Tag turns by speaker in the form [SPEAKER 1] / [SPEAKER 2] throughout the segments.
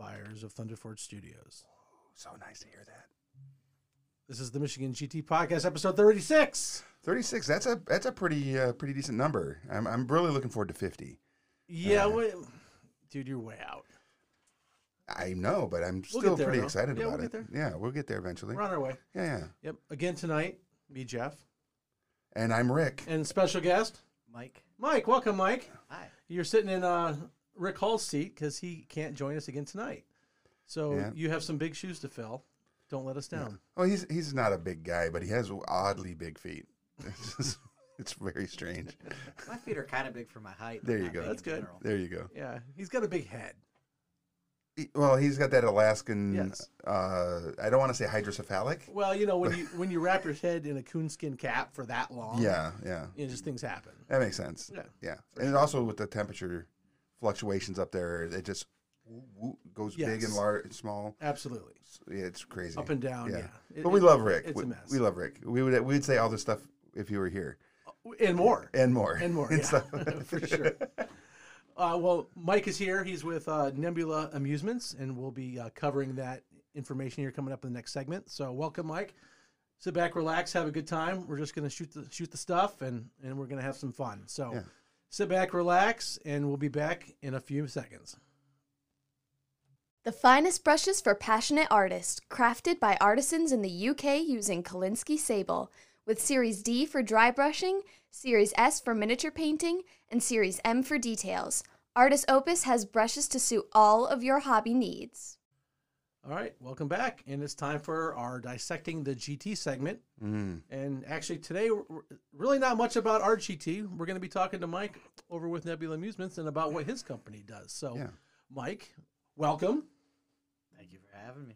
[SPEAKER 1] owners of Thunderford Studios.
[SPEAKER 2] So nice to hear that.
[SPEAKER 1] This is the Michigan GT Podcast, episode 36.
[SPEAKER 2] 36. That's a that's a pretty uh, pretty decent number. I'm I'm really looking forward to 50.
[SPEAKER 1] Yeah, wait, dude, you're way out.
[SPEAKER 2] I know, but I'm
[SPEAKER 1] We'll
[SPEAKER 2] still
[SPEAKER 1] get there,
[SPEAKER 2] pretty
[SPEAKER 1] though.
[SPEAKER 2] excited
[SPEAKER 1] Yeah,
[SPEAKER 2] about
[SPEAKER 1] we'll
[SPEAKER 2] it.
[SPEAKER 1] get
[SPEAKER 2] Yeah, we'll get there eventually.
[SPEAKER 1] We're on our way.
[SPEAKER 2] Yeah, yeah.
[SPEAKER 1] Yep. Again tonight, me, Jeff,
[SPEAKER 2] And I'm Rick.
[SPEAKER 1] and special guest,
[SPEAKER 3] Mike.
[SPEAKER 1] Mike. Welcome, Mike.
[SPEAKER 3] Hi.
[SPEAKER 1] You're sitting in uh, Rick Hall's seat because he can't join us again tonight. So
[SPEAKER 2] Yeah.
[SPEAKER 1] you have some big shoes to fill. Don't let us down.
[SPEAKER 2] Oh, he's he's not a big guy, but he has oddly big feet. It's, just- it's very strange.
[SPEAKER 3] My feet are kind of big for my height.
[SPEAKER 2] There
[SPEAKER 3] but
[SPEAKER 2] you
[SPEAKER 3] not
[SPEAKER 2] go.
[SPEAKER 3] big
[SPEAKER 1] That's
[SPEAKER 3] in
[SPEAKER 1] good.
[SPEAKER 3] general.
[SPEAKER 2] There you go.
[SPEAKER 1] Yeah, he's got a big head.
[SPEAKER 2] He- Well, he's got that Alaskan.
[SPEAKER 1] Yes.
[SPEAKER 2] Uh, I don't want to say hydrocephalic.
[SPEAKER 1] Well, you know when you when you wrap your head in a coonskin cap for that long,
[SPEAKER 2] Yeah, yeah.
[SPEAKER 1] you know, just things happen.
[SPEAKER 2] That makes sense.
[SPEAKER 1] Yeah.
[SPEAKER 2] Yeah. And also with the temperature fluctuations up there, it just woo- woo, goes big and
[SPEAKER 1] Yes.
[SPEAKER 2] large, small.
[SPEAKER 1] Absolutely,
[SPEAKER 2] Yeah, it's crazy.
[SPEAKER 1] up and down. Yeah, It-
[SPEAKER 2] but we
[SPEAKER 1] it-
[SPEAKER 2] love Rick.
[SPEAKER 1] it's
[SPEAKER 2] we,
[SPEAKER 1] a mess.
[SPEAKER 2] we love Rick. We would we'd say all this stuff if you were here
[SPEAKER 1] and more.
[SPEAKER 2] and more
[SPEAKER 1] and more yeah,
[SPEAKER 2] stuff.
[SPEAKER 1] for sure uh, well mike is here he's with uh, nebula amusements and we'll be uh, covering that information here coming up in the next segment so welcome mike sit back relax have a good time we're just going to shoot the shoot the stuff and and we're going to have some fun so
[SPEAKER 2] Yeah.
[SPEAKER 1] sit back relax and we'll be back in a few seconds
[SPEAKER 4] The finest brushes for passionate artists, crafted by artisans in the UK using Kolinsky sable, with Series D for dry brushing, Series S for miniature painting, and Series M for details. Artist Opus has brushes to suit all of your hobby needs.
[SPEAKER 1] all right welcome back and it's time for our dissecting the gt segment
[SPEAKER 2] Mm.
[SPEAKER 1] And actually, today, we're- we're really not much about RGT. We're going to be talking to Mike over with Nebula Amusements and about what his company does. So,
[SPEAKER 2] Yeah.
[SPEAKER 1] Mike, welcome.
[SPEAKER 3] Thank you for having me.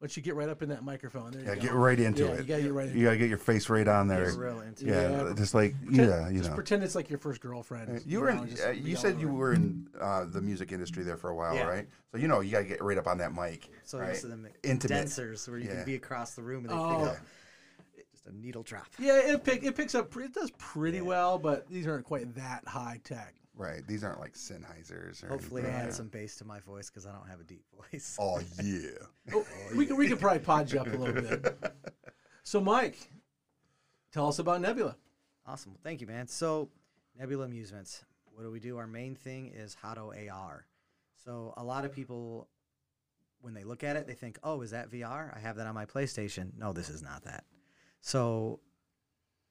[SPEAKER 1] Let you get right up in that microphone. There
[SPEAKER 2] Yeah,
[SPEAKER 1] you
[SPEAKER 2] get
[SPEAKER 1] go.
[SPEAKER 2] right into
[SPEAKER 1] yeah,
[SPEAKER 2] it.
[SPEAKER 1] you got to get right into
[SPEAKER 2] You gotta get your face right on there.
[SPEAKER 3] It's real into
[SPEAKER 1] Yeah.
[SPEAKER 2] Yeah, just like
[SPEAKER 1] Pretend-
[SPEAKER 2] yeah, you
[SPEAKER 1] Just
[SPEAKER 2] know.
[SPEAKER 1] pretend it's like your first girlfriend.
[SPEAKER 2] You were
[SPEAKER 1] know,
[SPEAKER 2] in,
[SPEAKER 1] just
[SPEAKER 2] uh,
[SPEAKER 1] be
[SPEAKER 2] you
[SPEAKER 1] all
[SPEAKER 2] said you
[SPEAKER 1] over it.
[SPEAKER 2] were in uh, the music industry there for a while,
[SPEAKER 3] Yeah.
[SPEAKER 2] right? So you know you gotta get right up on that mic,
[SPEAKER 3] So
[SPEAKER 2] right?
[SPEAKER 3] most of them
[SPEAKER 2] Intimate.
[SPEAKER 3] condensers where you
[SPEAKER 2] Yeah.
[SPEAKER 3] can be across the room and they
[SPEAKER 1] Oh.
[SPEAKER 3] pick up just a needle drop.
[SPEAKER 1] Yeah, it pick, it picks up. pre- It does pretty well, but these aren't quite that high tech.
[SPEAKER 2] Right. These aren't like Sennheisers. Or
[SPEAKER 3] Hopefully, I
[SPEAKER 2] anything.
[SPEAKER 3] add some bass to my voice because I don't have a deep voice.
[SPEAKER 2] Oh yeah.
[SPEAKER 1] Oh, we could we could probably pod you up a little bit. So, Mike, tell us about Nebula.
[SPEAKER 3] Awesome. Well, thank you, man. So, Nebula Amusements, what do we do? Our main thing is Hado AR. So, a lot of people, when they look at it, they think, oh, is that VR? I have that on my PlayStation. No, this is not that. So,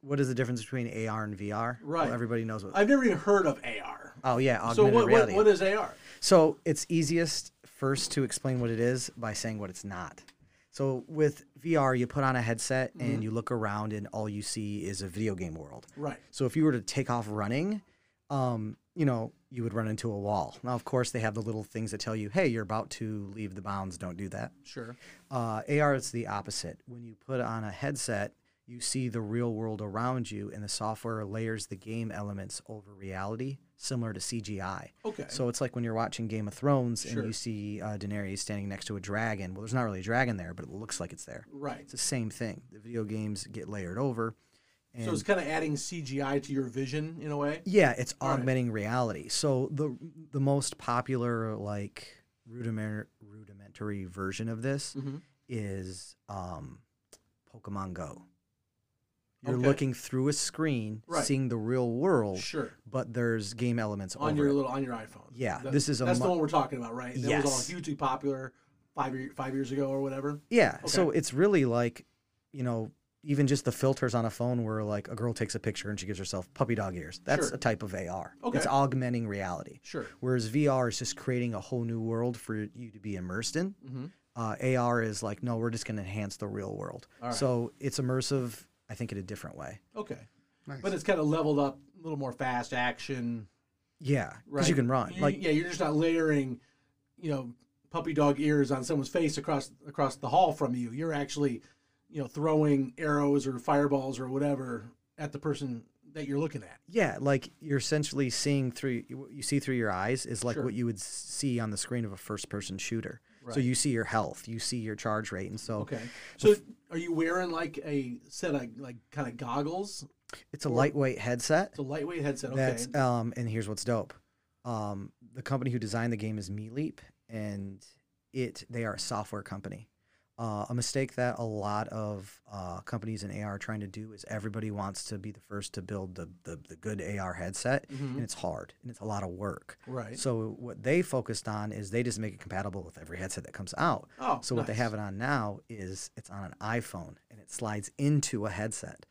[SPEAKER 3] what is the difference between AR and VR?
[SPEAKER 1] Right.
[SPEAKER 3] Well, everybody knows what.
[SPEAKER 1] I've never even heard of AR.
[SPEAKER 3] oh, yeah.
[SPEAKER 1] So,
[SPEAKER 3] Augmented
[SPEAKER 1] what, what
[SPEAKER 3] reality.
[SPEAKER 1] what is AR?
[SPEAKER 3] So it's easiest first to explain what it is by saying what it's not. So with VR, you put on a headset
[SPEAKER 1] Mm-hmm.
[SPEAKER 3] and you look around, and all you see is a video game world.
[SPEAKER 1] Right.
[SPEAKER 3] So if you were to take off running, um, you know, you would run into a wall. Now, of course, they have the little things that tell you, hey, you're about to leave the bounds, don't do that.
[SPEAKER 1] Sure.
[SPEAKER 3] Uh, AR, it's the opposite. When you put on a headset, you see the real world around you, and the software layers the game elements over reality, similar to CGI.
[SPEAKER 1] Okay.
[SPEAKER 3] So it's like when you're watching Game of Thrones
[SPEAKER 1] Sure.
[SPEAKER 3] and you see uh, Daenerys standing next to a dragon. Well, there's not really a dragon there, but it looks like it's there.
[SPEAKER 1] right.
[SPEAKER 3] It's the same thing. The video games get layered over. And
[SPEAKER 1] So it's kind of adding CGI to your vision in a way.
[SPEAKER 3] yeah, it's
[SPEAKER 1] All right.
[SPEAKER 3] augmenting reality. So the the most popular like rudimentary rudimentary version of this
[SPEAKER 1] Mhm.
[SPEAKER 3] is um, Pokemon Go. You're
[SPEAKER 1] Okay.
[SPEAKER 3] looking through a screen,
[SPEAKER 1] Right.
[SPEAKER 3] seeing the real world,
[SPEAKER 1] Sure.
[SPEAKER 3] but there's game elements
[SPEAKER 1] On
[SPEAKER 3] over
[SPEAKER 1] your
[SPEAKER 3] it.
[SPEAKER 1] little on your iPhone.
[SPEAKER 3] Yeah, this is a
[SPEAKER 1] that's the
[SPEAKER 3] mu-
[SPEAKER 1] one we're talking about, right? That was
[SPEAKER 3] Yes.
[SPEAKER 1] all hugely popular five year, five years ago or whatever.
[SPEAKER 3] Yeah. So
[SPEAKER 1] Okay.
[SPEAKER 3] it's really like, you know, even just the filters on a phone where like a girl takes a picture and she gives herself puppy dog ears. That's
[SPEAKER 1] Sure.
[SPEAKER 3] a type of AR.
[SPEAKER 1] Okay.
[SPEAKER 3] It's augmenting reality.
[SPEAKER 1] Sure.
[SPEAKER 3] Whereas VR is just creating a whole new world for you to be immersed in.
[SPEAKER 1] Mhm.
[SPEAKER 3] Uh, AR is like, no, we're just going to enhance the real world.
[SPEAKER 1] All right.
[SPEAKER 3] So it's immersive, I think, in a different way.
[SPEAKER 1] Okay.
[SPEAKER 2] Nice.
[SPEAKER 1] But it's kind of leveled up, a little more fast action.
[SPEAKER 3] Yeah. Because
[SPEAKER 1] Right.
[SPEAKER 3] you can run.
[SPEAKER 1] You-
[SPEAKER 3] like,
[SPEAKER 1] yeah, you're just not layering, you know, puppy dog ears on someone's face across across the hall from you. You're actually, you know, throwing arrows or fireballs or whatever at the person that you're looking at.
[SPEAKER 3] yeah, like you're essentially seeing through what you see through your eyes is like
[SPEAKER 1] Sure.
[SPEAKER 3] what you would see on the screen of a first person shooter.
[SPEAKER 1] Right.
[SPEAKER 3] So you see your health, you see your charge rate, and so
[SPEAKER 1] Okay. So are you wearing like a set of like kind of goggles?
[SPEAKER 3] it's a lightweight headset.
[SPEAKER 1] It's a lightweight headset. Okay.
[SPEAKER 3] That's uh, um, and here's what's dope. Um, the company who designed the game is MeLeap, and it they are a software company. Uh, a mistake that a lot of uh, companies in AR are trying to do is everybody wants to be the first to build the the, the good AR headset,
[SPEAKER 1] Mhm.
[SPEAKER 3] and it's hard and it's a lot of work.
[SPEAKER 1] Right.
[SPEAKER 3] So what they focused on is they just make it compatible with every headset that comes out.
[SPEAKER 1] oh,
[SPEAKER 3] So what they
[SPEAKER 1] nice.
[SPEAKER 3] have it on now is it's on an iPhone and it slides into a headset.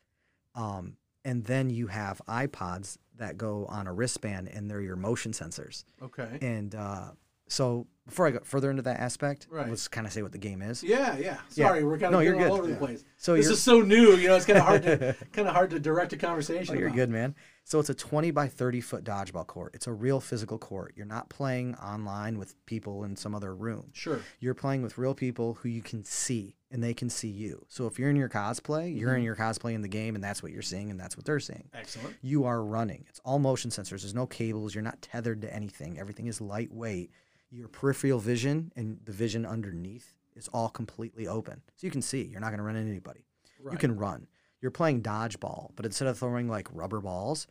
[SPEAKER 3] Um, and then you have iPods that go on a wristband and they're your motion sensors.
[SPEAKER 1] Okay.
[SPEAKER 3] And uh, so before I go further into that aspect,
[SPEAKER 1] Right.
[SPEAKER 3] let's kind of say what the game is.
[SPEAKER 1] Yeah, yeah.
[SPEAKER 3] Yeah.
[SPEAKER 1] Sorry, we're kind of
[SPEAKER 3] No, you're
[SPEAKER 1] all
[SPEAKER 3] good.
[SPEAKER 1] over the
[SPEAKER 3] Yeah.
[SPEAKER 1] place.
[SPEAKER 3] So
[SPEAKER 1] this
[SPEAKER 3] you're,
[SPEAKER 1] is so new, you know. It's kind of hard to kind of hard to direct a conversation.
[SPEAKER 3] oh, you're
[SPEAKER 1] about.
[SPEAKER 3] good, man. So it's a 20 by 30 foot dodgeball court. It's a real physical court. You're not playing online with people in some other room.
[SPEAKER 1] Sure.
[SPEAKER 3] you're playing with real people who you can see and they can see you. So if you're in your cosplay, you're in your cosplay in the game and that's what you're seeing and that's what they're seeing.
[SPEAKER 1] Excellent.
[SPEAKER 3] You are running. It's all motion sensors. There's no cables. You're not tethered to anything. Everything is lightweight. Your peripheral vision and the vision underneath is all completely open. So you can see. You're not going to run into anybody. You
[SPEAKER 1] Right.
[SPEAKER 3] can run. You're playing dodgeball, but instead of throwing like rubber balls,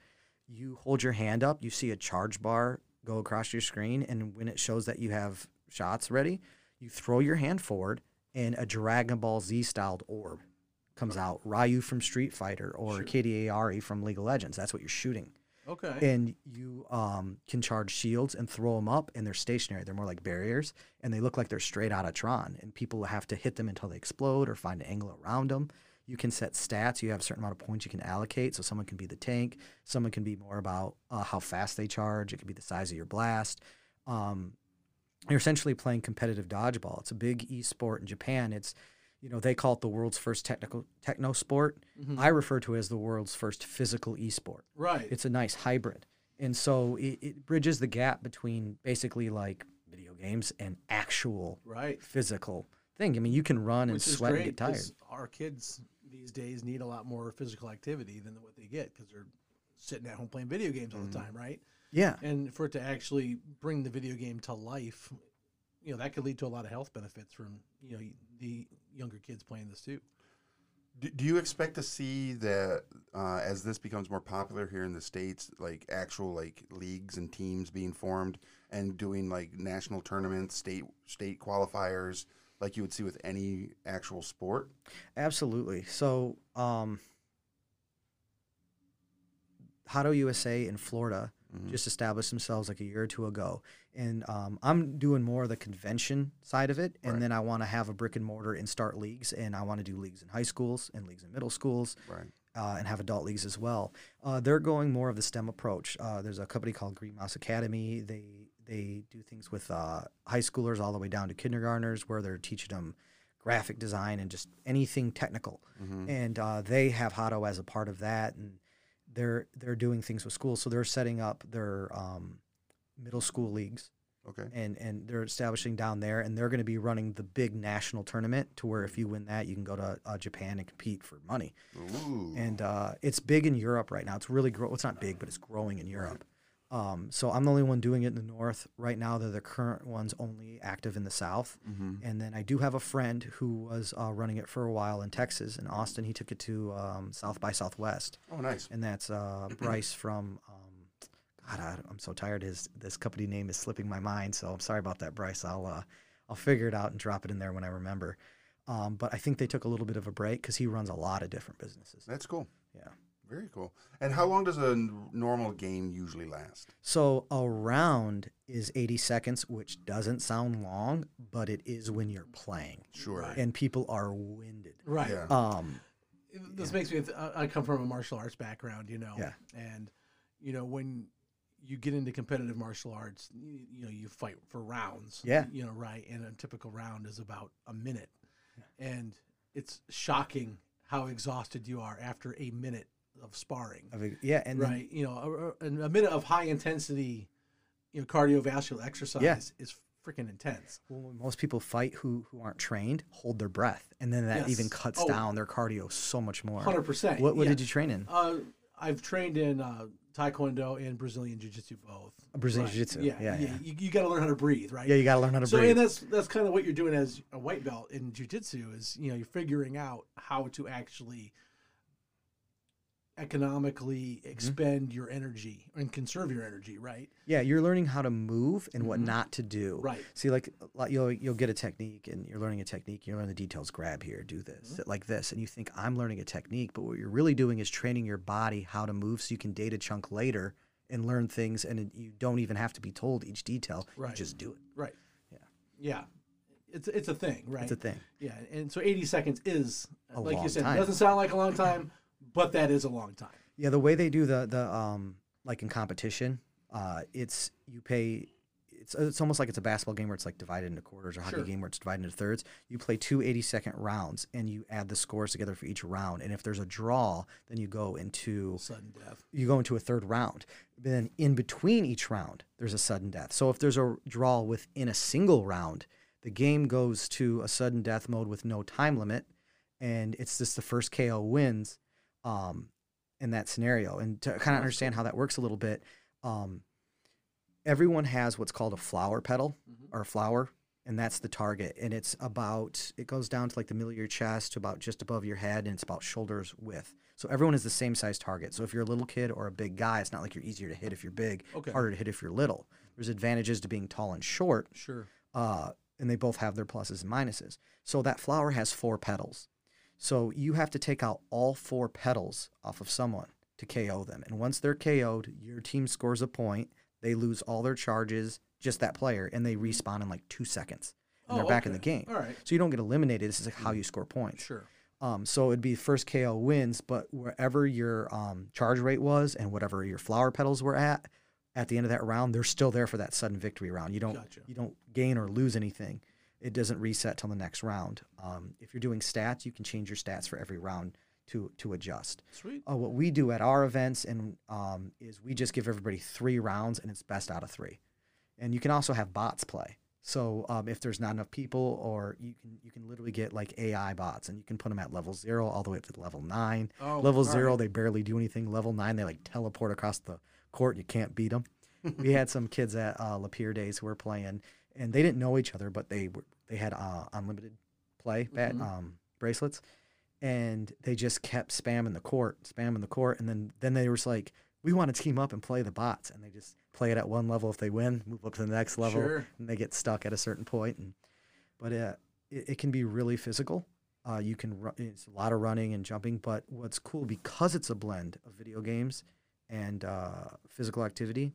[SPEAKER 3] you hold your hand up, you see a charge bar go across your screen, and when it shows that you have shots ready, you throw your hand forward, and a Dragon Ball Z styled orb comes out. Ryu from Street Fighter or
[SPEAKER 1] Sure.
[SPEAKER 3] KDARE E from League of Legends. That's what you're shooting.
[SPEAKER 1] Okay.
[SPEAKER 3] And you um, can charge shields and throw them up, and they're stationary. They're more like barriers, and they look like they're straight out of Tron. And people have to hit them until they explode or find an angle around them. You can set stats. You have a certain amount of points you can allocate. So someone can be the tank. Someone can be more about uh, how fast they charge. It could be the size of your blast. Um, you're essentially playing competitive dodgeball. It's a big e-sport in Japan. It's, you know, they call it the world's first technical techno sport. I refer to it as the world's first physical e-sport
[SPEAKER 1] right.
[SPEAKER 3] it's a nice hybrid and so it, it bridges the gap between basically like video games and actual
[SPEAKER 1] right.
[SPEAKER 3] physical thing i mean you can run and
[SPEAKER 1] Which is
[SPEAKER 3] sweat and
[SPEAKER 1] great
[SPEAKER 3] get tired
[SPEAKER 1] because our kids these days need a lot more physical activity than what they get because they're sitting at home playing video games all
[SPEAKER 3] Mm-hmm.
[SPEAKER 1] the time, right?
[SPEAKER 3] yeah
[SPEAKER 1] And for it to actually bring the video game to life, you know, that could lead to a lot of health benefits from you know the younger kids playing this too.
[SPEAKER 2] Do, do you expect to see that uh, as this becomes more popular here in the states, like actual like leagues and teams being formed and doing like national tournaments, state state qualifiers, like you would see with any actual sport?
[SPEAKER 3] absolutely so um Hado USA in Florida
[SPEAKER 1] Hmm.
[SPEAKER 2] Mhm.
[SPEAKER 3] just established themselves like a year or two ago, and um, I'm doing more of the convention side of it, and
[SPEAKER 2] Right.
[SPEAKER 3] then I want to have a brick and mortar and start leagues, and I want to do leagues in high schools and leagues in middle schools,
[SPEAKER 2] Right.
[SPEAKER 3] uh, and have adult leagues as well. Uh, they're going more of the STEM approach. Uh, there's a company called Green Mouse Academy. They they do things with uh, high schoolers all the way down to kindergartners, where they're teaching them graphic design and just anything technical.
[SPEAKER 2] Mhm.
[SPEAKER 3] And uh, they have Hado as a part of that, and they're they're doing things with schools. So they're setting up their um, middle school leagues
[SPEAKER 2] Okay.
[SPEAKER 3] and and they're establishing down there, and they're going to be running the big national tournament to where if you win that, you can go to uh, Japan and compete for money.
[SPEAKER 2] Ooh.
[SPEAKER 3] And uh, it's big in Europe right now. It's really grow. It's not big, but it's growing in Europe. Um, so I'm the only one doing it in the north right now. They're the current ones only active in the south.
[SPEAKER 2] Mhm.
[SPEAKER 3] And then I do have a friend who was uh, running it for a while in Texas, in Austin. He took it to um, South by Southwest,
[SPEAKER 2] Oh, nice.
[SPEAKER 3] and that's uh, Bryce from. Um, God, I, I'm so tired. His this company name is slipping my mind. So I'm sorry about that, Bryce. I'll uh, I'll figure it out and drop it in there when I remember. Um, but I think they took a little bit of a break because he runs a lot of different businesses.
[SPEAKER 2] That's cool.
[SPEAKER 3] Yeah.
[SPEAKER 2] Very cool. And how long does a n- normal game usually last?
[SPEAKER 3] So a round is 80 seconds, which doesn't sound long, but it is when you're playing
[SPEAKER 2] Sure.
[SPEAKER 3] and people are winded.
[SPEAKER 1] Right.
[SPEAKER 2] Yeah.
[SPEAKER 3] Um,
[SPEAKER 1] this makes me. Th- I I come from a martial arts background, you know.
[SPEAKER 3] Yeah.
[SPEAKER 1] And you know when you get into competitive martial arts, you, you know you fight for rounds.
[SPEAKER 3] Yeah.
[SPEAKER 1] You know, right? And a typical round is about a minute, and it's shocking how exhausted you are after a minute of sparring.
[SPEAKER 3] I mean, yeah, and then-
[SPEAKER 1] right. You know, a- a, a minute of high intensity, you know, cardiovascular exercise is freaking intense.
[SPEAKER 3] well, when most people fight who who aren't trained hold their breath, and then that
[SPEAKER 1] Yes.
[SPEAKER 3] even cuts
[SPEAKER 1] Oh.
[SPEAKER 3] down their cardio so much more.
[SPEAKER 1] Hundred percent.
[SPEAKER 3] What what did you train in?
[SPEAKER 1] Uh, I've trained in uh, Taekwondo and Brazilian Jiu Jitsu both.
[SPEAKER 3] Brazilian
[SPEAKER 1] Right.
[SPEAKER 3] Jiu-Jitsu.
[SPEAKER 1] Yeah, yeah.
[SPEAKER 3] yeah.
[SPEAKER 1] You, you got to learn how to breathe, right?
[SPEAKER 3] Yeah, you got to learn how to
[SPEAKER 1] so,
[SPEAKER 3] breathe.
[SPEAKER 1] and that's that's kind of what you're doing as a white belt in Jiu Jitsu is you know you're figuring out how to actually
[SPEAKER 3] Mm-hmm.
[SPEAKER 1] economically expend your energy and conserve your energy, right?
[SPEAKER 3] Yeah, you're learning how to move and
[SPEAKER 1] Mm-hmm.
[SPEAKER 3] what not to do.
[SPEAKER 1] Right.
[SPEAKER 3] See, like a lot- you'll you'll get a technique, and you're learning a technique. You learn the details. Grab here, do this, sit like this, and you think I'm learning a technique, but what you're really doing is training your body how to move, so you can data chunk later and learn things, and it- you don't even have to be told each detail.
[SPEAKER 1] Right.
[SPEAKER 3] You just do it.
[SPEAKER 1] Right.
[SPEAKER 3] Yeah.
[SPEAKER 1] Yeah. It's it's a thing, right?
[SPEAKER 3] It's a thing.
[SPEAKER 1] Yeah, and so 80 seconds is
[SPEAKER 3] A
[SPEAKER 1] like you
[SPEAKER 3] long
[SPEAKER 1] said,
[SPEAKER 3] time.
[SPEAKER 1] doesn't sound like a long time, but that is a long time.
[SPEAKER 3] Yeah, the way they do the the um like in competition, uh, it's you pay. It's uh, it's almost like it's a basketball game where it's like divided into quarters, or a hockey
[SPEAKER 1] Sure.
[SPEAKER 3] game where it's divided into thirds. You play two 80 second rounds, and you add the scores together for each round. And if there's a draw, then you go into
[SPEAKER 1] Sudden death.
[SPEAKER 3] you go into a third round. Then in between each round, there's a sudden death. So if there's a draw within a single round, the game goes to a sudden death mode with no time limit, and it's just the first KO wins um, in that scenario. And to kind of understand how that works a little bit, um, everyone has what's called a flower petal or a flower, and that's the target. And it's about it goes down to like the middle of your chest to about just above your head, and it's about shoulders width. So everyone is the same size target. So if you're a little kid or a big guy, it's not like you're easier to hit if you're big,
[SPEAKER 1] Okay.
[SPEAKER 3] harder to hit if you're little. There's advantages to being tall and short,
[SPEAKER 1] Sure.
[SPEAKER 3] uh, and they both have their pluses and minuses. So that flower has four petals. So you have to take out all four petals off of someone to KO them. And once they're KO'd, your team scores a point. They lose all their charges, just that player, and they respawn in like two seconds. And they're back in the
[SPEAKER 1] Oh, okay.
[SPEAKER 3] game.
[SPEAKER 1] All right.
[SPEAKER 3] So you don't get eliminated. This is like how you score points.
[SPEAKER 1] Sure.
[SPEAKER 3] Um, so it'd be first KO wins, but wherever your um, charge rate was and whatever your flower petals were at, at the end of that round, they're still there for that sudden victory round. You don't
[SPEAKER 1] Gotcha.
[SPEAKER 3] you don't gain or lose anything. It doesn't reset till the next round. Um, if you're doing stats, you can change your stats for every round to to adjust.
[SPEAKER 1] Sweet.
[SPEAKER 3] Uh, what we do at our events and um, is we just give everybody three rounds and it's best out of three. And you can also have bots play. So um, if there's not enough people, or you can you can literally get like AI bots and you can put them at level zero all the way up to level nine.
[SPEAKER 1] Oh,
[SPEAKER 3] level
[SPEAKER 1] all
[SPEAKER 3] zero,
[SPEAKER 1] right.
[SPEAKER 3] they barely do anything. Level nine, they like teleport across the court. You can't beat them. we had some kids at uh, Lapeer Days who were playing, and they didn't know each other, but they were they had uh, unlimited play bat,
[SPEAKER 1] Mhm.
[SPEAKER 3] um, bracelets, and they just kept spamming the court, spamming the court, and then then they were just like, we want to team up and play the bots, and they just play it at one level. If they win, move up to the next level,
[SPEAKER 1] Sure.
[SPEAKER 3] and they get stuck at a certain point. And but uh, it, it can be really physical. Uh, you can run, it's a lot of running and jumping. But what's cool because it's a blend of video games and uh, physical activity.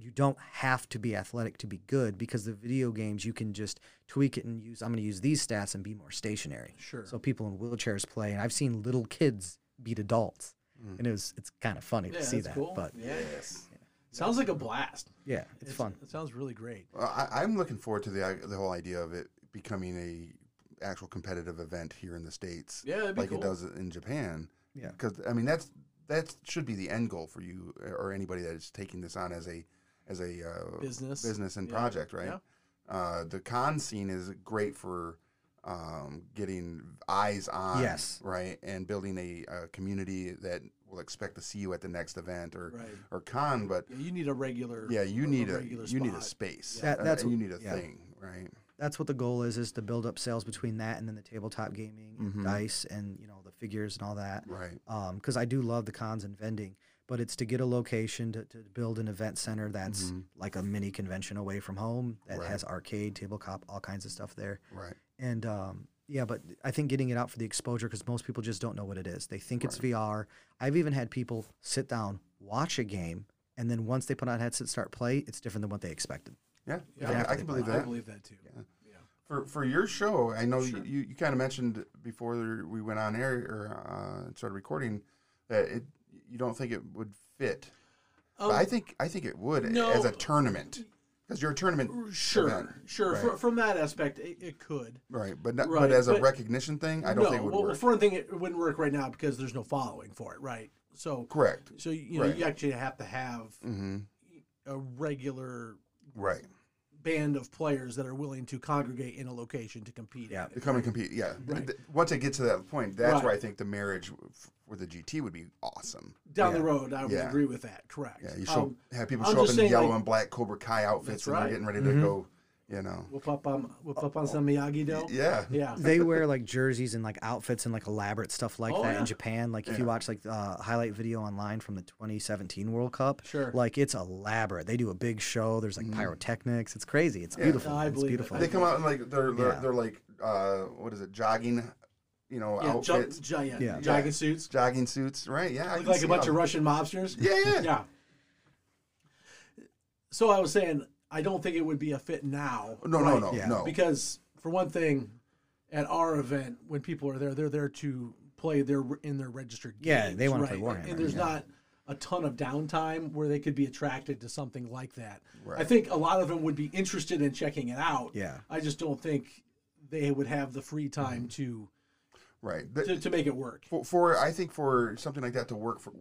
[SPEAKER 3] You don't have to be athletic to be good because the video games you can just tweak it and use. I'm going to use these stats and be more stationary.
[SPEAKER 1] Sure.
[SPEAKER 3] So people in wheelchairs play, and I've seen little kids beat adults, and it was it's kind of funny
[SPEAKER 1] yeah,
[SPEAKER 3] to see
[SPEAKER 1] that's
[SPEAKER 3] that.
[SPEAKER 1] cool.
[SPEAKER 3] But
[SPEAKER 1] yeah. Sounds like a blast.
[SPEAKER 3] yeah, it's fun.
[SPEAKER 1] It sounds really great.
[SPEAKER 2] Well, I, I'm looking forward to the the whole idea of it becoming a actual competitive event here in the states.
[SPEAKER 1] Yeah, that'd be
[SPEAKER 2] like
[SPEAKER 1] cool.
[SPEAKER 2] it does in Japan.
[SPEAKER 3] Yeah.
[SPEAKER 2] because I mean that's that should be the end goal for you or anybody that is taking this on as a as a uh,
[SPEAKER 1] Business.
[SPEAKER 2] business and
[SPEAKER 1] Yeah.
[SPEAKER 2] project, right?
[SPEAKER 1] Yeah.
[SPEAKER 2] Uh, the con scene is great for um, getting eyes on,
[SPEAKER 3] Yes.
[SPEAKER 2] right, and building a, uh community that will expect to see you at the next event or
[SPEAKER 1] Right.
[SPEAKER 2] or con, but.
[SPEAKER 1] Yeah, you need a regular.
[SPEAKER 2] Yeah, you need a,
[SPEAKER 1] regular
[SPEAKER 2] you need a
[SPEAKER 1] spot.
[SPEAKER 2] space.
[SPEAKER 3] That-
[SPEAKER 2] Uh,
[SPEAKER 3] that's
[SPEAKER 2] you
[SPEAKER 3] what-
[SPEAKER 2] need a
[SPEAKER 3] yeah.
[SPEAKER 2] thing, right?
[SPEAKER 3] that's what the goal is is to build up sales between that and then the tabletop gaming and dice and you know the figures and all that
[SPEAKER 2] Right.
[SPEAKER 3] because i do love the cons and vending but it's to get a location to, to build an event center that's like a mini convention away from home that
[SPEAKER 2] Right.
[SPEAKER 3] has arcade tabletop all kinds of stuff there
[SPEAKER 2] Right.
[SPEAKER 3] and um, yeah, but I think getting it out for the exposure because most people just don't know what it is. They think it's VR. I've even had people sit down, watch a game, and then once they put on headsets, start play. It's different than what they expected.
[SPEAKER 2] Yeah.
[SPEAKER 1] Yeah,
[SPEAKER 2] I, I
[SPEAKER 1] definitely.
[SPEAKER 2] can believe
[SPEAKER 1] I
[SPEAKER 2] that.
[SPEAKER 1] believe that too. Yeah.
[SPEAKER 2] For for your show, I know
[SPEAKER 1] Sure.
[SPEAKER 2] you, you kind of mentioned before we went on air or uh, started recording that it you don't think it would fit.
[SPEAKER 1] Um,
[SPEAKER 2] but I think I think it would
[SPEAKER 1] no.
[SPEAKER 2] as a tournament because you're a tournament,
[SPEAKER 1] Sure.
[SPEAKER 2] event,
[SPEAKER 1] Sure.
[SPEAKER 2] right.
[SPEAKER 1] Fr- from that aspect, it, it could.
[SPEAKER 2] right? But not,
[SPEAKER 1] Right,
[SPEAKER 2] but as
[SPEAKER 1] but-
[SPEAKER 2] a recognition thing, I don't
[SPEAKER 1] no,
[SPEAKER 2] think it would
[SPEAKER 1] well,
[SPEAKER 2] work.
[SPEAKER 1] for one thing, it wouldn't work right now because there's no following for it, right? So
[SPEAKER 2] Correct.
[SPEAKER 1] So you know,
[SPEAKER 2] Right.
[SPEAKER 1] you actually have to have
[SPEAKER 2] hmm
[SPEAKER 1] a regular
[SPEAKER 2] Right.
[SPEAKER 1] band of players that are willing to congregate in a location to compete.
[SPEAKER 3] Yeah.
[SPEAKER 1] at
[SPEAKER 2] To
[SPEAKER 1] it.
[SPEAKER 2] come and compete. Yeah.
[SPEAKER 1] Right.
[SPEAKER 2] Th- Once I get to that point, that's
[SPEAKER 1] Right.
[SPEAKER 2] where I think the marriage f- with the GT would be awesome.
[SPEAKER 1] Down the
[SPEAKER 3] Yeah.
[SPEAKER 1] road, I would
[SPEAKER 2] Yeah.
[SPEAKER 1] agree with that. Correct.
[SPEAKER 2] Yeah, you show
[SPEAKER 1] Um,
[SPEAKER 2] have people
[SPEAKER 1] I'm
[SPEAKER 2] show up
[SPEAKER 1] just
[SPEAKER 2] in
[SPEAKER 1] saying,
[SPEAKER 2] yellow
[SPEAKER 1] like-
[SPEAKER 2] and black Cobra Kai outfits,
[SPEAKER 1] That's
[SPEAKER 2] and
[SPEAKER 1] right.
[SPEAKER 2] they're getting ready to go You know.
[SPEAKER 1] Whoop up on
[SPEAKER 2] Uh,
[SPEAKER 1] whoop
[SPEAKER 2] oh.
[SPEAKER 1] up on some Miyagi Do.
[SPEAKER 2] Yeah.
[SPEAKER 1] Yeah.
[SPEAKER 3] they wear like jerseys and like outfits and like elaborate stuff like
[SPEAKER 1] Oh,
[SPEAKER 3] that
[SPEAKER 1] yeah.
[SPEAKER 3] in Japan. Like if
[SPEAKER 2] Yeah.
[SPEAKER 3] you watch like the uh, highlight video online from the 2017 World Cup,
[SPEAKER 1] Sure. Mm.
[SPEAKER 3] like it's elaborate. They do a big show. There's like
[SPEAKER 2] Mhm.
[SPEAKER 3] pyrotechnics. It's crazy. It's
[SPEAKER 2] Yeah.
[SPEAKER 3] beautiful.
[SPEAKER 1] I
[SPEAKER 3] it's
[SPEAKER 1] believe it.
[SPEAKER 3] beautiful.
[SPEAKER 2] They come out in like they're they're,
[SPEAKER 3] Yeah.
[SPEAKER 2] they're like uh what is it jogging, you know
[SPEAKER 1] Yeah, ju-
[SPEAKER 2] outfits,
[SPEAKER 1] ju- yeah,
[SPEAKER 3] Yeah.
[SPEAKER 1] jogging suits.
[SPEAKER 2] jogging suits, right? Yeah. I
[SPEAKER 1] Look
[SPEAKER 2] can
[SPEAKER 1] like
[SPEAKER 2] see
[SPEAKER 1] a bunch
[SPEAKER 2] them.
[SPEAKER 1] of Russian mobsters.
[SPEAKER 2] Yeah, yeah.
[SPEAKER 1] Yeah. So I was saying, I don't think it would be a fit now.
[SPEAKER 2] No,
[SPEAKER 1] right?
[SPEAKER 2] no, no,
[SPEAKER 3] Yeah.
[SPEAKER 2] no.
[SPEAKER 1] Because for one thing, at our event, when people are there, they're there to play their in their registered.
[SPEAKER 3] Yeah,
[SPEAKER 1] games,
[SPEAKER 3] they wanna
[SPEAKER 1] right?
[SPEAKER 3] play Warhammer,
[SPEAKER 1] and there's
[SPEAKER 3] yeah.
[SPEAKER 1] not a ton of downtime where they could be attracted to something like that. I
[SPEAKER 2] Right.
[SPEAKER 1] think a lot of them would be interested in checking it out.
[SPEAKER 3] Yeah.
[SPEAKER 1] I just don't think they would have the free time to
[SPEAKER 2] Mm-hmm. right. The-
[SPEAKER 1] to, to make it work.
[SPEAKER 2] for, for I think for something like that to work for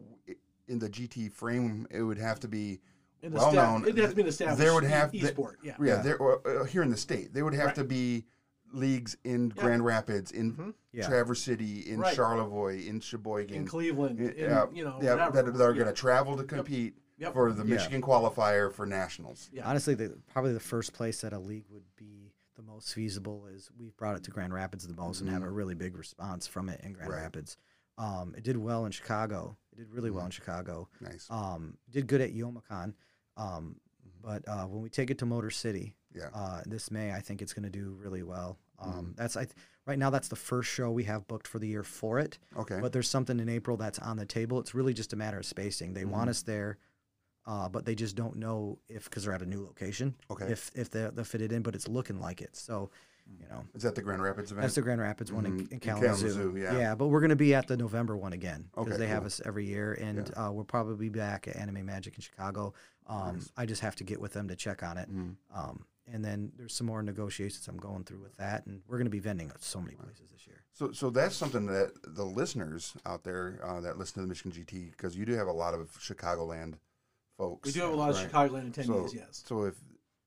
[SPEAKER 2] in the GT frame, it would have to be
[SPEAKER 1] And
[SPEAKER 2] well
[SPEAKER 1] esta-
[SPEAKER 2] known.
[SPEAKER 1] It'd have to be an established.
[SPEAKER 2] There would have
[SPEAKER 1] e-
[SPEAKER 2] the-
[SPEAKER 1] esport. Yeah.
[SPEAKER 2] yeah,
[SPEAKER 3] Yeah.
[SPEAKER 2] There, or, uh, here in the state, they would have
[SPEAKER 1] Right.
[SPEAKER 2] to be leagues in Grand Rapids, in
[SPEAKER 3] Yeah.
[SPEAKER 2] Traverse City, in
[SPEAKER 1] Right.
[SPEAKER 2] Charlevoix, in Sheboygan,
[SPEAKER 1] in Cleveland, in,
[SPEAKER 2] yeah,
[SPEAKER 1] you know,
[SPEAKER 2] yeah,
[SPEAKER 1] whatever.
[SPEAKER 2] that that are
[SPEAKER 1] Yeah.
[SPEAKER 2] going to travel to compete
[SPEAKER 1] Yep.
[SPEAKER 2] for the
[SPEAKER 3] Yeah.
[SPEAKER 2] Michigan qualifier for nationals.
[SPEAKER 1] Yeah.
[SPEAKER 3] Honestly, the, probably the first place that a league would be the most feasible is we've brought it to Grand Rapids the most and have a really big response from it in Grand
[SPEAKER 2] Mm-hmm. Right.
[SPEAKER 3] Rapids. Um, it did well in Chicago. It did really well
[SPEAKER 2] Mm-hmm.
[SPEAKER 3] in Chicago.
[SPEAKER 2] Nice.
[SPEAKER 3] Um, did good at Yomicon. Um, but uh, when we take it to Motor
[SPEAKER 2] Mm-hmm.
[SPEAKER 3] City
[SPEAKER 2] Yeah. Mm-hmm.
[SPEAKER 3] uh, this May, I think it's going to do really well. Um, That's I th- right now. That's the first show we have booked for the year for it.
[SPEAKER 2] Okay.
[SPEAKER 3] But there's something in April that's on the table. It's really just a matter of spacing. They
[SPEAKER 2] Mm-hmm.
[SPEAKER 3] want us there, uh, but they just don't know if because they're at a new location.
[SPEAKER 2] Okay.
[SPEAKER 3] If if they they fit it in, but it's looking like it. So, you know,
[SPEAKER 2] Is that the Grand Rapids event?
[SPEAKER 3] that's the Grand Rapids one in,
[SPEAKER 2] Mhm.
[SPEAKER 3] in
[SPEAKER 2] In
[SPEAKER 3] Kalamazoo.
[SPEAKER 2] Kalamazoo, yeah.
[SPEAKER 3] but we're gonna be at the November one again because
[SPEAKER 2] Okay,
[SPEAKER 3] they have
[SPEAKER 2] cool.
[SPEAKER 3] us every year, and uh, we'll probably be back at Anime Magic in Chicago. Um, I just have to get with them to check on it.
[SPEAKER 2] Mm-hmm.
[SPEAKER 3] Um, and then there's some more negotiations I'm going through with that, and we're gonna be vending at so many places this year.
[SPEAKER 2] So, so that's something that the listeners out there uh, that listen to the Michigan GT, because you do have a lot of Chicagoland folks.
[SPEAKER 1] We do have a lot of
[SPEAKER 2] right?
[SPEAKER 1] Chicagoland attendees,
[SPEAKER 2] So,
[SPEAKER 1] yes.
[SPEAKER 2] so if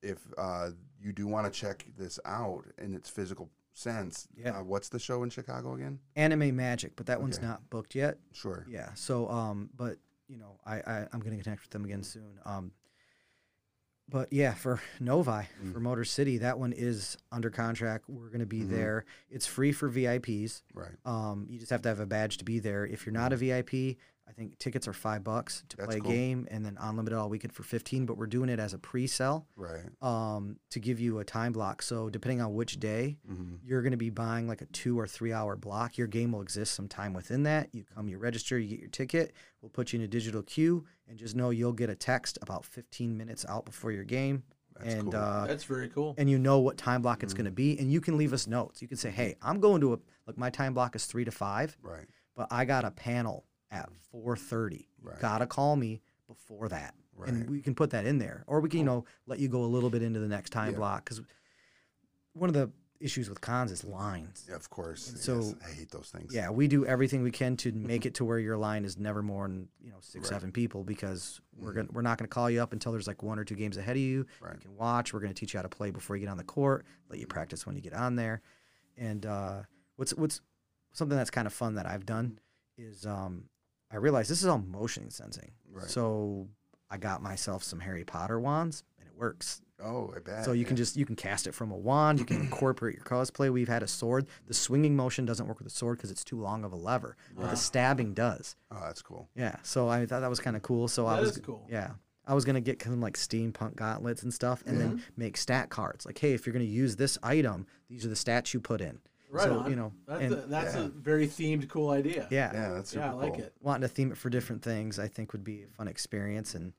[SPEAKER 2] if uh, you do want to check this out in its physical sense,
[SPEAKER 3] Yeah.
[SPEAKER 2] uh, what's the show in Chicago again?
[SPEAKER 3] Anime Magic, but that one's
[SPEAKER 2] Okay.
[SPEAKER 3] not booked yet.
[SPEAKER 2] Sure.
[SPEAKER 3] Yeah. So, um, but you know, I, I I'm gonna connect with them again soon. Um, but yeah, for Novi
[SPEAKER 2] Mm.
[SPEAKER 3] for Motor City, that one is under contract. We're gonna be
[SPEAKER 2] Mm-hmm.
[SPEAKER 3] there. It's free for VIPs.
[SPEAKER 2] Right.
[SPEAKER 3] Um, you just have to have a badge to be there. If you're not a VIP, I think tickets are five bucks to
[SPEAKER 2] That's
[SPEAKER 3] play a
[SPEAKER 2] cool.
[SPEAKER 3] game, and then unlimited all weekend for fifteen. But we're doing it as a pre-sell
[SPEAKER 2] Right.
[SPEAKER 3] um, to give you a time block. So depending on which day,
[SPEAKER 2] Mm-hmm.
[SPEAKER 3] you're going to be buying like a two or three hour block. Your game will exist sometime within that. You come, you register, you get your ticket. We'll put you in a digital queue, and just know you'll get a text about 15 minutes out before your game,
[SPEAKER 2] That's
[SPEAKER 3] and
[SPEAKER 2] cool. Mm.
[SPEAKER 3] uh,
[SPEAKER 1] That's very cool.
[SPEAKER 3] and you know what time block it's going to be, and you can leave us notes. You can say, "Hey, I'm going to a like my time block is three to five,
[SPEAKER 2] Right.
[SPEAKER 3] but I got a panel at 4:30. You
[SPEAKER 2] Right.
[SPEAKER 3] Gotta call me before that." And
[SPEAKER 2] Right.
[SPEAKER 3] we can put that in there, or we can, you know, let you go a little bit into the next time
[SPEAKER 2] Yeah.
[SPEAKER 3] block because one of the issues with cons is lines.
[SPEAKER 2] Yeah, of course. yes.
[SPEAKER 3] so-
[SPEAKER 2] I hate those things. Mm-hmm.
[SPEAKER 3] Yeah, we do everything we can to make it to where your line is never more than you know six, seven people because we're gonna we're not gonna call you up until there's like one or two games ahead of you. You
[SPEAKER 2] Mm-hmm. Right. Mm-hmm.
[SPEAKER 3] can watch. We're gonna teach you how to play before you get on the court. Let you practice when you get on there. And uh, what's what's something that's kind of fun that I've done is um, I realized this is all motion sensing.
[SPEAKER 2] Right.
[SPEAKER 3] So I got myself some Harry Potter wands and it works.
[SPEAKER 2] Oh, I bet.
[SPEAKER 3] So you
[SPEAKER 2] yeah.
[SPEAKER 1] Uh,
[SPEAKER 3] can just you can cast it from a wand. You can incorporate your cosplay. We've had a sword. The swinging motion doesn't work with the sword because it's too long of a lever, but
[SPEAKER 1] Wow.
[SPEAKER 3] the stabbing does.
[SPEAKER 2] Oh, that's cool.
[SPEAKER 3] Yeah. So I thought that was kind of cool. So I
[SPEAKER 1] That
[SPEAKER 3] was
[SPEAKER 1] is cool.
[SPEAKER 3] Yeah. I was gonna get kind of like steampunk gauntlets and stuff, and then make stat cards. Like, hey, if you're gonna use this item, these are the stats you put in.
[SPEAKER 1] Right
[SPEAKER 3] so
[SPEAKER 1] on.
[SPEAKER 3] you know,
[SPEAKER 1] that's,
[SPEAKER 3] and
[SPEAKER 1] a, that's
[SPEAKER 2] yeah.
[SPEAKER 1] a very themed, cool idea.
[SPEAKER 3] yeah,
[SPEAKER 2] Yeah, that's super
[SPEAKER 1] yeah, I like
[SPEAKER 2] cool.
[SPEAKER 1] it.
[SPEAKER 3] wanting to theme it for different things, I think would be a fun experience. And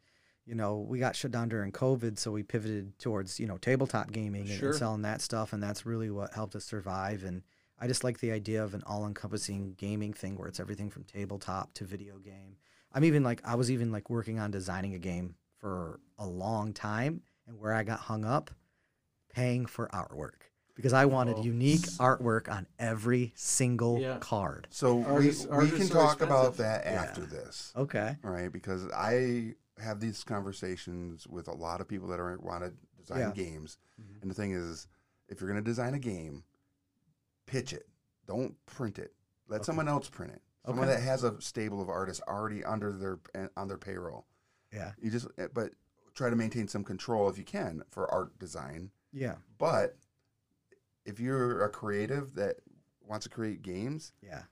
[SPEAKER 3] you know, we got shut down during COVID, so we pivoted towards you know tabletop gaming and, and
[SPEAKER 1] Sure.
[SPEAKER 3] selling that stuff, and that's really what helped us survive. And I just like the idea of an all-encompassing gaming thing where it's everything from tabletop to video game. I'm even like I was even like working on designing a game for a long time, and where I got hung up, paying for artwork because I wanted
[SPEAKER 1] Oh.
[SPEAKER 3] unique artwork on every single
[SPEAKER 1] Yeah.
[SPEAKER 3] card.
[SPEAKER 2] So
[SPEAKER 1] Ours
[SPEAKER 2] we,
[SPEAKER 1] is-
[SPEAKER 2] we
[SPEAKER 1] ours is
[SPEAKER 2] can
[SPEAKER 1] so
[SPEAKER 2] talk about
[SPEAKER 1] expensive.
[SPEAKER 2] that
[SPEAKER 3] Yeah.
[SPEAKER 2] after this.
[SPEAKER 3] Okay.
[SPEAKER 2] All right, because I have these conversations with a lot of people that are want to design
[SPEAKER 3] Yeah.
[SPEAKER 2] games,
[SPEAKER 3] Mhm.
[SPEAKER 2] and the thing is, if you're going to design a game, pitch it. Don't print it. Let
[SPEAKER 3] Okay.
[SPEAKER 2] someone else print it. Someone
[SPEAKER 3] Okay.
[SPEAKER 2] that has a stable of artists already under their eh, on their payroll.
[SPEAKER 3] Yeah.
[SPEAKER 2] You just eh, but try to maintain some control if you can for art design.
[SPEAKER 3] Yeah.
[SPEAKER 2] But if you're a creative that wants to create games,
[SPEAKER 3] Yeah.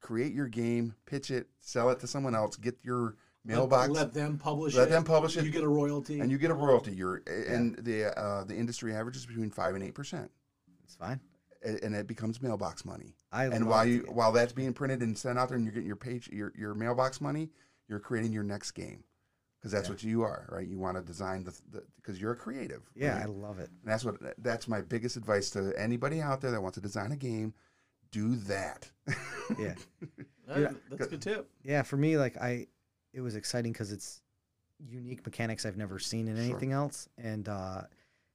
[SPEAKER 2] create your game, pitch it, sell it to someone else, get your mailbox,
[SPEAKER 1] Let, them publish
[SPEAKER 2] let
[SPEAKER 1] it.
[SPEAKER 2] them publish it.
[SPEAKER 1] You get a royalty.
[SPEAKER 2] and you get a royalty. Your and the uh, the industry average is between five and eight percent,
[SPEAKER 3] It's fine.
[SPEAKER 2] and it becomes mailbox money.
[SPEAKER 3] I
[SPEAKER 2] and
[SPEAKER 3] love
[SPEAKER 2] while
[SPEAKER 3] to
[SPEAKER 2] you
[SPEAKER 3] get-
[SPEAKER 2] while that's being printed and sent out there, and you're getting your page your your mailbox money, you're creating your next game, because that's what you are, right? You want to design the because you're a creative.
[SPEAKER 3] yeah,
[SPEAKER 2] right?
[SPEAKER 3] I love it.
[SPEAKER 2] And that's what that's my biggest advice to anybody out there that wants to design a game. Do that.
[SPEAKER 3] Yeah.
[SPEAKER 1] That-
[SPEAKER 3] Yeah.
[SPEAKER 1] That's a good tip.
[SPEAKER 3] Yeah, for me, like I, it was exciting because it's unique mechanics I've never seen in
[SPEAKER 2] Sure.
[SPEAKER 3] anything else, and uh,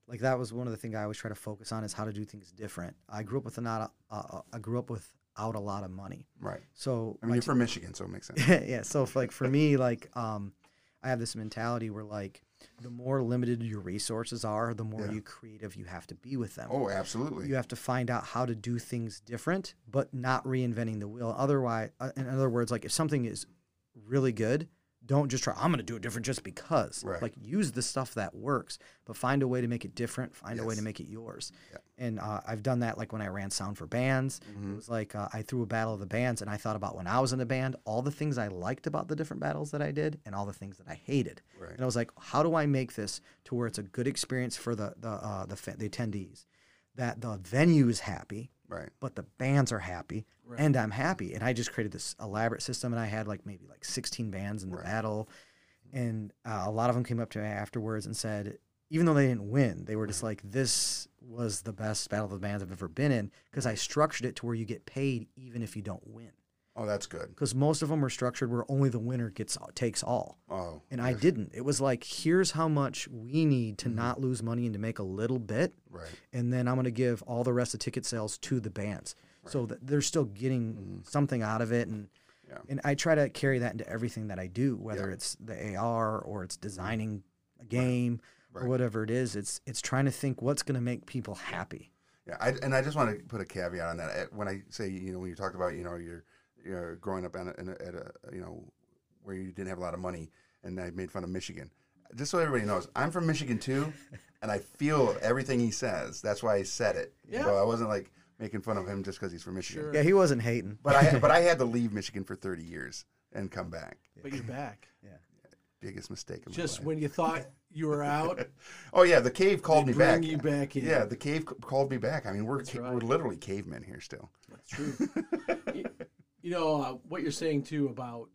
[SPEAKER 3] like that was one of the things I always try to focus on is how to do things different. I grew up with a not, a- uh, I grew up without a lot of money,
[SPEAKER 2] right.
[SPEAKER 3] so
[SPEAKER 2] I mean,
[SPEAKER 3] my
[SPEAKER 2] you're from Michigan, so it makes sense.
[SPEAKER 3] yeah. So if, like for me, like um, I have this mentality where like the more limited your resources are, the more
[SPEAKER 2] Yeah.
[SPEAKER 3] you creative you have to be with them.
[SPEAKER 2] Oh, absolutely.
[SPEAKER 3] You have to find out how to do things different, but not reinventing the wheel. Otherwise, uh, in other words, like if something is really good, don't just try. I'm going to do it different just because.
[SPEAKER 2] Right.
[SPEAKER 3] Like use the stuff that works, but find a way to make it different. Find a way to
[SPEAKER 2] Yes.
[SPEAKER 3] make it yours.
[SPEAKER 2] Yeah.
[SPEAKER 3] And uh, I've done that. Like when I ran sound for bands, it
[SPEAKER 2] Mhm.
[SPEAKER 3] was like uh, I threw a battle of the bands, and I thought about when I was in a band, all the things I liked about the different battles that I did, and all the things that I hated.
[SPEAKER 2] Right.
[SPEAKER 3] And I was like, how do I make this to where it's a good experience for the the uh, the, fa- the attendees, that the venue's happy,
[SPEAKER 2] Right.
[SPEAKER 3] but the bands are happy,
[SPEAKER 1] Right.
[SPEAKER 3] and I'm happy. And I just created this elaborate system, and I had like maybe like 16 bands in the
[SPEAKER 2] Right.
[SPEAKER 3] battle, and uh, a lot of them came up to me afterwards and said, even though they didn't win, they were just like, "This was the best battle of the bands I've ever been in," because I structured it to where you get paid even if you don't win.
[SPEAKER 2] Oh, that's good.
[SPEAKER 3] Because most of them were structured where only the winner gets uh, takes all.
[SPEAKER 2] Oh,
[SPEAKER 3] And I didn't. It was like, here's how much we need to not lose money and to make a little bit.
[SPEAKER 2] right.
[SPEAKER 3] And then I'm going to give all the rest of ticket sales to the bands so that they're still getting
[SPEAKER 1] Mm-hmm.
[SPEAKER 3] something out of it. And,
[SPEAKER 2] Yeah.
[SPEAKER 3] and I try to carry that into everything that I do, whether
[SPEAKER 2] Yeah.
[SPEAKER 3] it's the AR or it's designing a game or
[SPEAKER 2] Right.
[SPEAKER 3] whatever it is. It's, it's trying to think what's going to make people happy.
[SPEAKER 2] Yeah, I, and I just want to put a caveat on that. Uh, When I say, you know, when you talk about, you know, you're, you're growing up in a, in a, at a, you know, where you didn't have a lot of money, and I made fun of Michigan. Just so everybody knows, I'm from Michigan too, and I feel everything he says. That's why I said it.
[SPEAKER 1] Yeah.
[SPEAKER 2] So I wasn't like making fun of him just because he's from Michigan.
[SPEAKER 1] Sure.
[SPEAKER 3] Yeah, he wasn't hating.
[SPEAKER 2] But I but I had to leave Michigan for 30 years and come back.
[SPEAKER 1] But you're back.
[SPEAKER 2] Biggest mistake of
[SPEAKER 1] Just
[SPEAKER 2] my life.
[SPEAKER 1] when you thought you were out,
[SPEAKER 2] oh yeah, the cave
[SPEAKER 1] they
[SPEAKER 2] called me
[SPEAKER 1] bring
[SPEAKER 2] back.
[SPEAKER 1] you back in.
[SPEAKER 2] Yeah, the cave c- called me back. I mean, we're ca-
[SPEAKER 1] right.
[SPEAKER 2] we're literally cavemen here still.
[SPEAKER 1] That's true. you, you know uh, what you're saying too about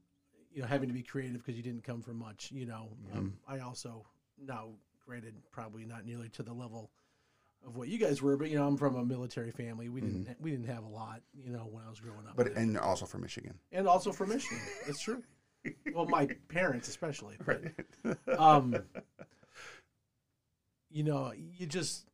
[SPEAKER 1] you know having to be creative because you didn't come from much. You know, um,
[SPEAKER 2] Mm-hmm.
[SPEAKER 1] I also now granted probably not nearly to the level of what you guys were, but you know I'm from a military family. We didn't we didn't have a lot. You know when I was growing up,
[SPEAKER 2] Mm-hmm. But and also from Michigan.
[SPEAKER 1] and also from Michigan. That's true. Well, my parents especially. But, um, you know, you just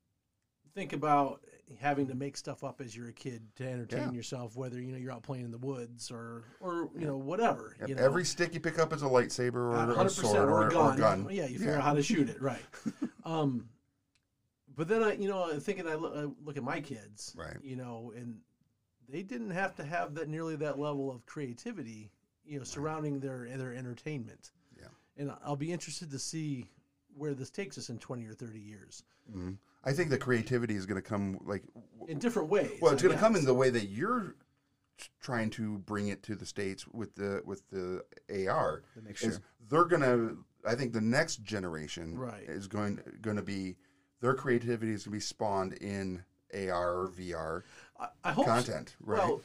[SPEAKER 1] think about having to make stuff up as you're a kid to entertain
[SPEAKER 2] Yeah.
[SPEAKER 1] yourself, whether you know you're out playing in the woods or or you know whatever.
[SPEAKER 2] Yep,
[SPEAKER 1] You know?
[SPEAKER 2] Every stick you pick up is a lightsaber or
[SPEAKER 1] Uh,
[SPEAKER 2] a
[SPEAKER 1] 100%
[SPEAKER 2] sword or, or gun.
[SPEAKER 1] Yeah, you figure out how to shoot it, right? um, but then I, you know, I'm thinking I look, I look at my kids,
[SPEAKER 2] Right.
[SPEAKER 1] You know, and they didn't have to have that nearly that level of creativity, you know, surrounding their their entertainment.
[SPEAKER 2] Yeah.
[SPEAKER 1] and I'll be interested to see where this takes us in 20 or 30 years
[SPEAKER 2] Mhm. I think the creativity is going to come like w-
[SPEAKER 1] in different ways.
[SPEAKER 2] well, it's
[SPEAKER 1] I
[SPEAKER 2] going to come
[SPEAKER 1] guess.
[SPEAKER 2] in the way that you're t- trying to bring it to the states with the with the AR.
[SPEAKER 3] The mixture.
[SPEAKER 2] is they're gonna I think the next generation
[SPEAKER 1] Right.
[SPEAKER 2] is going gonna be their creativity is gonna be spawned in AR or VR
[SPEAKER 1] I, I hope so.
[SPEAKER 2] content, right?
[SPEAKER 1] Well,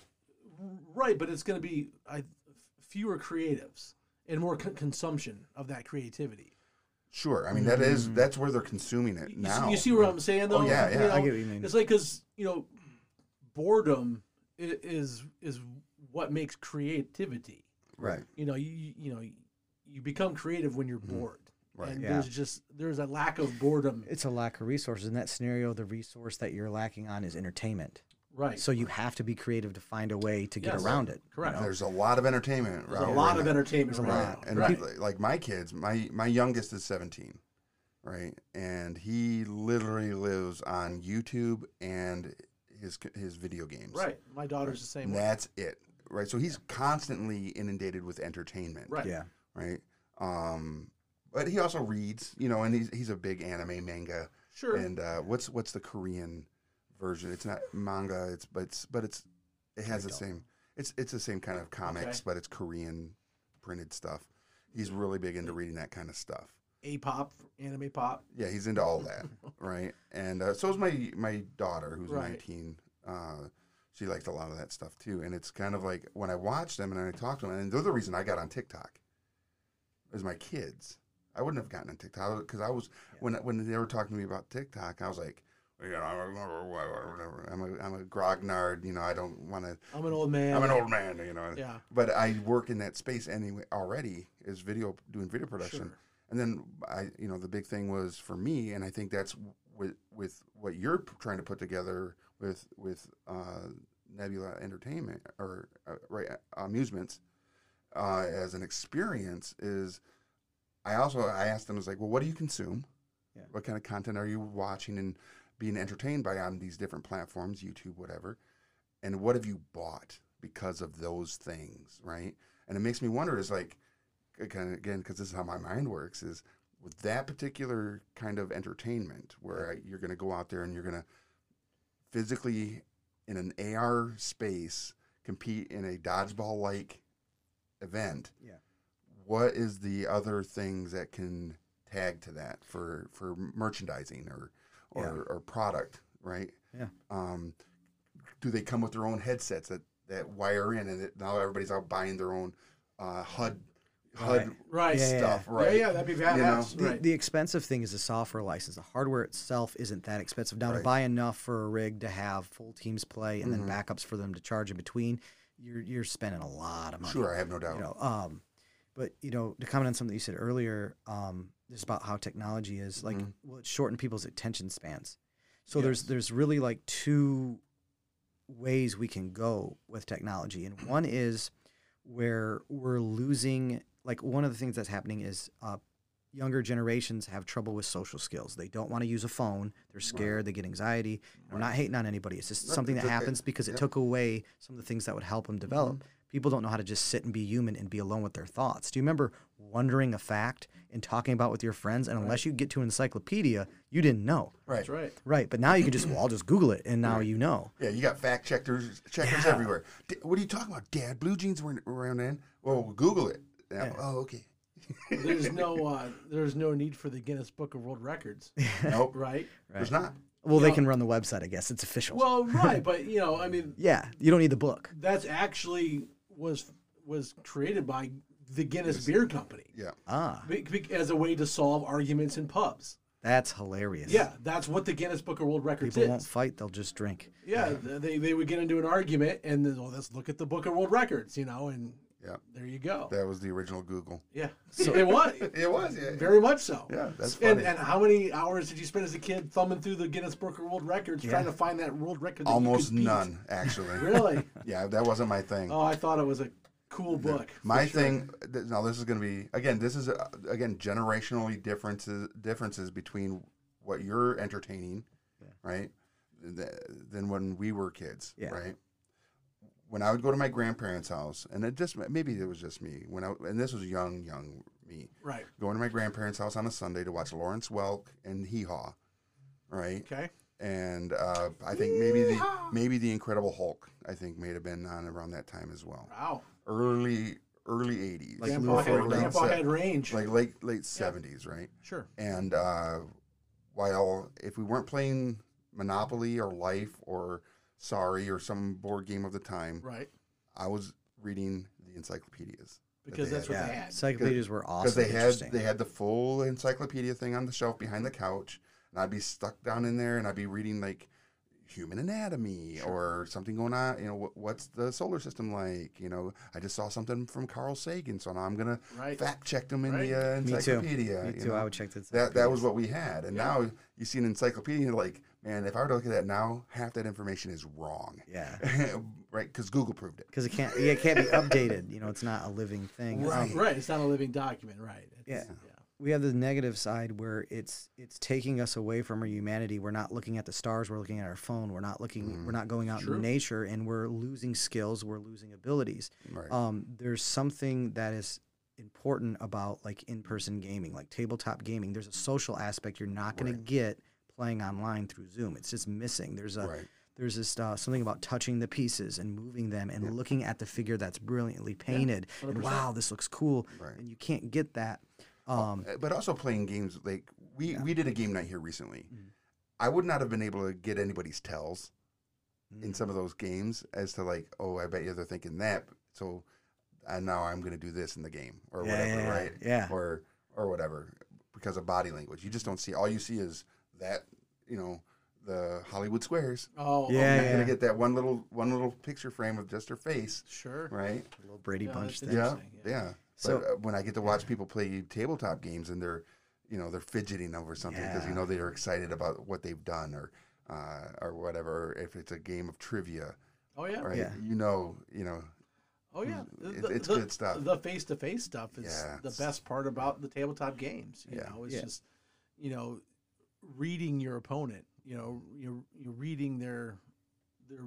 [SPEAKER 1] right, but it's going to be I, fewer creatives and more con- consumption of that creativity.
[SPEAKER 2] sure. I mean that is that's where they're consuming it
[SPEAKER 1] Mm-hmm. You, you see-
[SPEAKER 2] now.
[SPEAKER 1] you see what I'm saying, though.
[SPEAKER 2] Oh, yeah, yeah.
[SPEAKER 3] I get what you mean.
[SPEAKER 1] It's like because you know, boredom i- is is what makes creativity.
[SPEAKER 2] right.
[SPEAKER 1] You know, you you- you know, you become creative when you're bored.
[SPEAKER 2] Right.
[SPEAKER 1] And
[SPEAKER 3] Mm-hmm. Yeah.
[SPEAKER 1] there's just there's a lack of boredom.
[SPEAKER 3] It's a lack of resources. In that scenario, the resource that you're lacking on is entertainment.
[SPEAKER 1] Right.
[SPEAKER 3] So you have to be creative to find a way to get
[SPEAKER 1] Yes.
[SPEAKER 3] around it.
[SPEAKER 1] correct.
[SPEAKER 2] There's a lot of entertainment.
[SPEAKER 1] There's
[SPEAKER 2] right,
[SPEAKER 1] a
[SPEAKER 2] right
[SPEAKER 1] lot of
[SPEAKER 2] now.
[SPEAKER 1] entertainment
[SPEAKER 3] There's a
[SPEAKER 1] right
[SPEAKER 2] Right.
[SPEAKER 1] now.
[SPEAKER 2] And
[SPEAKER 1] Right.
[SPEAKER 2] like- like my kids, my my youngest is 17, right? And he literally lives on YouTube and his his video games.
[SPEAKER 1] Right. My daughter's the same
[SPEAKER 2] And
[SPEAKER 1] way.
[SPEAKER 2] that's it. Right? So he's constantly inundated with entertainment.
[SPEAKER 1] Right.
[SPEAKER 3] Yeah.
[SPEAKER 2] Right? Um but he also reads, you know, and he's he's a big anime manga
[SPEAKER 1] Sure.
[SPEAKER 2] And uh, what's what's the Korean version? It's not manga. It's but it's but it's it has the
[SPEAKER 3] Cartoon.
[SPEAKER 2] same. It's it's the same kind of comics,
[SPEAKER 1] Okay.
[SPEAKER 2] but it's Korean printed stuff. He's really big into reading that kind of stuff.
[SPEAKER 1] A pop, anime pop.
[SPEAKER 2] Yeah, he's into all that, right? And uh, so is my my daughter, who's
[SPEAKER 1] Right.
[SPEAKER 2] 19. Uh, she liked a lot of that stuff too. And it's kind of like when I watch them and I talk to them, and they're the reason I got on TikTok. Is my kids. I wouldn't have gotten on TikTok because I was when when they were talking to me about TikTok, I was like, you know, I'm a, I'm a, I'm a grognard. You know, I don't want to.
[SPEAKER 1] I'm an old man.
[SPEAKER 2] I'm an old man. You know.
[SPEAKER 1] Yeah.
[SPEAKER 2] But I work in that space anyway already. Is video doing video production.
[SPEAKER 1] Sure.
[SPEAKER 2] And then I, you know, the big thing was for me, and I think that's with with what you're p- trying to put together with with uh, Nebula Entertainment or uh, right amusements uh, as an experience is. I also I asked them, I was like, well, what do you consume?
[SPEAKER 3] Yeah.
[SPEAKER 2] What kind of content are you watching and being entertained by on these different platforms, YouTube, whatever? And what have you bought because of those things, right? And it makes me wonder is like kind of again because this is how my mind works is with that particular kind of entertainment where I, you're going to go out there and you're going to physically in an AR space compete in a dodgeball like event
[SPEAKER 3] Yeah.
[SPEAKER 2] what is the other things that can tag to that for for merchandising or or, or product right
[SPEAKER 3] Yeah.
[SPEAKER 2] um do they come with their own headsets that that wire in and it, now everybody's out buying their own uh hud hud
[SPEAKER 1] Right.
[SPEAKER 3] Yeah, yeah,
[SPEAKER 2] stuff,
[SPEAKER 1] Yeah,
[SPEAKER 2] right?
[SPEAKER 1] yeah, that'd be badass.
[SPEAKER 2] You
[SPEAKER 3] The,
[SPEAKER 1] right.
[SPEAKER 3] the expensive thing is the software license. The hardware itself isn't that expensive. Now
[SPEAKER 2] Right.
[SPEAKER 3] to buy enough for a rig to have full teams play and
[SPEAKER 2] Mhm.
[SPEAKER 3] then backups for them to charge in between, you're you're spending a lot of money.
[SPEAKER 2] Sure, I have no doubt.
[SPEAKER 3] You know, um, but you know, to comment on something you said earlier, um, just about how technology is like,
[SPEAKER 2] Mhm.
[SPEAKER 3] will it shorten people's attention spans? So there's
[SPEAKER 1] Yes.
[SPEAKER 3] there's really like two ways we can go with technology, and one is where we're losing like one of the things that's happening is uh, younger generations have trouble with social skills. They don't want to use a phone. They're scared. They get anxiety. I'm not hating on anybody. It's just
[SPEAKER 2] No,
[SPEAKER 3] something
[SPEAKER 2] it's
[SPEAKER 3] that
[SPEAKER 2] okay.
[SPEAKER 3] happens because it
[SPEAKER 2] Yep. Mm-hmm.
[SPEAKER 3] took away some of the things that would help them develop. People don't know how to just sit and be human and be alone with their thoughts. Do you remember wondering a fact and talking about it with your friends? And unless you get to an encyclopedia, you didn't know.
[SPEAKER 2] right.
[SPEAKER 1] That's right.
[SPEAKER 3] Right. But now you can just, well, I'll just Google it and now you know.
[SPEAKER 2] Yeah, you got fact checkers checkers everywhere. D- what are you talking about, Dad? Blue jeans weren't around then. Well, Google it. Yeah, Oh, okay.
[SPEAKER 1] There's no uh, there's no need for the Guinness Book of World Records,
[SPEAKER 2] Nope.
[SPEAKER 1] right?
[SPEAKER 2] There's not.
[SPEAKER 3] Well, they
[SPEAKER 1] Yeah.
[SPEAKER 3] can run the website, I guess. It's official.
[SPEAKER 1] Well, right, but you know, I mean,
[SPEAKER 3] yeah. You don't need the book.
[SPEAKER 1] that's actually was was created by the Guinness Beer Company
[SPEAKER 2] Yeah.
[SPEAKER 3] Ah,
[SPEAKER 1] be- be- as a way to solve arguments in pubs.
[SPEAKER 3] that's hilarious.
[SPEAKER 1] Yeah, that's what the Guinness Book of World Records
[SPEAKER 3] People
[SPEAKER 1] is.
[SPEAKER 3] won't fight, they'll just drink.
[SPEAKER 1] Yeah, th- they, they would get into an argument and then, well, let's look at the Book of World Records, you know, and
[SPEAKER 2] Yeah.
[SPEAKER 1] there you go.
[SPEAKER 2] That was the original Google.
[SPEAKER 1] yeah, it was
[SPEAKER 2] It was. Yeah.
[SPEAKER 1] very much so.
[SPEAKER 2] Yeah, that's
[SPEAKER 1] and,
[SPEAKER 2] funny.
[SPEAKER 1] and how many hours did you spend as a kid thumbing through the Guinness Book of World Records trying to find that world record? That you
[SPEAKER 2] Almost
[SPEAKER 1] could beat?
[SPEAKER 2] none, actually.
[SPEAKER 1] Really?
[SPEAKER 2] Yeah, that wasn't my thing.
[SPEAKER 1] Oh, I thought it was a cool book.
[SPEAKER 2] My thing th- now this is going to be again this is uh, again generationally differences differences between what you're entertaining, right? Th- than when we were kids,
[SPEAKER 3] Yeah.
[SPEAKER 2] right? When I would go to my grandparents' house and it just maybe it was just me when I and this was young young me
[SPEAKER 1] Right.
[SPEAKER 2] going to my grandparents' house on a Sunday to watch Lawrence Welk and Hee Haw, right?
[SPEAKER 1] Okay.
[SPEAKER 2] And uh, I think maybe the maybe the Incredible Hulk I think may have been on around that time as well
[SPEAKER 1] Wow.
[SPEAKER 2] early early 80s
[SPEAKER 3] Like
[SPEAKER 1] Grandpa,
[SPEAKER 3] Lou
[SPEAKER 1] had,
[SPEAKER 3] Ferrigno
[SPEAKER 1] Grandpa
[SPEAKER 2] said.
[SPEAKER 1] had range.
[SPEAKER 2] like late late 70s right
[SPEAKER 1] sure.
[SPEAKER 2] and uh, while if we weren't playing monopoly or life or sorry or some board game of the time
[SPEAKER 1] Right.
[SPEAKER 2] i was reading the encyclopedias
[SPEAKER 1] Because
[SPEAKER 2] they
[SPEAKER 1] that's what
[SPEAKER 2] had.
[SPEAKER 1] they
[SPEAKER 3] Yeah.
[SPEAKER 1] had.
[SPEAKER 3] Encyclopedias were
[SPEAKER 2] because
[SPEAKER 3] awesome.
[SPEAKER 2] they had
[SPEAKER 3] Interesting.
[SPEAKER 2] they had the full encyclopedia thing on the shelf behind the couch and i'd be stuck down in there and i'd be reading like human anatomy or something going on you know what, what's the solar system like you know i just saw something from carl sagan so now i'm gonna
[SPEAKER 1] Right.
[SPEAKER 2] fact check them in the
[SPEAKER 1] Right.
[SPEAKER 2] uh,
[SPEAKER 3] Me too.
[SPEAKER 2] encyclopedia
[SPEAKER 3] Me
[SPEAKER 2] you
[SPEAKER 3] too.
[SPEAKER 2] know?
[SPEAKER 3] I would check this.
[SPEAKER 2] that that was what we had and now you see an encyclopedia and you're like man if i were to look at that now half that information is wrong
[SPEAKER 3] Yeah.
[SPEAKER 2] right because google proved it
[SPEAKER 3] because it can't yeah, it can't be updated. You know, it's not a living thing.
[SPEAKER 2] Right.
[SPEAKER 3] Um,
[SPEAKER 1] Right. It's not a living document. Right. It's-
[SPEAKER 3] Yeah. we have the negative side where it's it's taking us away from our humanity. We're not looking at the stars. We're looking at our phone. We're not looking.
[SPEAKER 2] Mm,
[SPEAKER 3] We're not going out
[SPEAKER 1] True.
[SPEAKER 3] in nature, and we're losing skills. We're losing abilities.
[SPEAKER 2] right
[SPEAKER 3] Um, there's something that is important about like in-person gaming, like tabletop gaming. There's a social aspect you're not going to get playing online through Zoom. It's just missing. There's a
[SPEAKER 2] Right.
[SPEAKER 3] there's this uh, something about touching the pieces and moving them and
[SPEAKER 2] Yeah.
[SPEAKER 3] looking at the figure that's brilliantly painted. And
[SPEAKER 1] 100%.
[SPEAKER 3] wow, this looks cool.
[SPEAKER 2] Right.
[SPEAKER 3] And you can't get that.
[SPEAKER 1] Oh,
[SPEAKER 3] Um,
[SPEAKER 2] Uh, but also playing games like we we did a game night here recently.
[SPEAKER 3] Mm.
[SPEAKER 2] I would not have been able to get anybody's tells
[SPEAKER 3] mm,
[SPEAKER 2] in some of those games as to like, oh, I bet you they're thinking that, so uh, now I'm going to do this in the game or
[SPEAKER 3] Yeah,
[SPEAKER 2] whatever,
[SPEAKER 3] yeah, yeah,
[SPEAKER 2] right?
[SPEAKER 3] yeah.
[SPEAKER 2] Or or whatever because of body language. You just don't see. All you see is that you know the Hollywood squares.
[SPEAKER 1] Oh,
[SPEAKER 3] Yeah,
[SPEAKER 1] okay.
[SPEAKER 2] You're
[SPEAKER 3] yeah.
[SPEAKER 2] gonna get that one little one little picture frame of just her face,
[SPEAKER 1] sure.
[SPEAKER 2] right?
[SPEAKER 3] a little Brady
[SPEAKER 1] Yeah,
[SPEAKER 3] Bunch
[SPEAKER 1] it's
[SPEAKER 3] thing.
[SPEAKER 2] Yeah,
[SPEAKER 1] Interesting,
[SPEAKER 2] yeah.
[SPEAKER 1] yeah.
[SPEAKER 2] So
[SPEAKER 3] So-
[SPEAKER 2] but uh, when I get to watch people play tabletop games and they're, you know, they're fidgeting over something because you
[SPEAKER 3] Yeah.
[SPEAKER 2] know they are excited about what they've done or, uh, or whatever. If it's a game of trivia,
[SPEAKER 1] Oh yeah.
[SPEAKER 2] right?
[SPEAKER 3] Yeah.
[SPEAKER 2] You know, you know,
[SPEAKER 1] Oh yeah.
[SPEAKER 2] Mm, It's-
[SPEAKER 1] The-
[SPEAKER 2] it's
[SPEAKER 1] the-
[SPEAKER 2] good stuff.
[SPEAKER 1] The face to face stuff is
[SPEAKER 2] Yeah,
[SPEAKER 1] the
[SPEAKER 2] it's-
[SPEAKER 1] best part about the tabletop games. You
[SPEAKER 2] Yeah.
[SPEAKER 1] know, it's
[SPEAKER 3] Yeah.
[SPEAKER 1] just you know reading your opponent. You know, you're you're reading their their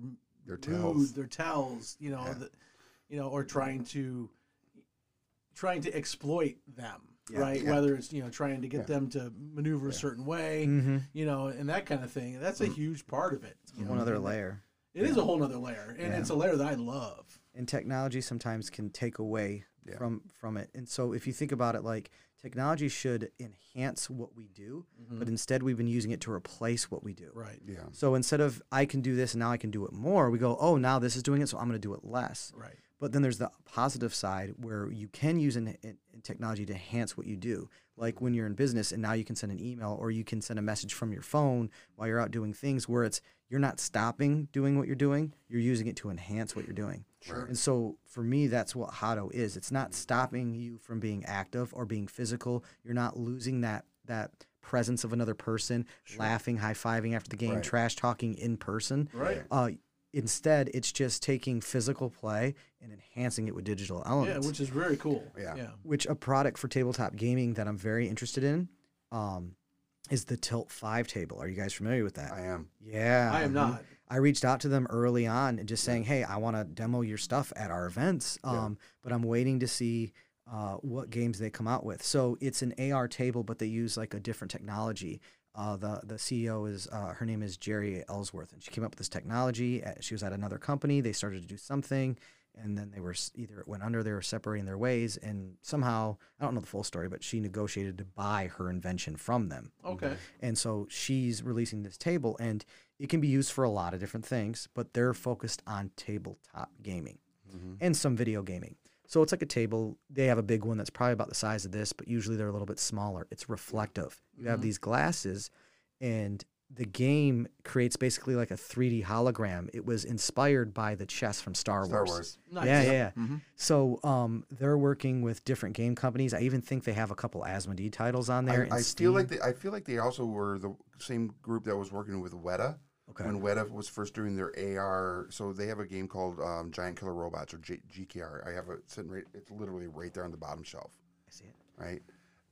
[SPEAKER 2] Their
[SPEAKER 1] mood,
[SPEAKER 2] tells.
[SPEAKER 1] their tells. You know,
[SPEAKER 2] Yeah.
[SPEAKER 1] the, you know, or trying to trying to exploit them.
[SPEAKER 3] Yeah.
[SPEAKER 1] Right,
[SPEAKER 2] Yeah.
[SPEAKER 1] whether it's you know trying to get
[SPEAKER 2] Yeah.
[SPEAKER 1] them to maneuver a certain way,
[SPEAKER 3] Mhm.
[SPEAKER 1] you know, and that kind of thing. That's
[SPEAKER 2] Mm.
[SPEAKER 1] a huge part of it. you know,
[SPEAKER 3] One other
[SPEAKER 1] and that-
[SPEAKER 3] layer.
[SPEAKER 1] It is a whole nother layer, and
[SPEAKER 3] Yeah.
[SPEAKER 1] it's a layer that I love.
[SPEAKER 3] and technology sometimes can take away
[SPEAKER 2] Yeah.
[SPEAKER 3] from from it. And so if you think about it like technology should enhance what we do, but instead we've been using it to replace what we do.
[SPEAKER 1] Mm-hmm. Right.
[SPEAKER 2] yeah,
[SPEAKER 3] So instead of I can do this and now I can do it more, we go, "Oh, now this is doing it, so I'm going to do it less."
[SPEAKER 1] Right.
[SPEAKER 3] But then there's the positive side where you can use an, an, an technology to enhance what you do. Like when you're in business and now you can send an email or you can send a message from your phone while you're out doing things where it's you're not stopping doing what you're doing, you're using it to enhance what you're doing.
[SPEAKER 2] Sure.
[SPEAKER 3] And so for me, that's what Hado is. It's not stopping you from being active or being physical. You're not losing that that presence of another person, laughing, high fiving after the game,
[SPEAKER 2] Right.
[SPEAKER 3] trash talking in person.
[SPEAKER 1] Right.
[SPEAKER 3] Uh, instead, it's just taking physical play and enhancing it with digital
[SPEAKER 1] Yeah,
[SPEAKER 3] elements, which,
[SPEAKER 1] which is very cool.
[SPEAKER 2] Yeah.
[SPEAKER 1] Yeah.
[SPEAKER 3] a product for tabletop gaming that I'm very interested in um, is the Tilt 5 table. Are you guys familiar with that?
[SPEAKER 2] I am.
[SPEAKER 3] yeah.
[SPEAKER 1] I am
[SPEAKER 2] Mm-hmm.
[SPEAKER 3] mhm.
[SPEAKER 1] not.
[SPEAKER 3] I reached out to them early on and just saying, hey, I want to demo your stuff at our events, um, but I'm waiting to see uh, what games they come out with. So it's an AR table, but they use like a different technology. Uh, the the CEO is uh, her name is Jerry Ellsworth, and she came up with this technology. uh, She was at another company. They started to do something, and then they were s- either it went under, they were separating their ways, and somehow I don't know the full story, but she negotiated to buy her invention from them.
[SPEAKER 1] Okay.
[SPEAKER 2] Mm-hmm.
[SPEAKER 3] And so she's releasing this table, and it can be used for a lot of different things, but they're focused on tabletop gaming and some video gaming. So it's like a table. They have a big one that's probably about the size of this, but usually they're a little bit smaller. It's reflective. You
[SPEAKER 2] Mm-hmm.
[SPEAKER 3] have these glasses, and the game creates basically like a 3D hologram. It was inspired by the chess from Star,
[SPEAKER 2] Star
[SPEAKER 3] Wars.
[SPEAKER 2] Wars. Mm-hmm.
[SPEAKER 1] Nice.
[SPEAKER 3] Yeah, yeah. yeah. So um, they're working with different game companies. I even think they have a couple Asmodee titles on there.
[SPEAKER 2] I,
[SPEAKER 3] and
[SPEAKER 2] I feel like
[SPEAKER 3] Steam.
[SPEAKER 2] they, I feel like they also were the same group that was working with Weta
[SPEAKER 3] Okay.
[SPEAKER 2] when Weta was first doing their AR. So they have a game called um, Giant Killer Robots or G- GKR. I have it sitting right. It's literally right there on the bottom shelf.
[SPEAKER 3] I see it.
[SPEAKER 2] right?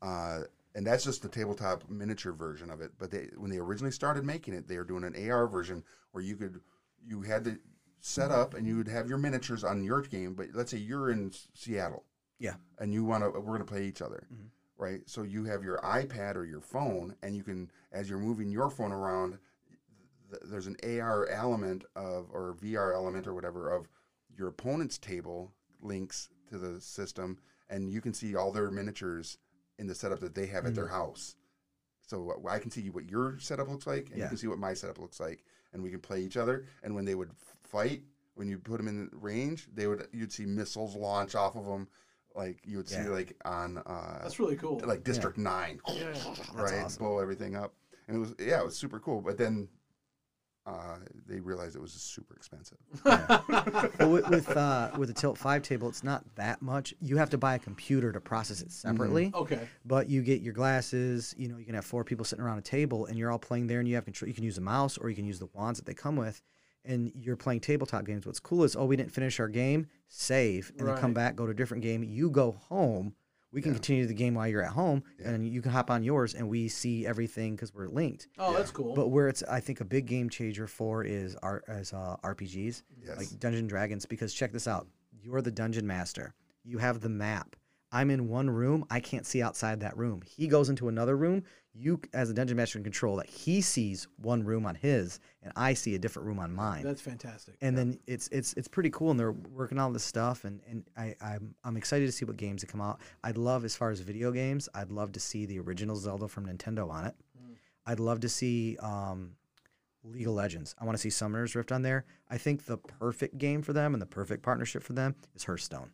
[SPEAKER 2] Uh, and that's just the tabletop miniature version of it. But they, when they originally started making it, they were doing an AR version where you could, you had to set up and you would have your miniatures on your game. But let's say you're in S- Seattle
[SPEAKER 3] Yeah.
[SPEAKER 2] and you want to, we're going to play each other, right? So you have your iPad or your phone, and you can, as you're moving your phone around, th- there's an AR element of or VR element or whatever of your opponent's table links to the system, and you can see all their miniatures in the setup that they have at their house. So uh, I can see what your setup looks like, and you
[SPEAKER 3] Yeah.
[SPEAKER 2] can see what my setup looks like, and we can play each other. And when they would f- fight, when you put them in range, they would you'd see missiles launch off of them, like you would see
[SPEAKER 3] Yeah.
[SPEAKER 2] like on uh,
[SPEAKER 1] That's really cool.
[SPEAKER 2] like District Nine, right? Blow everything up, and it was yeah, it was super cool. But then uh, they realized it was super expensive.
[SPEAKER 3] Well, with with, uh, with the Tilt Five table, it's not that much. You have to buy a computer to process it separately.
[SPEAKER 1] okay.
[SPEAKER 3] But you get your glasses. You know, you can have four people sitting around a table, and you're all playing there, and you have control. You can use a mouse, or you can use the wands that they come with, and you're playing tabletop games. What's cool is, oh, we didn't finish our game. Save, and then come
[SPEAKER 1] Right.
[SPEAKER 3] back, go to a different game. You go home. We can continue the game while you're at home, and you can hop on yours, and we see everything because we're linked.
[SPEAKER 1] Oh, that's cool.
[SPEAKER 3] But where it's, I think, a big game changer for is our as uh, RPGs,
[SPEAKER 2] Yes.
[SPEAKER 3] like Dungeon Dragons. Because check this out: you're the dungeon master. You have the map. I'm in one room. I can't see outside that room. He goes into another room. You, as a dungeon master, can control that he sees one room on his, and I see a different room on mine.
[SPEAKER 1] That's fantastic.
[SPEAKER 3] and then it's it's it's pretty cool, and they're working all this stuff, and and I I'm, I'm excited to see what games that come out. I'd love, as far as video games, I'd love to see the original Zelda from Nintendo on it.
[SPEAKER 2] Hmm.
[SPEAKER 3] I'd love to see um, League of Legends. I want to see Summoner's Rift on there. I think the perfect game for them and the perfect partnership for them is Hearthstone.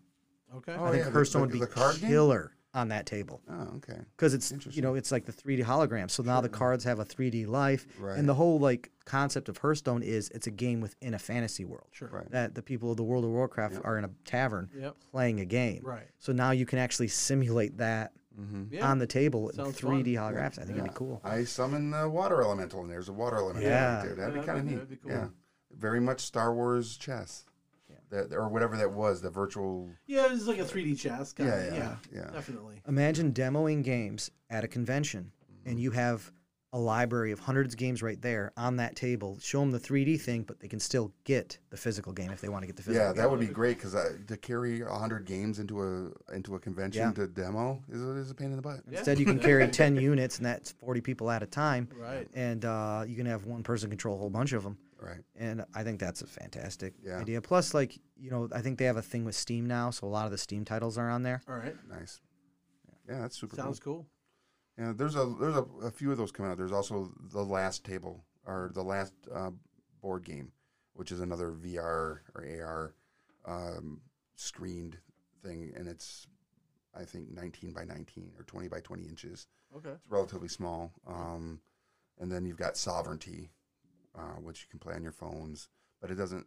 [SPEAKER 1] Okay.
[SPEAKER 2] Oh,
[SPEAKER 3] I think
[SPEAKER 2] yeah, the-
[SPEAKER 3] Hearthstone
[SPEAKER 2] the-
[SPEAKER 3] would be
[SPEAKER 2] the card game?
[SPEAKER 3] killer on that table
[SPEAKER 2] Oh, okay.
[SPEAKER 3] because it's you
[SPEAKER 2] Interesting.
[SPEAKER 3] know it's like the 3D hologram. So now the cards have a 3D life,
[SPEAKER 2] Right.
[SPEAKER 3] and the whole like concept of Hearthstone is it's a game within a fantasy world.
[SPEAKER 1] Sure.
[SPEAKER 2] Right.
[SPEAKER 3] That the people of the World of Warcraft are in a tavern
[SPEAKER 1] Yep.
[SPEAKER 3] playing a game.
[SPEAKER 1] Right.
[SPEAKER 3] So now you can actually simulate that
[SPEAKER 2] Mm-hmm.
[SPEAKER 1] Yeah.
[SPEAKER 3] on the table in
[SPEAKER 1] Sounds
[SPEAKER 3] 3D
[SPEAKER 1] fun.
[SPEAKER 3] holographics. I think it'd be cool.
[SPEAKER 2] I summon the water elemental, and there's a water elemental
[SPEAKER 3] Yeah.
[SPEAKER 2] right there. That'd
[SPEAKER 1] Yeah, that'd
[SPEAKER 2] be kind of
[SPEAKER 1] be-
[SPEAKER 2] neat.
[SPEAKER 1] that'd be cool.
[SPEAKER 2] Yeah, very much Star Wars chess,
[SPEAKER 3] Yeah.
[SPEAKER 2] that, or whatever that was, the virtual.
[SPEAKER 1] Yeah, it was like a 3D chess. Kind
[SPEAKER 2] Yeah,
[SPEAKER 1] of, yeah,
[SPEAKER 2] yeah, yeah.
[SPEAKER 1] Definitely.
[SPEAKER 3] Imagine demoing games at a convention
[SPEAKER 2] Mm-hmm.
[SPEAKER 3] and you have a library of hundreds of games right there on that table. Show them the 3D thing, but they can still get the physical game if they want to get the physical
[SPEAKER 2] Yeah,
[SPEAKER 3] game.
[SPEAKER 2] that would be great because to carry hundred games into a into a convention
[SPEAKER 3] Yeah.
[SPEAKER 2] to demo is, a- is a pain in the butt.
[SPEAKER 1] Yeah.
[SPEAKER 3] Instead, you can carry 10 units and that's 40 people at a time.
[SPEAKER 1] Right.
[SPEAKER 3] And uh, you can have one person control a whole bunch of them.
[SPEAKER 2] Right.
[SPEAKER 3] And I think that's a fantastic
[SPEAKER 2] Yeah.
[SPEAKER 3] idea. Plus, like, you know, I think they have a thing with Steam now. So a lot of the Steam titles are on there.
[SPEAKER 1] All right.
[SPEAKER 2] Nice. Yeah, that's super.
[SPEAKER 1] Sounds
[SPEAKER 2] cool.
[SPEAKER 1] cool.
[SPEAKER 2] Yeah, there's a there's a, a few of those coming out. There's also the last table or the last uh, board game, which is another VR or AR um, screened thing, and it's I think 19 by 19 or 20 by 20 inches.
[SPEAKER 1] Okay.
[SPEAKER 2] It's relatively small. Um, and then you've got Sovereignty, uh, which you can play on your phones, but it doesn't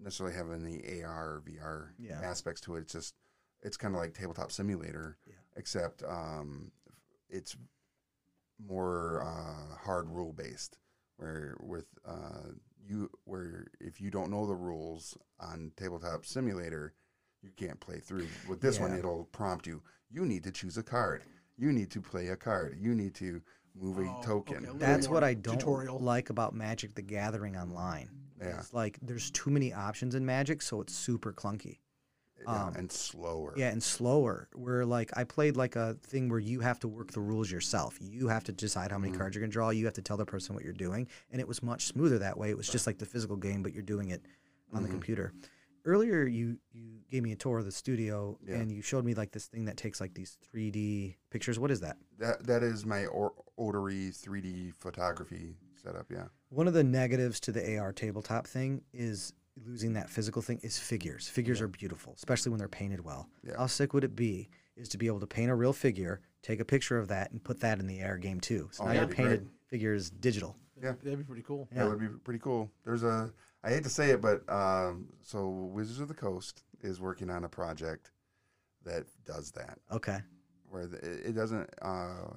[SPEAKER 2] necessarily have any AR or VR
[SPEAKER 3] Yeah.
[SPEAKER 2] aspects to it. It's just it's kind of like tabletop simulator,
[SPEAKER 3] Yeah.
[SPEAKER 2] except um, it's more uh, hard rule based. Where with uh, you, where if you don't know the rules on tabletop simulator, you can't play through. With this one,
[SPEAKER 3] Yeah.
[SPEAKER 2] it'll prompt you. You need to choose a card. You need to play a card. You need to move a
[SPEAKER 1] Oh,
[SPEAKER 2] token. eh,
[SPEAKER 1] okay.
[SPEAKER 3] That's
[SPEAKER 1] more
[SPEAKER 3] what I don't
[SPEAKER 1] tutorial.
[SPEAKER 3] like about Magic the Gathering online.
[SPEAKER 2] Yeah.
[SPEAKER 3] It's like there's too many options in Magic, so it's super clunky.
[SPEAKER 2] Yeah,
[SPEAKER 3] Um,
[SPEAKER 2] eh, and slower.
[SPEAKER 3] Yeah, and slower. Where like I played like a thing where you have to work the rules yourself. You have to decide how many
[SPEAKER 2] Mm-hmm.
[SPEAKER 3] cards you're gonna draw. You have to tell the person what you're doing, and it was much smoother that way. It was just like the physical game, but you're doing it on
[SPEAKER 2] Mm-hmm.
[SPEAKER 3] the computer. Earlier, you you gave me a tour of the studio,
[SPEAKER 2] Yeah.
[SPEAKER 3] and you showed me like this thing that takes like these 3D pictures. What is that?
[SPEAKER 2] That that is my or- Odory 3D photography setup. Yeah.
[SPEAKER 3] One of the negatives to the AR tabletop thing is losing that physical thing is figures. Figures are beautiful, especially when they're painted well.
[SPEAKER 2] Yeah.
[SPEAKER 3] How sick would it be is to be able to paint a real figure, take a picture of that, and put that in the AR game too. So
[SPEAKER 2] Oh,
[SPEAKER 3] now
[SPEAKER 2] that'd
[SPEAKER 3] your
[SPEAKER 2] be great.
[SPEAKER 3] painted figure is digital.
[SPEAKER 2] Yeah.
[SPEAKER 1] That'd be pretty cool.
[SPEAKER 3] Yeah.
[SPEAKER 2] That would be pretty cool. There's a I hate to say it, but um, so Wizards of the Coast is working on a project that does that,
[SPEAKER 3] Okay.
[SPEAKER 2] where the, it it doesn't. Uh,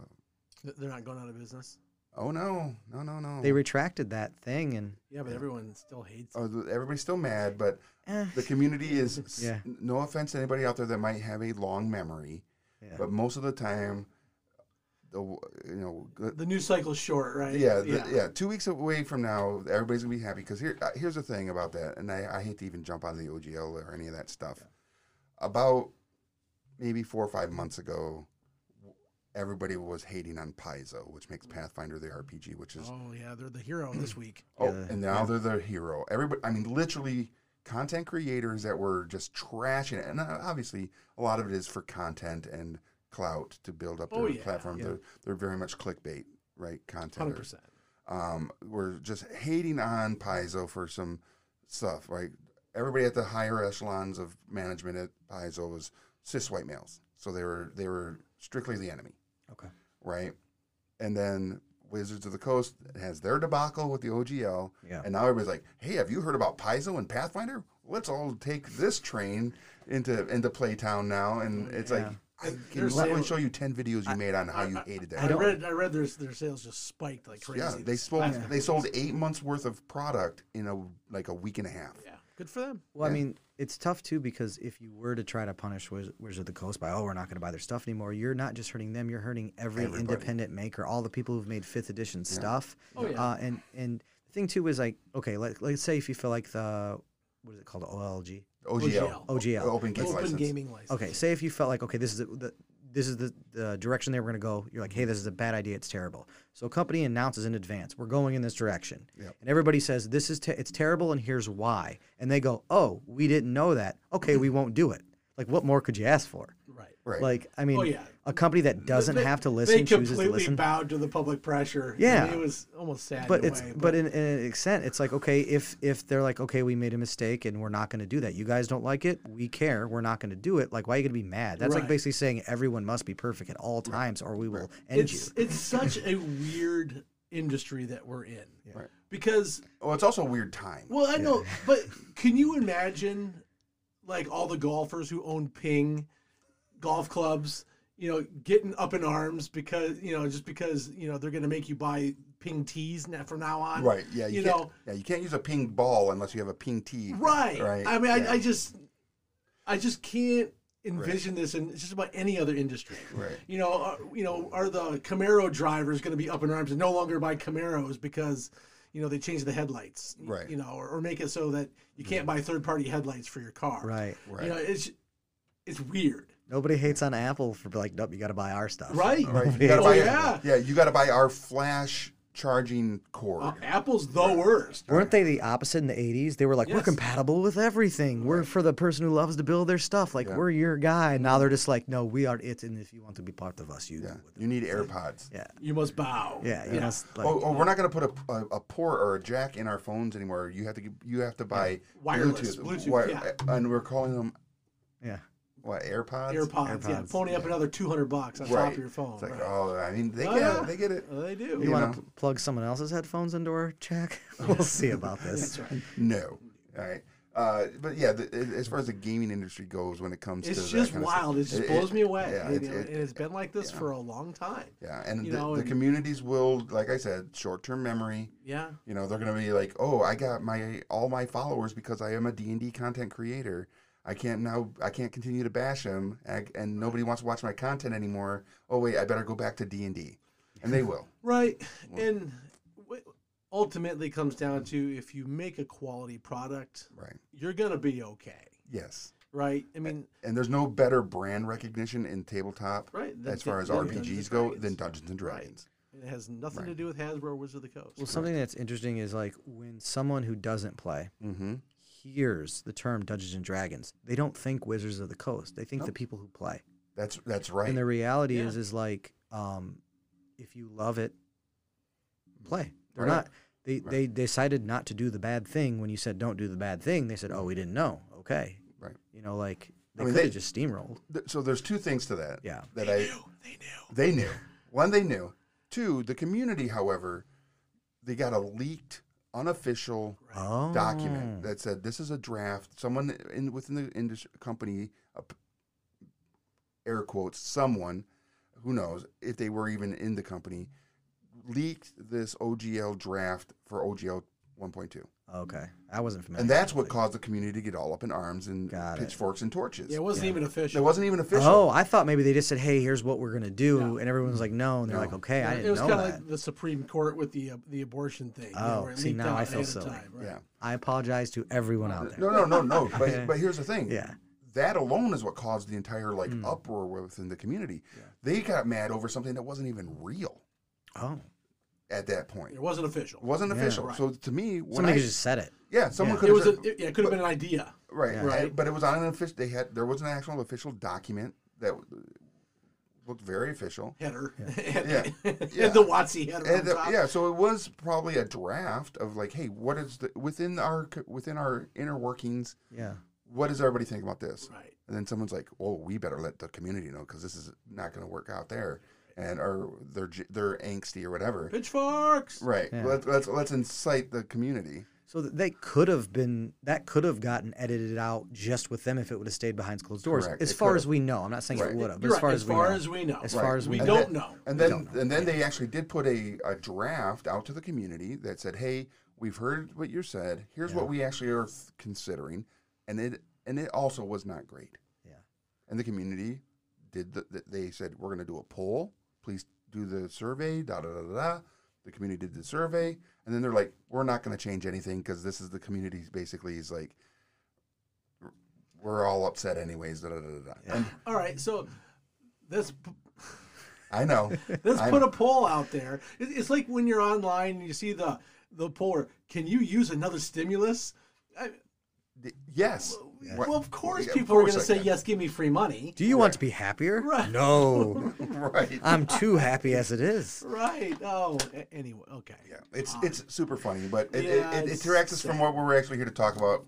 [SPEAKER 1] Th- They're not going out of business.
[SPEAKER 2] oh no, no, no, no.
[SPEAKER 3] They retracted that thing and
[SPEAKER 1] Yeah, but everyone still hates.
[SPEAKER 2] oh, th- everybody's still mad, but
[SPEAKER 3] eh,
[SPEAKER 2] the community is. s-
[SPEAKER 3] Yeah.
[SPEAKER 2] No offense to anybody out there that might have a long memory,
[SPEAKER 3] yeah.
[SPEAKER 2] but most of the time, the w- you know g-
[SPEAKER 1] The news cycle's short, right?
[SPEAKER 2] Yeah, the, yeah, Two weeks away from now, everybody's gonna be happy because here, uh, here's the thing about that, and I, I hate to even jump on the OGL or any of that stuff. About maybe four or five months ago, everybody was hating on Paizo, which makes Pathfinder the RPG, which is
[SPEAKER 1] Oh yeah, they're the hero this week.
[SPEAKER 2] oh,
[SPEAKER 3] Yeah,
[SPEAKER 2] and now they're the hero. Everybody, I mean, literally, content creators that were just trashing it, and uh, obviously, a lot of it is for content and clout to build up their
[SPEAKER 1] Oh, yeah.
[SPEAKER 2] platform.
[SPEAKER 3] Yeah.
[SPEAKER 2] They're they're very much clickbait, right? Content.
[SPEAKER 1] Hundred
[SPEAKER 2] or-
[SPEAKER 1] percent.
[SPEAKER 2] um, were just hating on Paizo for some stuff. Right, everybody at the higher echelons of management at Paizo was cis white males, so they were they were strictly the enemy.
[SPEAKER 3] Okay.
[SPEAKER 2] Right, and then Wizards of the Coast has their debacle with the OGL,
[SPEAKER 3] Yeah.
[SPEAKER 2] and now everybody's like, "Hey, have you heard about Paizo and Pathfinder? Let's all take this train into into Playtown now." And it's like.
[SPEAKER 3] Yeah.
[SPEAKER 2] I can
[SPEAKER 1] There's
[SPEAKER 2] literally
[SPEAKER 1] sale-
[SPEAKER 2] show you ten videos you made on how you hated that.
[SPEAKER 1] I, read. I read their their sales just spiked like crazy.
[SPEAKER 2] Yeah, they
[SPEAKER 1] this
[SPEAKER 2] sold
[SPEAKER 1] last couple
[SPEAKER 2] they
[SPEAKER 1] weeks.
[SPEAKER 2] sold eight months worth of product in a like a week and a half.
[SPEAKER 1] Yeah, good for them.
[SPEAKER 3] Well, I
[SPEAKER 2] Yeah.
[SPEAKER 3] mean, it's tough too because if you were to try to punish Wiz- Wizards of the Coast by, oh, we're not going to buy their stuff anymore, you're not just hurting them, you're hurting every
[SPEAKER 2] Everybody.
[SPEAKER 3] independent maker, all the people who've made fifth edition stuff.
[SPEAKER 1] Oh, yeah.
[SPEAKER 3] Uh, and and the thing too is like, okay, let, let's say if you feel like the what is it called? OLG.
[SPEAKER 2] OGL.
[SPEAKER 3] OGL.
[SPEAKER 2] Open Gaming
[SPEAKER 1] Open
[SPEAKER 2] License.
[SPEAKER 1] gaming license.
[SPEAKER 3] Okay, say if you felt like okay, this is the, the this is the, the direction they were going to go. You're like, hey, this is a bad idea. It's terrible. So a company announces in advance, we're going in this direction,
[SPEAKER 2] Yep.
[SPEAKER 3] and everybody says this is te- it's terrible, and here's why. And they go, oh, we didn't know that. Okay, we won't do it. Like, what more could you ask for?
[SPEAKER 1] Right.
[SPEAKER 2] Right.
[SPEAKER 3] Like, I mean,
[SPEAKER 1] Oh, yeah.
[SPEAKER 3] a company that doesn't
[SPEAKER 1] They-
[SPEAKER 3] have to
[SPEAKER 1] They
[SPEAKER 3] listen chooses
[SPEAKER 1] completely
[SPEAKER 3] to listen.
[SPEAKER 1] bowed to the public pressure. I mean,
[SPEAKER 3] Yeah.
[SPEAKER 1] it was almost sad.
[SPEAKER 3] but
[SPEAKER 1] in a
[SPEAKER 3] it's
[SPEAKER 1] way,
[SPEAKER 3] but, in, in an extent it's like okay if if they're like okay we made a mistake and we're not going to do that you guys don't like it we care we're not going to do it like why are you going to be mad that's
[SPEAKER 1] Right.
[SPEAKER 3] like basically saying everyone must be perfect at all times or we will end
[SPEAKER 1] it's it's such a weird industry that we're in
[SPEAKER 2] Right.
[SPEAKER 1] because
[SPEAKER 2] Well, Oh, it's also a weird time.
[SPEAKER 1] well I know but can you imagine like all the golfers who own ping golf clubs you know getting up in arms because you know just because you know they're going to make you buy ping tees now from now on
[SPEAKER 2] Right. Yeah.
[SPEAKER 1] you,
[SPEAKER 2] You, can't,
[SPEAKER 1] know
[SPEAKER 2] Yeah. You can't use a ping ball unless you have a ping tee.
[SPEAKER 1] right
[SPEAKER 2] Right.
[SPEAKER 1] I mean
[SPEAKER 2] yeah.
[SPEAKER 1] I, I just I just can't envision this in just about any other industry
[SPEAKER 2] Right.
[SPEAKER 1] you know, are, you know, are the Camaro drivers going to be up in arms and no longer buy Camaros because, you know, they change the headlights, y-
[SPEAKER 2] Right. Mm-hmm.
[SPEAKER 1] You know, or, or make it so that you can't buy third-party headlights for your car,
[SPEAKER 3] right
[SPEAKER 2] Right.
[SPEAKER 1] You know, it's it's weird,
[SPEAKER 3] nobody hates on apple for like nope you got to buy our stuff
[SPEAKER 1] right?
[SPEAKER 2] Right.
[SPEAKER 3] Yeah.
[SPEAKER 2] You gotta
[SPEAKER 1] Oh,
[SPEAKER 2] buy
[SPEAKER 1] yeah.
[SPEAKER 2] yeah. You got to buy our flash charging cord.
[SPEAKER 1] Uh, Apple's the worst.
[SPEAKER 3] Weren't they the opposite in the 80s? They were like, we're
[SPEAKER 1] Yes.
[SPEAKER 3] compatible with everything. We're for the person who loves to build their stuff. Like,
[SPEAKER 2] Yeah.
[SPEAKER 3] we're your guy. Now they're just like, no, we are it. And if you want to be part of us, you.
[SPEAKER 2] yeah. You need AirPods.
[SPEAKER 3] Yeah.
[SPEAKER 1] You must bow.
[SPEAKER 3] Yeah. You know, it's like,
[SPEAKER 2] oh, oh, we're not going to put a, a, a port or a jack in our phones anymore. You have to give- you have to buy
[SPEAKER 1] Wireless, Bluetooth, yeah.
[SPEAKER 2] and we're calling them
[SPEAKER 3] yeah.
[SPEAKER 2] what AirPods.
[SPEAKER 1] AirPods, yeah,
[SPEAKER 3] AirPods,
[SPEAKER 1] pony up another two hundred bucks on top
[SPEAKER 2] Right.
[SPEAKER 1] of your phone.
[SPEAKER 2] It's like
[SPEAKER 1] right.
[SPEAKER 2] oh, I mean they
[SPEAKER 1] Oh,
[SPEAKER 2] get
[SPEAKER 1] yeah.
[SPEAKER 2] it. They get it.
[SPEAKER 1] Well, they do.
[SPEAKER 3] You
[SPEAKER 2] You
[SPEAKER 3] want
[SPEAKER 2] know.
[SPEAKER 3] to plug someone else's headphones into our jack? we'll see about this.
[SPEAKER 1] That's right.
[SPEAKER 2] No. All right. Uh, but yeah, the, as far as the gaming industry goes, when it comes to
[SPEAKER 1] It's
[SPEAKER 2] that
[SPEAKER 1] just
[SPEAKER 2] kinda
[SPEAKER 1] wild. It
[SPEAKER 2] stuff,
[SPEAKER 1] just blows me away.
[SPEAKER 2] Yeah,
[SPEAKER 1] and,
[SPEAKER 2] it-
[SPEAKER 1] you know,
[SPEAKER 2] it-
[SPEAKER 1] and it's been like this for a long time.
[SPEAKER 2] yeah, and
[SPEAKER 1] you
[SPEAKER 2] the,
[SPEAKER 1] know,
[SPEAKER 2] the
[SPEAKER 1] and-
[SPEAKER 2] communities will, like I said, short-term memory.
[SPEAKER 1] Yeah.
[SPEAKER 2] You know, they're gonna be like, oh, I got my all my followers because I am a D and D content creator. I can't now. I can't continue to bash them, and, and nobody wants to watch my content anymore. Oh wait, I better go back to D and D, and they will.
[SPEAKER 1] Right. And w- ultimately comes down to if you make a quality product,
[SPEAKER 2] Right.
[SPEAKER 1] you're going to be okay.
[SPEAKER 2] Yes.
[SPEAKER 1] Right. I mean,
[SPEAKER 2] And there's no better brand recognition in tabletop,
[SPEAKER 1] Right, than
[SPEAKER 2] as far
[SPEAKER 1] Dun-
[SPEAKER 2] as
[SPEAKER 1] than Dungeons
[SPEAKER 2] RPGs
[SPEAKER 1] and
[SPEAKER 2] go, than
[SPEAKER 1] Dragons.
[SPEAKER 2] Dungeons and
[SPEAKER 1] Right.
[SPEAKER 2] Dragons.
[SPEAKER 1] it has nothing to do with Hasbro or Wizards of the Coast.
[SPEAKER 3] Well, something that's interesting is like when someone who doesn't play
[SPEAKER 2] Mm-hmm.
[SPEAKER 3] hears the term Dungeons and Dragons, they don't think Wizards of the Coast. They think the people who play.
[SPEAKER 2] That's that's right.
[SPEAKER 3] And the reality
[SPEAKER 1] Yeah.
[SPEAKER 3] is, is like, um, if you love it, play. They're
[SPEAKER 2] Right.
[SPEAKER 3] not. They, they decided not to do the bad thing when you said don't do the bad thing. They said, oh, we didn't know. Okay.
[SPEAKER 2] Right.
[SPEAKER 3] You know, like they
[SPEAKER 2] mean,
[SPEAKER 3] could
[SPEAKER 2] they-
[SPEAKER 3] have just steamrolled.
[SPEAKER 2] Th- so there's two things to that.
[SPEAKER 3] Yeah.
[SPEAKER 2] That I
[SPEAKER 1] they knew.
[SPEAKER 2] they knew. One, they knew. Two, the community, however, they got a leaked, unofficial
[SPEAKER 3] Oh.
[SPEAKER 2] document that said this is a draft. Someone in within the industry company, a p- air quotes, someone who knows if they were even in the company, leaked this OGL draft for OGL 1.2,
[SPEAKER 3] Okay. I wasn't familiar.
[SPEAKER 2] and that's
[SPEAKER 3] with
[SPEAKER 2] what caused the community to get all up in arms and
[SPEAKER 3] Got it.
[SPEAKER 2] pitchforks and torches.
[SPEAKER 1] Yeah, it wasn't even
[SPEAKER 2] it
[SPEAKER 1] official.
[SPEAKER 2] wasn't even official.
[SPEAKER 3] Oh, I thought maybe they just said, "Hey, here's what we're gonna do,"
[SPEAKER 1] No.
[SPEAKER 3] and everyone was like, "No," and they're
[SPEAKER 2] No.
[SPEAKER 3] like, "Okay, I
[SPEAKER 1] it
[SPEAKER 3] didn't
[SPEAKER 1] was
[SPEAKER 3] know
[SPEAKER 1] kind of
[SPEAKER 3] that."
[SPEAKER 1] like the Supreme Court with the uh, the abortion thing. you know,
[SPEAKER 3] Oh,
[SPEAKER 1] where it
[SPEAKER 3] see,
[SPEAKER 1] leaked
[SPEAKER 3] now
[SPEAKER 1] out
[SPEAKER 3] I feel
[SPEAKER 1] ahead of
[SPEAKER 3] silly.
[SPEAKER 1] time, right.
[SPEAKER 2] Yeah.
[SPEAKER 3] I apologize to everyone out there.
[SPEAKER 2] No, no, no, no. But but here's the thing.
[SPEAKER 3] Yeah. Mm.
[SPEAKER 2] That alone is what caused the entire like uproar within the community. They got mad over something that wasn't even real
[SPEAKER 3] Oh,
[SPEAKER 2] at that point.
[SPEAKER 1] It
[SPEAKER 2] It
[SPEAKER 1] wasn't official.
[SPEAKER 2] wasn't official.
[SPEAKER 1] Right.
[SPEAKER 2] So to me, when
[SPEAKER 3] somebody
[SPEAKER 2] I,
[SPEAKER 3] just said it.
[SPEAKER 2] yeah, someone
[SPEAKER 3] Yeah.
[SPEAKER 2] could
[SPEAKER 1] It
[SPEAKER 2] have
[SPEAKER 1] was a, it, yeah, it could have been an idea.
[SPEAKER 2] right,
[SPEAKER 3] Yeah.
[SPEAKER 1] Right.
[SPEAKER 2] But it was on an official. They had there was an actual official document that looked very official.
[SPEAKER 1] Header. and,
[SPEAKER 2] Yeah. Yeah.
[SPEAKER 1] and the Watsy header. on
[SPEAKER 2] And the-
[SPEAKER 1] top.
[SPEAKER 2] yeah, so it was probably a draft of like, hey, what is the within our co- within our inner workings?
[SPEAKER 3] Yeah.
[SPEAKER 2] What does everybody think about this?
[SPEAKER 1] Right.
[SPEAKER 2] And then someone's like, "Well, we better let the community know because this is not going to work out there," and or they're j- they're angsty or whatever.
[SPEAKER 1] Pitchforks.
[SPEAKER 2] Right.
[SPEAKER 3] Yeah.
[SPEAKER 2] Let's, let's let's incite the community.
[SPEAKER 3] So th- they could have been that could have gotten edited out just with them if it would have stayed behind closed doors.
[SPEAKER 2] Correct.
[SPEAKER 3] As
[SPEAKER 2] It
[SPEAKER 3] far
[SPEAKER 2] could
[SPEAKER 3] as we know, I'm not saying
[SPEAKER 2] Right.
[SPEAKER 3] it would have, but
[SPEAKER 1] You're
[SPEAKER 3] as far
[SPEAKER 1] right,
[SPEAKER 3] as we
[SPEAKER 1] we
[SPEAKER 3] know.
[SPEAKER 1] know.
[SPEAKER 3] As
[SPEAKER 2] Right.
[SPEAKER 3] far as
[SPEAKER 1] We
[SPEAKER 3] we know.
[SPEAKER 1] don't
[SPEAKER 2] then-
[SPEAKER 1] know.
[SPEAKER 2] And then
[SPEAKER 3] don't know.
[SPEAKER 2] and then they actually did put a, a draft out to the community that said, "Hey, we've heard what you said. Here's what we actually are th- considering," and it and it also was not great.
[SPEAKER 3] Yeah.
[SPEAKER 2] And the community did the, th- they said, "We're going to do a poll. Please do the survey." Da da da da. da. The community did the survey, and then they're like, "We're not going to change anything because this is the community's basically is like." we're all upset anyways. Da, da, da, da, da.
[SPEAKER 1] All right, so let's
[SPEAKER 2] I know.
[SPEAKER 1] let's
[SPEAKER 2] I'm-
[SPEAKER 1] put a poll out there. It- It's like when you're online and you see the the poll. Can you use another stimulus? I,
[SPEAKER 2] D- yes. What-
[SPEAKER 1] Well, of course,
[SPEAKER 2] yeah, of
[SPEAKER 1] people are
[SPEAKER 2] course
[SPEAKER 1] going to
[SPEAKER 2] I
[SPEAKER 1] say
[SPEAKER 2] can.
[SPEAKER 1] yes. Give me free money.
[SPEAKER 3] Do you want to be happier?
[SPEAKER 1] Right.
[SPEAKER 3] No.
[SPEAKER 2] right.
[SPEAKER 3] I'm too happy as it is.
[SPEAKER 1] Right. Oh, a- anyway. Okay.
[SPEAKER 2] Yeah, it's it's super funny, but it,
[SPEAKER 1] Ah. Yeah,
[SPEAKER 2] it, it
[SPEAKER 1] it's
[SPEAKER 2] interacts us from
[SPEAKER 1] sad.
[SPEAKER 2] what we're actually here to talk about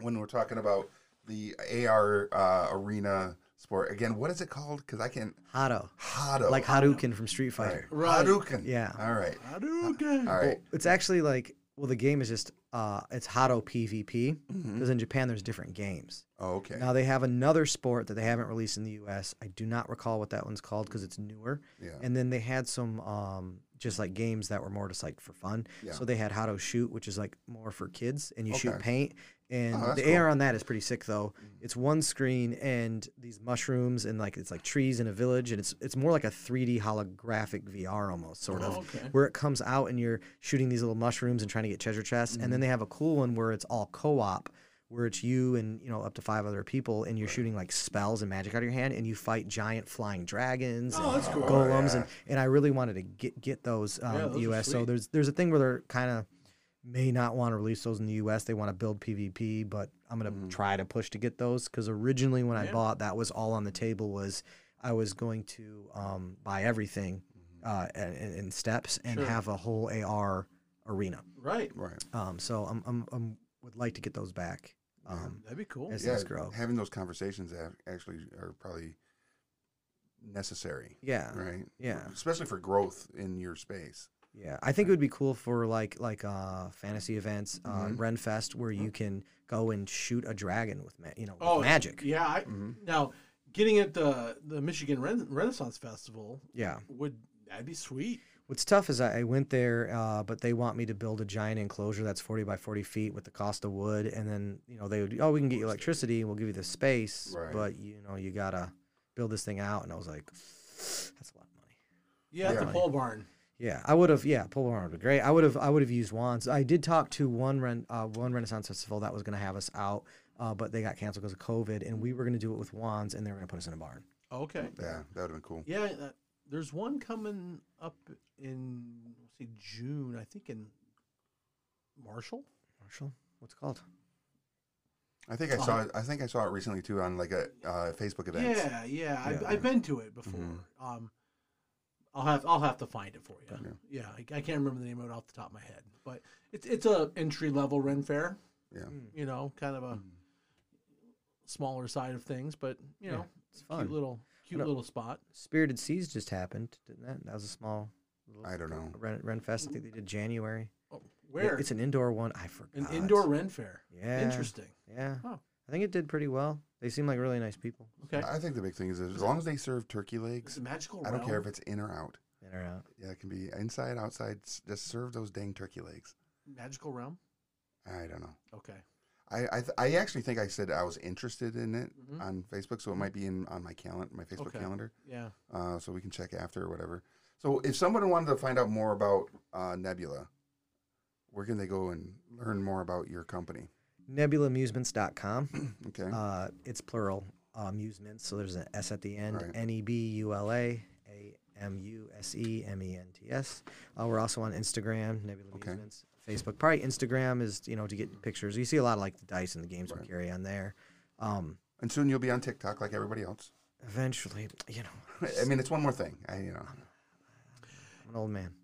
[SPEAKER 2] when we're talking about the AR uh, arena sport. Again, what is it called? Because I can
[SPEAKER 3] Hado.
[SPEAKER 2] Hado.
[SPEAKER 3] Like Hadouken from Street
[SPEAKER 2] All
[SPEAKER 3] Fighter.
[SPEAKER 1] Right.
[SPEAKER 2] Hadouken.
[SPEAKER 3] Yeah.
[SPEAKER 2] All right.
[SPEAKER 1] Hadouken.
[SPEAKER 2] All right.
[SPEAKER 3] It's actually like, well, the game is just, uh, it's Hado PvP.
[SPEAKER 2] Mm-hmm.
[SPEAKER 3] Because in Japan, there's different games.
[SPEAKER 2] Oh, okay.
[SPEAKER 3] Now they have another sport that they haven't released in the U.S. I do not recall what that one's called because it's newer.
[SPEAKER 2] Yeah.
[SPEAKER 3] And then they had some um, just like games that were more just like for fun.
[SPEAKER 2] Yeah.
[SPEAKER 3] So they had how to shoot, which is like more for kids, and you shoot
[SPEAKER 2] Okay.
[SPEAKER 3] paint. And
[SPEAKER 2] Oh, that's
[SPEAKER 3] the
[SPEAKER 2] cool. Mm.
[SPEAKER 3] AR on that is pretty sick though. It's one screen and these mushrooms and like it's like trees in a village, and it's it's more like a 3D holographic VR almost sort of
[SPEAKER 1] Oh, okay.
[SPEAKER 3] where it comes out and you're shooting these little mushrooms and trying to get treasure chests. And then they have a cool one where it's all co-op, where it's you and you know up to five other people, and you're shooting like spells and magic out of your hand, and you fight giant flying dragons
[SPEAKER 1] Oh,
[SPEAKER 3] and
[SPEAKER 1] that's cool.
[SPEAKER 3] golems.
[SPEAKER 2] yeah.
[SPEAKER 3] And, and I really wanted to get get those um,
[SPEAKER 1] Yeah,
[SPEAKER 3] in the
[SPEAKER 1] those are
[SPEAKER 3] U.S. So
[SPEAKER 1] sweet.
[SPEAKER 3] there's there's a thing where they're kind of may not want to release those in the U.S. They want to build PvP, but I'm gonna try to push to get those because originally when I
[SPEAKER 1] Mm-hmm. Yeah.
[SPEAKER 3] bought that was all on the table was I was going to um, buy everything uh, a- a- in steps and
[SPEAKER 1] Mm-hmm. Sure.
[SPEAKER 3] have a whole AR arena.
[SPEAKER 1] Right.
[SPEAKER 2] Right.
[SPEAKER 3] Um, so I'm, I'm, I'm would like to get those back. Um,
[SPEAKER 1] That'd be cool.
[SPEAKER 3] As
[SPEAKER 2] Yeah.
[SPEAKER 3] things grow.
[SPEAKER 2] Having those conversations a- actually are probably necessary.
[SPEAKER 3] yeah,
[SPEAKER 2] Right.
[SPEAKER 3] yeah.
[SPEAKER 2] Especially for growth in your space.
[SPEAKER 3] yeah. I think it would be cool for like like uh, fantasy events, uh,
[SPEAKER 2] Mhm.
[SPEAKER 3] Renfest, where you can go and shoot a dragon with ma- you know with
[SPEAKER 1] Oh,
[SPEAKER 3] magic. Mm-hmm. Yeah.
[SPEAKER 1] Yeah. I,
[SPEAKER 2] Mhm.
[SPEAKER 1] Now, getting at the the Michigan Ren- Renaissance Festival would that'd be sweet.
[SPEAKER 3] What's tough is I, I went there, uh, but they want me to build a giant enclosure that's 40 by 40 feet with the cost of wood, and then you know they would oh we can get you electricity and we'll give you the space,
[SPEAKER 2] Right.
[SPEAKER 3] but you know you gotta build this thing out. And I was like, that's a lot of money.
[SPEAKER 1] Yeah, at the
[SPEAKER 2] Yeah.
[SPEAKER 1] pole barn.
[SPEAKER 3] Yeah, I would have. Yeah, pole barn would be great. I would have. I would have used wands. I did talk to one ren, uh, one Renaissance festival that was going to have us out, uh, but they got canceled because of COVID, and we were going to do it with wands, and they were going to put us in a barn.
[SPEAKER 1] Okay.
[SPEAKER 2] Yeah. That would have been cool.
[SPEAKER 1] Yeah. Uh, there's one coming up in let's see June, I think in Marshall.
[SPEAKER 3] Marshall, what's it called?
[SPEAKER 2] I
[SPEAKER 1] Oh.
[SPEAKER 2] think I saw. It, I think I saw it recently too on like a uh, Facebook event.
[SPEAKER 1] Yeah, yeah. I've,
[SPEAKER 3] Yeah. Mm-hmm.
[SPEAKER 1] I've been to it before.
[SPEAKER 2] Mhm.
[SPEAKER 1] Um, I'll have I'll have to find it for you.
[SPEAKER 2] Okay.
[SPEAKER 1] Yeah, I, I can't remember the name of it off the top of my head, but it's it's a entry level Ren Fair.
[SPEAKER 2] Yeah.
[SPEAKER 1] You know, kind of a
[SPEAKER 3] Hmm.
[SPEAKER 1] smaller side of things, but you
[SPEAKER 3] Yeah,
[SPEAKER 1] know,
[SPEAKER 3] It's
[SPEAKER 1] cute
[SPEAKER 3] fun. uh,
[SPEAKER 1] little cute
[SPEAKER 3] What a-
[SPEAKER 1] little spot.
[SPEAKER 3] Spirited Seas just happened, didn't that? That was a small. little
[SPEAKER 2] I don't know.
[SPEAKER 3] Ren, Ren Fest. I think they did January.
[SPEAKER 1] Oh,
[SPEAKER 3] Yeah,
[SPEAKER 1] where
[SPEAKER 3] It's an indoor one. I forgot.
[SPEAKER 1] an indoor Ren Fair.
[SPEAKER 3] Yeah.
[SPEAKER 1] Interesting.
[SPEAKER 3] Yeah.
[SPEAKER 1] Huh.
[SPEAKER 3] I think it did pretty well. They seem like really nice people.
[SPEAKER 1] Okay.
[SPEAKER 2] I think the big thing is that as long as they serve turkey
[SPEAKER 1] It's
[SPEAKER 2] legs,
[SPEAKER 1] a magical.
[SPEAKER 2] I don't care if
[SPEAKER 1] realm.
[SPEAKER 2] it's in or out.
[SPEAKER 3] In or out.
[SPEAKER 2] Yeah, it can be inside, outside. s- Just serve those dang turkey legs.
[SPEAKER 1] magical realm.
[SPEAKER 2] I don't know.
[SPEAKER 1] Okay.
[SPEAKER 2] I I, th- I actually think I said I was interested in it
[SPEAKER 1] Mhm.
[SPEAKER 2] on Facebook, so it might be in on my calendar, my Facebook
[SPEAKER 1] Okay.
[SPEAKER 2] calendar,
[SPEAKER 1] Yeah.
[SPEAKER 2] uh, so we can check after or whatever. So if someone wanted to find out more about uh, Nebula, where can they go and learn more about your company?
[SPEAKER 3] NebulaMusements.com.
[SPEAKER 2] Okay.
[SPEAKER 3] Uh, it's plural, uh, amusements. So there's an S at the end.
[SPEAKER 2] Right.
[SPEAKER 3] N e b u l a a m u s e m e n t s. Uh, we're also on Instagram, Nebula
[SPEAKER 2] Okay.
[SPEAKER 3] Amusements, Facebook. Probably Instagram is you know to get pictures. You see a lot of like the dice and the games
[SPEAKER 2] Right.
[SPEAKER 3] we carry on there. Um,
[SPEAKER 2] and soon you'll be on TikTok like everybody else.
[SPEAKER 3] eventually, you know, I'm
[SPEAKER 2] I mean, it's one more thing. I you know.
[SPEAKER 3] an old man.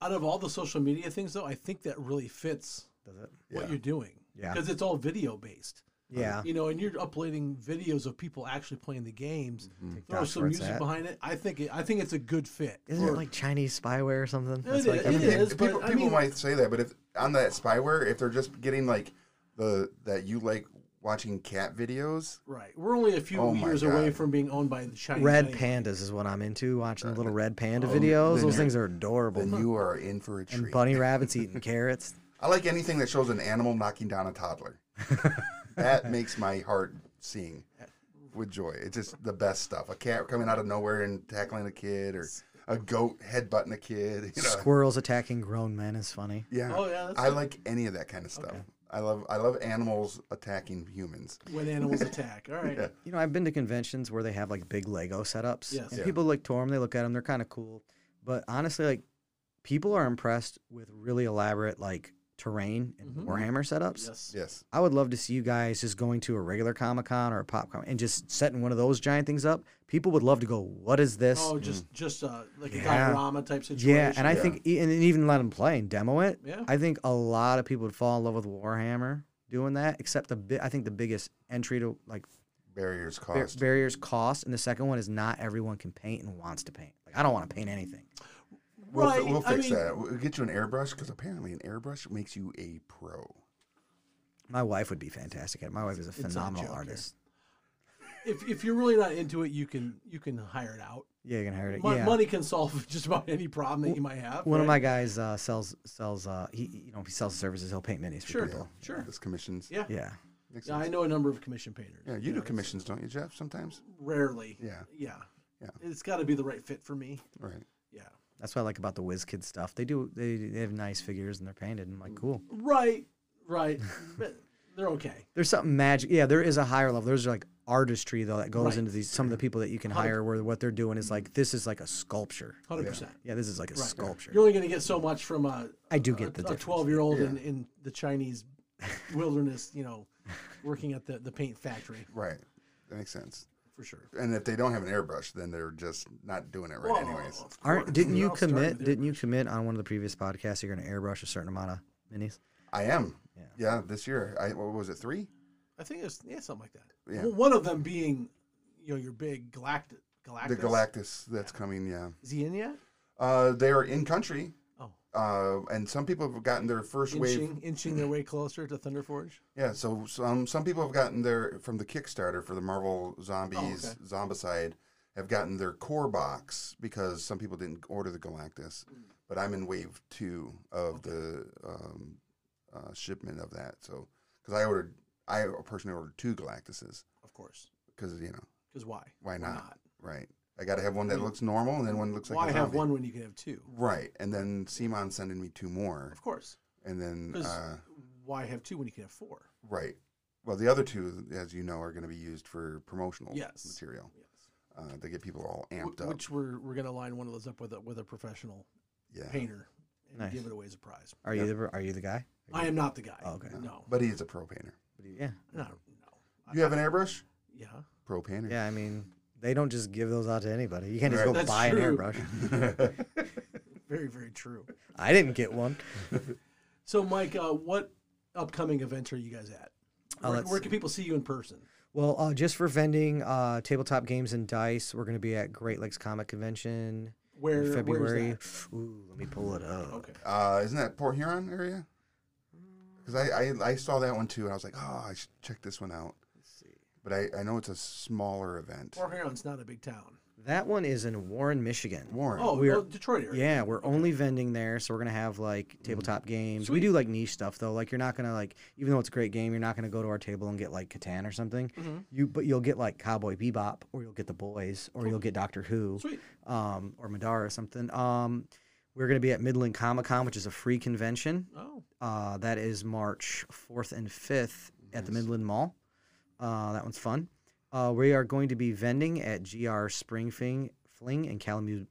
[SPEAKER 1] Out of all the social media things, though, I think that really fits
[SPEAKER 3] Does it?
[SPEAKER 1] what
[SPEAKER 2] Yeah.
[SPEAKER 1] you're doing.
[SPEAKER 3] Yeah.
[SPEAKER 1] Because it's all video based.
[SPEAKER 3] Yeah.
[SPEAKER 1] You know, and you're uploading videos of people actually playing the games. Throw
[SPEAKER 3] TikTok's
[SPEAKER 1] some
[SPEAKER 3] Mm-hmm. where it's
[SPEAKER 1] music
[SPEAKER 3] at.
[SPEAKER 1] behind it. I think it, I think it's a good fit.
[SPEAKER 3] Isn't it like Chinese spyware or something?
[SPEAKER 1] It
[SPEAKER 3] like
[SPEAKER 1] is-
[SPEAKER 2] I
[SPEAKER 1] it
[SPEAKER 2] mean,
[SPEAKER 1] is.
[SPEAKER 2] if
[SPEAKER 1] but
[SPEAKER 2] people,
[SPEAKER 1] I
[SPEAKER 2] people
[SPEAKER 1] mean-
[SPEAKER 2] might say that, but if on that spyware, if they're just getting like the that you like watching cat videos,
[SPEAKER 1] Right. We're only a few
[SPEAKER 2] Oh my
[SPEAKER 1] years away
[SPEAKER 2] God.
[SPEAKER 1] from being owned by the Chinese.
[SPEAKER 3] Red
[SPEAKER 1] anyway.
[SPEAKER 3] pandas is what I'm into. Watching the little red panda
[SPEAKER 2] Oh,
[SPEAKER 3] videos.
[SPEAKER 2] then
[SPEAKER 3] Those
[SPEAKER 2] you're-
[SPEAKER 3] things are adorable.
[SPEAKER 1] Uh-huh.
[SPEAKER 2] then you are in for a
[SPEAKER 3] and
[SPEAKER 2] treat.
[SPEAKER 3] bunny rabbits eating carrots.
[SPEAKER 2] I like anything that shows an animal knocking down a toddler. that makes my heart sing with joy. It's just the best stuff. A cat coming out of nowhere and tackling a kid, or a goat headbutting a kid. You know,
[SPEAKER 3] Squirrels attacking grown men is funny.
[SPEAKER 2] yeah.
[SPEAKER 1] Oh, yeah, that's
[SPEAKER 2] I like any of that kind of stuff. I love I love animals attacking humans.
[SPEAKER 1] when animals attack. All right.
[SPEAKER 2] Yeah.
[SPEAKER 3] You know, I've been to conventions where they have like big Lego setups.
[SPEAKER 1] Yes.
[SPEAKER 3] And
[SPEAKER 2] Yeah.
[SPEAKER 3] people like tour them, they look at them, they're kind of cool. But honestly, like people are impressed with really elaborate like terrain and
[SPEAKER 1] Mhm.
[SPEAKER 3] Warhammer setups.
[SPEAKER 1] Yes.
[SPEAKER 2] Yes.
[SPEAKER 3] I would love to see you guys just going to a regular Comic Con or a Pop Con and just setting one of those giant things up. People would love to go, what is this?
[SPEAKER 1] Oh, just just uh, like a
[SPEAKER 3] Mm. Yeah.
[SPEAKER 1] diorama type situation.
[SPEAKER 3] yeah. And I
[SPEAKER 2] Yeah.
[SPEAKER 3] think, e- and even let them play and demo it.
[SPEAKER 1] Yeah.
[SPEAKER 3] I think a lot of people would fall in love with Warhammer doing that, except the bi- I think the biggest entry to like
[SPEAKER 2] Barriers
[SPEAKER 3] bar-
[SPEAKER 2] cost.
[SPEAKER 3] barriers cost, and the second one is not everyone can paint and wants to paint. Like I don't want to paint anything.
[SPEAKER 2] we'll, fi-
[SPEAKER 1] Right,
[SPEAKER 2] we'll
[SPEAKER 1] I
[SPEAKER 2] fix
[SPEAKER 1] mean-
[SPEAKER 2] that. We'll get you an airbrush because apparently an airbrush makes you a pro.
[SPEAKER 3] My wife would be fantastic at it. My wife is a
[SPEAKER 1] a
[SPEAKER 3] phenomenal
[SPEAKER 1] joke here.
[SPEAKER 3] artist.
[SPEAKER 1] if if you're really not into it, you can you can hire it out.
[SPEAKER 3] Yeah, you can hire it.
[SPEAKER 1] Mon-
[SPEAKER 3] yeah.
[SPEAKER 1] Money can solve just about any problem that you might have.
[SPEAKER 3] One of my
[SPEAKER 1] right?
[SPEAKER 3] guys uh, sells sells uh, he he- you know if he sells services he'll paint minis for
[SPEAKER 1] sure
[SPEAKER 3] people.
[SPEAKER 1] sure.
[SPEAKER 2] This commissions.
[SPEAKER 1] Yeah.
[SPEAKER 3] Yeah.
[SPEAKER 2] Makes
[SPEAKER 1] Yeah, I
[SPEAKER 2] sense.
[SPEAKER 1] know a number of commission painters.
[SPEAKER 2] Yeah, you do
[SPEAKER 1] it's
[SPEAKER 2] commissions, don't you, Jeff? Sometimes.
[SPEAKER 1] Rarely.
[SPEAKER 2] Yeah.
[SPEAKER 1] Yeah.
[SPEAKER 2] Yeah.
[SPEAKER 1] It's got to be the right fit for me.
[SPEAKER 2] Right.
[SPEAKER 1] Yeah.
[SPEAKER 3] That's what I like about the whiz kid stuff. They do they, they have nice figures and they're painted and I'm
[SPEAKER 1] Mm.
[SPEAKER 3] like cool.
[SPEAKER 1] Right. Right. but they're okay.
[SPEAKER 3] There's something magic. Yeah, there is a higher level. There's like artistry though that goes
[SPEAKER 1] Right. Mm.
[SPEAKER 3] into these some of the people that you can hire where what they're doing is like this is like a sculpture.
[SPEAKER 1] 100%.
[SPEAKER 3] Yeah, this is like a sculpture.
[SPEAKER 1] You're only going to get so much from a
[SPEAKER 3] I do
[SPEAKER 1] a-
[SPEAKER 3] get the
[SPEAKER 1] a
[SPEAKER 3] difference.
[SPEAKER 1] 12 year old in, in the Chinese wilderness, you know, working at the, the paint factory
[SPEAKER 2] Right. That makes sense.
[SPEAKER 1] for sure.
[SPEAKER 2] And if they don't have an airbrush, then they're just not doing it right,
[SPEAKER 1] Well,
[SPEAKER 2] anyways.
[SPEAKER 1] of
[SPEAKER 3] Aren't
[SPEAKER 1] course,
[SPEAKER 3] didn't
[SPEAKER 1] it
[SPEAKER 3] you
[SPEAKER 1] all started
[SPEAKER 3] commit?
[SPEAKER 1] with
[SPEAKER 3] Didn't you commit on one of the previous podcasts? You're going to airbrush a certain amount of minis.
[SPEAKER 2] I am.
[SPEAKER 3] Yeah.
[SPEAKER 2] Yeah. This year, I what was it three?
[SPEAKER 1] I think it's yeah, something like that.
[SPEAKER 2] Yeah.
[SPEAKER 1] Well, one of them being, you know, your big galactic Galactus.
[SPEAKER 2] The Galactus that's coming. Yeah.
[SPEAKER 1] Is he in yet?
[SPEAKER 2] Uh, they are in country.
[SPEAKER 1] Oh,
[SPEAKER 2] Uh, and some people have gotten their first wave
[SPEAKER 1] inching, inching their way closer to Thunderforge.
[SPEAKER 2] Yeah, so some some people have gotten their from the Kickstarter for the Marvel
[SPEAKER 1] Oh,
[SPEAKER 2] Zombies Zombicide have gotten their core box because some people didn't order the Galactus,
[SPEAKER 1] Mm.
[SPEAKER 2] but I'm in wave two of the um, uh, shipment of that. So because I ordered, I personally ordered two Galactuses
[SPEAKER 1] Of course,
[SPEAKER 2] because you know
[SPEAKER 1] because why? Mm.
[SPEAKER 2] why not? Right, I got to have one that looks normal and then one that looks like
[SPEAKER 1] why
[SPEAKER 2] a
[SPEAKER 1] have
[SPEAKER 2] zombie.
[SPEAKER 1] one when you can have two?
[SPEAKER 2] Right, and then Simon sending me two more,
[SPEAKER 1] Of course,
[SPEAKER 2] and then
[SPEAKER 1] 'Cause-
[SPEAKER 2] uh,
[SPEAKER 1] why have two when you can have four?
[SPEAKER 2] Right. Well, the other two, as you know, are going to be used for promotional
[SPEAKER 1] Yes.
[SPEAKER 2] material
[SPEAKER 1] Yes.
[SPEAKER 2] uh, to get people all
[SPEAKER 1] Wh-
[SPEAKER 2] amped up.
[SPEAKER 1] Which we're we're gonna line one of those up with a with a professional
[SPEAKER 2] yeah.
[SPEAKER 1] painter and
[SPEAKER 3] Nice.
[SPEAKER 1] give it away as a prize.
[SPEAKER 3] Are you the are you the guy?
[SPEAKER 1] I am not the guy.
[SPEAKER 3] Oh, okay.
[SPEAKER 1] No.
[SPEAKER 2] Uh-huh. But he is a pro painter.
[SPEAKER 3] Yeah,
[SPEAKER 1] No. No. I-
[SPEAKER 2] You have an airbrush?
[SPEAKER 1] Yeah.
[SPEAKER 2] Pro painter.
[SPEAKER 3] yeah. I mean, they don't just give those out to anybody. You can't just go
[SPEAKER 1] That's
[SPEAKER 3] buy
[SPEAKER 1] true.
[SPEAKER 3] an airbrush.
[SPEAKER 1] Very very true.
[SPEAKER 3] I didn't get one.
[SPEAKER 1] So Mike, uh, what upcoming events are you guys at?
[SPEAKER 3] Uh,
[SPEAKER 1] Where,
[SPEAKER 3] let's
[SPEAKER 1] where can people see you in person?
[SPEAKER 3] Well, uh, just for vending uh, tabletop games and dice, we're going to be at Great Lakes Comic Convention in
[SPEAKER 1] Where
[SPEAKER 3] February.
[SPEAKER 1] Where is
[SPEAKER 3] Ooh, let me pull it up.
[SPEAKER 1] that? Okay.
[SPEAKER 2] Uh, isn't that Port Huron area? Because I, I, I saw that one too, and I was like, oh, I should check this one out. But I, I know it's a smaller event.
[SPEAKER 1] Fort Huron's not a big town.
[SPEAKER 3] That one is in Warren, Michigan.
[SPEAKER 2] Warren.
[SPEAKER 1] Oh,
[SPEAKER 3] We are-
[SPEAKER 1] well, Detroit area.
[SPEAKER 3] Yeah, we're only vending there, so we're gonna have like tabletop games. We do like niche stuff though. Like you're not gonna like, even though it's a great game, you're not gonna go to our table and get like Catan or something. You but you'll get like Cowboy Bebop, or you'll get The Boys, or you'll get Doctor Who,
[SPEAKER 1] Sweet.
[SPEAKER 3] um, or Madara or something. Um, we're gonna be at Midland Comic Con, which is a free convention.
[SPEAKER 1] Oh,
[SPEAKER 3] Uh, that is March 4th and 5th at the Midland Mall. Uh, that one's fun. Uh, we are going to be vending at GR Springfing Fling in Kalamazoo,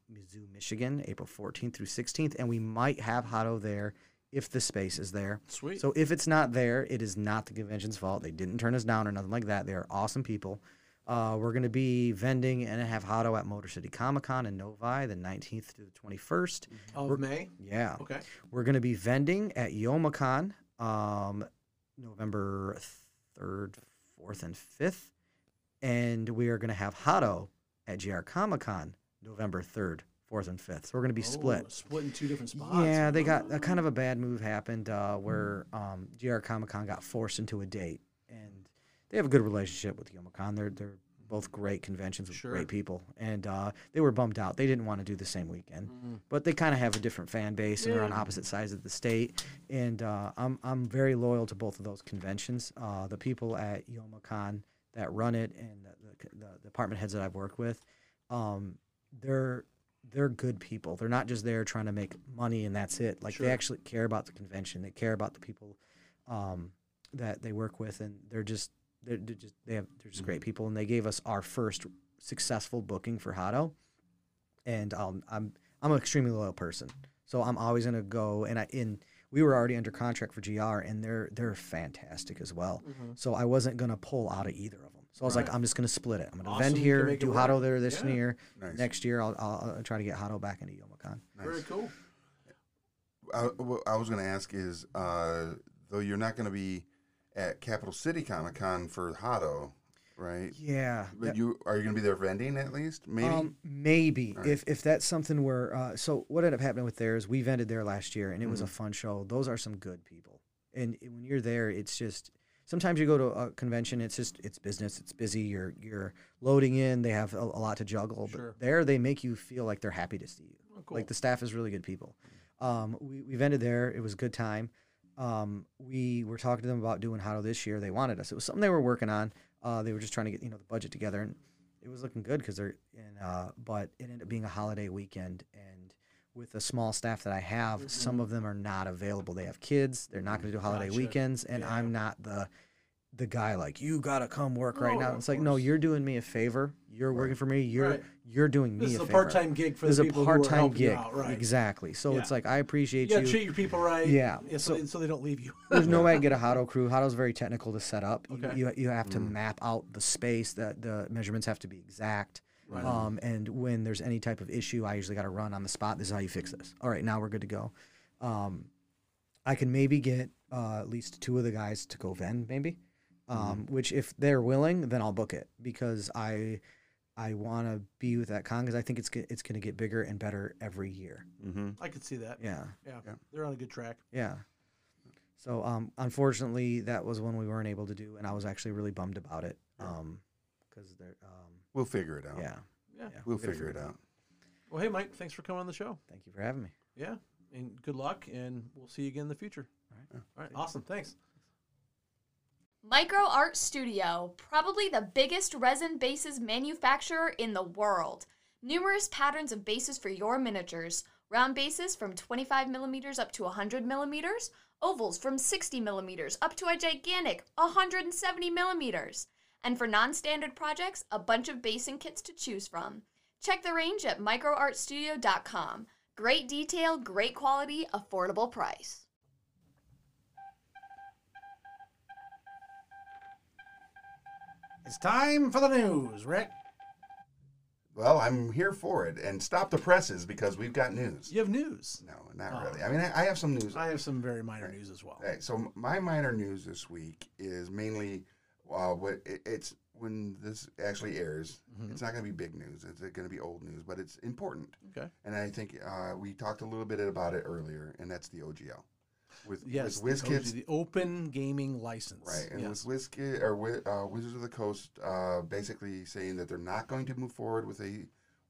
[SPEAKER 3] Michigan, April 14th through 16th. And we might have Hato there if the space is there.
[SPEAKER 1] sweet.
[SPEAKER 3] So if it's not there, it is not the convention's fault. They didn't turn us down or nothing like that. They are awesome people. Uh, we're going to be vending and have Hato at Motor City Comic Con in Novi the 19th to the 21st.
[SPEAKER 1] of May.
[SPEAKER 3] Yeah.
[SPEAKER 1] Okay.
[SPEAKER 3] We're going to be vending at Yomacon um, November 3rd, 4th, and 5th. And we are going to have Hato at GR Comic Con November 3rd, 4th, and 5th. So we're going to be
[SPEAKER 1] Oh,
[SPEAKER 3] split.
[SPEAKER 1] split in two different spots. Oh, Mm.
[SPEAKER 3] Yeah, they got a kind of a bad move happened uh, where um, GR Comic Con got forced into a date. And they have a good relationship with Yomacon. They're, they're both great conventions with
[SPEAKER 1] Sure.
[SPEAKER 3] great people. And uh, they were bummed out. They didn't want to do the same weekend
[SPEAKER 1] Mm.
[SPEAKER 3] but they kind of have a different fan base and they're on
[SPEAKER 1] Yeah.
[SPEAKER 3] opposite sides of the state. And uh, I'm I'm very loyal to both of those conventions. Uh, the people at YomaCon that run it and the, the, the department heads that I've worked with, um, they're they're good people. They're not just there trying to make money and that's it. Like
[SPEAKER 1] Sure.
[SPEAKER 3] they actually care about the convention. They care about the people um, that they work with, and they're just they're, they're just they have they're just
[SPEAKER 1] Mm-hmm.
[SPEAKER 3] great people, and they gave us our first successful booking for Hado, and um, I'm I'm an extremely loyal person, so I'm always gonna go and I in we were already under contract for GR, and they're they're fantastic as well. So I wasn't gonna pull out of either of them. So I was
[SPEAKER 1] Mm-hmm. Right.
[SPEAKER 3] like, I'm just gonna split it. I'm gonna
[SPEAKER 1] Awesome,
[SPEAKER 3] vend
[SPEAKER 1] you can
[SPEAKER 3] here,
[SPEAKER 1] make it
[SPEAKER 3] do
[SPEAKER 1] work.
[SPEAKER 3] Hado there this
[SPEAKER 1] Yeah.
[SPEAKER 3] year.
[SPEAKER 2] Nice.
[SPEAKER 3] Next year, I'll, I'll, I'll try to get Hado back into Yomacon.
[SPEAKER 2] nice.
[SPEAKER 1] Very cool.
[SPEAKER 2] I, what I was going to ask is, uh, though you're not going to be at Capital City Comic Con for Hado, right?
[SPEAKER 3] Yeah.
[SPEAKER 2] But you are you going to be there vending at least? Maybe.
[SPEAKER 3] Um, maybe
[SPEAKER 2] All right.
[SPEAKER 3] if if that's something where uh, so what ended up happening with theirs, we vended there last year, and it was a fun show. Those are some good people, and it- when you're there, it's just sometimes you go to a convention, it's just it's business, it's busy. You're you're loading in, they have a, a lot to juggle,
[SPEAKER 1] Sure.
[SPEAKER 3] but there they make you feel like they're happy to see you.
[SPEAKER 1] Oh, cool. Mm.
[SPEAKER 3] Like the staff is really good people. Um, we we vended there. It was a good time. Um, we were talking to them about doing Hado this year. They wanted us. It was something they were working on. Uh, they were just trying to get you know the budget together, and it was looking good because they're. And uh, but it ended up being a holiday weekend, and with the small staff that I have,
[SPEAKER 1] Mm-hmm.
[SPEAKER 3] some of them are not available. They have kids. They're not going to do holiday
[SPEAKER 1] Gotcha.
[SPEAKER 3] weekends, and
[SPEAKER 1] Yeah.
[SPEAKER 3] I'm not the the guy like you got to come work right
[SPEAKER 1] No,
[SPEAKER 3] now.
[SPEAKER 1] of
[SPEAKER 3] It's like no,
[SPEAKER 1] course.
[SPEAKER 3] you're doing me a favor. You're working for me. You're
[SPEAKER 1] Right.
[SPEAKER 3] you're doing me
[SPEAKER 1] This is
[SPEAKER 3] a
[SPEAKER 1] a
[SPEAKER 3] favor.
[SPEAKER 1] part-time gig for
[SPEAKER 3] This
[SPEAKER 1] the
[SPEAKER 3] is
[SPEAKER 1] people
[SPEAKER 3] a
[SPEAKER 1] who are
[SPEAKER 3] part-time
[SPEAKER 1] helping you
[SPEAKER 3] gig.
[SPEAKER 1] out, right.
[SPEAKER 3] Exactly. So
[SPEAKER 1] Yeah.
[SPEAKER 3] it's like I appreciate
[SPEAKER 1] Yeah,
[SPEAKER 3] you.
[SPEAKER 1] treat your people right.
[SPEAKER 3] Yeah,
[SPEAKER 1] so,
[SPEAKER 3] so-
[SPEAKER 1] so they don't leave you.
[SPEAKER 3] There's no way I can get a Hado crew. Hado's very technical to set up. You-
[SPEAKER 1] Okay.
[SPEAKER 3] You, you, have to map out the space. The the measurements have to be exact.
[SPEAKER 1] Right.
[SPEAKER 3] Um, and when there's any type of issue, I usually got to run on the spot. This is how you fix this. All right, now we're good to go. Um, I can maybe get uh, at least two of the guys to go ven, maybe. Um,
[SPEAKER 1] Mm-hmm.
[SPEAKER 3] Which, if they're willing, then I'll book it because I I want to be with that con because I think it's go- it's going to get bigger and better every year.
[SPEAKER 2] mm-hmm.
[SPEAKER 1] I could see that.
[SPEAKER 3] Yeah.
[SPEAKER 1] Yeah.
[SPEAKER 2] Yeah.
[SPEAKER 1] They're on a good track.
[SPEAKER 3] Yeah. So um, unfortunately, that was one we weren't able to do, and I was actually really bummed about it.
[SPEAKER 2] Yeah.
[SPEAKER 3] Um, because they're um,
[SPEAKER 2] We'll figure it out.
[SPEAKER 3] yeah,
[SPEAKER 1] Yeah.
[SPEAKER 2] We'll
[SPEAKER 3] gotta
[SPEAKER 2] figure it out.
[SPEAKER 1] Well, hey, Mike, thanks for coming on the show.
[SPEAKER 3] Thank you for having me.
[SPEAKER 1] Yeah. And good luck, and we'll see you again in the future.
[SPEAKER 3] All right.
[SPEAKER 1] All right. Awesome. Thanks.
[SPEAKER 4] Micro Art Studio, probably the biggest resin bases manufacturer in the world. Numerous patterns of bases for your miniatures round bases from 25 millimeters up to 100 millimeters, ovals from 60 millimeters up to a gigantic 170 millimeters. And for non standard projects, a bunch of basing kits to choose from. Check the range at microartstudio.com. Great detail, great quality, affordable price.
[SPEAKER 1] It's time for the news, Rick.
[SPEAKER 2] Well, I'm here for it, and stop the presses because we've got news.
[SPEAKER 1] You have news.
[SPEAKER 2] No, not
[SPEAKER 1] Oh.
[SPEAKER 2] really. I mean, I, I have some news.
[SPEAKER 1] I have some very minor news as well.
[SPEAKER 2] All right, so my minor news this week is mainly uh, what it, it's when this actually airs. It's not going to be big news. It's going to be old news, but it's important.
[SPEAKER 1] Okay.
[SPEAKER 2] And I think uh, we talked a little bit about it earlier, and that's the OGL with
[SPEAKER 1] Yes. the
[SPEAKER 2] with WizKids,
[SPEAKER 1] OG, the Open Gaming License.
[SPEAKER 2] right? And
[SPEAKER 1] yes.
[SPEAKER 2] with WizKid or with, uh, Wizards of the Coast, uh, basically saying that they're not going to move forward with a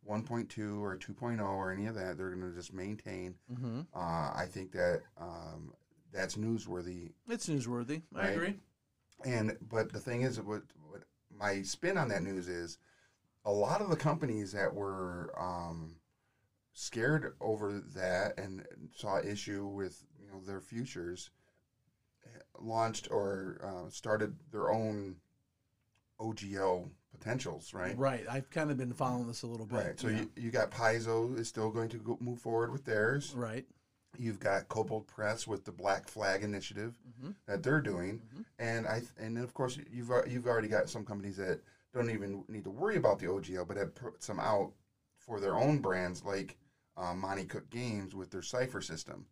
[SPEAKER 2] 1.2 or a 2.0 or any of that. They're going to just maintain.
[SPEAKER 1] mm-hmm.
[SPEAKER 2] Uh, I think that um, that's newsworthy
[SPEAKER 1] It's newsworthy. I
[SPEAKER 2] Right.
[SPEAKER 1] agree.
[SPEAKER 2] And but the thing is, what what my spin on that news is, a lot of the companies that were um, scared over that and saw issue with you know their futures, eh, launched or uh, started their own OGL potentials, right?
[SPEAKER 1] Right. I've kind of been following this a little bit.
[SPEAKER 2] Right. So
[SPEAKER 1] yeah.
[SPEAKER 2] you, you got Paizo is still going to go, move forward with theirs.
[SPEAKER 1] Right.
[SPEAKER 2] You've got Cobalt Press with the Black Flag Initiative
[SPEAKER 1] Mhm.
[SPEAKER 2] that they're doing,
[SPEAKER 1] Mhm.
[SPEAKER 2] and I th- and then of course you've al- you've already got some companies that don't even need to worry about the OGL, but have put some out for their own brands like uh, Monty Cook Games with their Cipher system.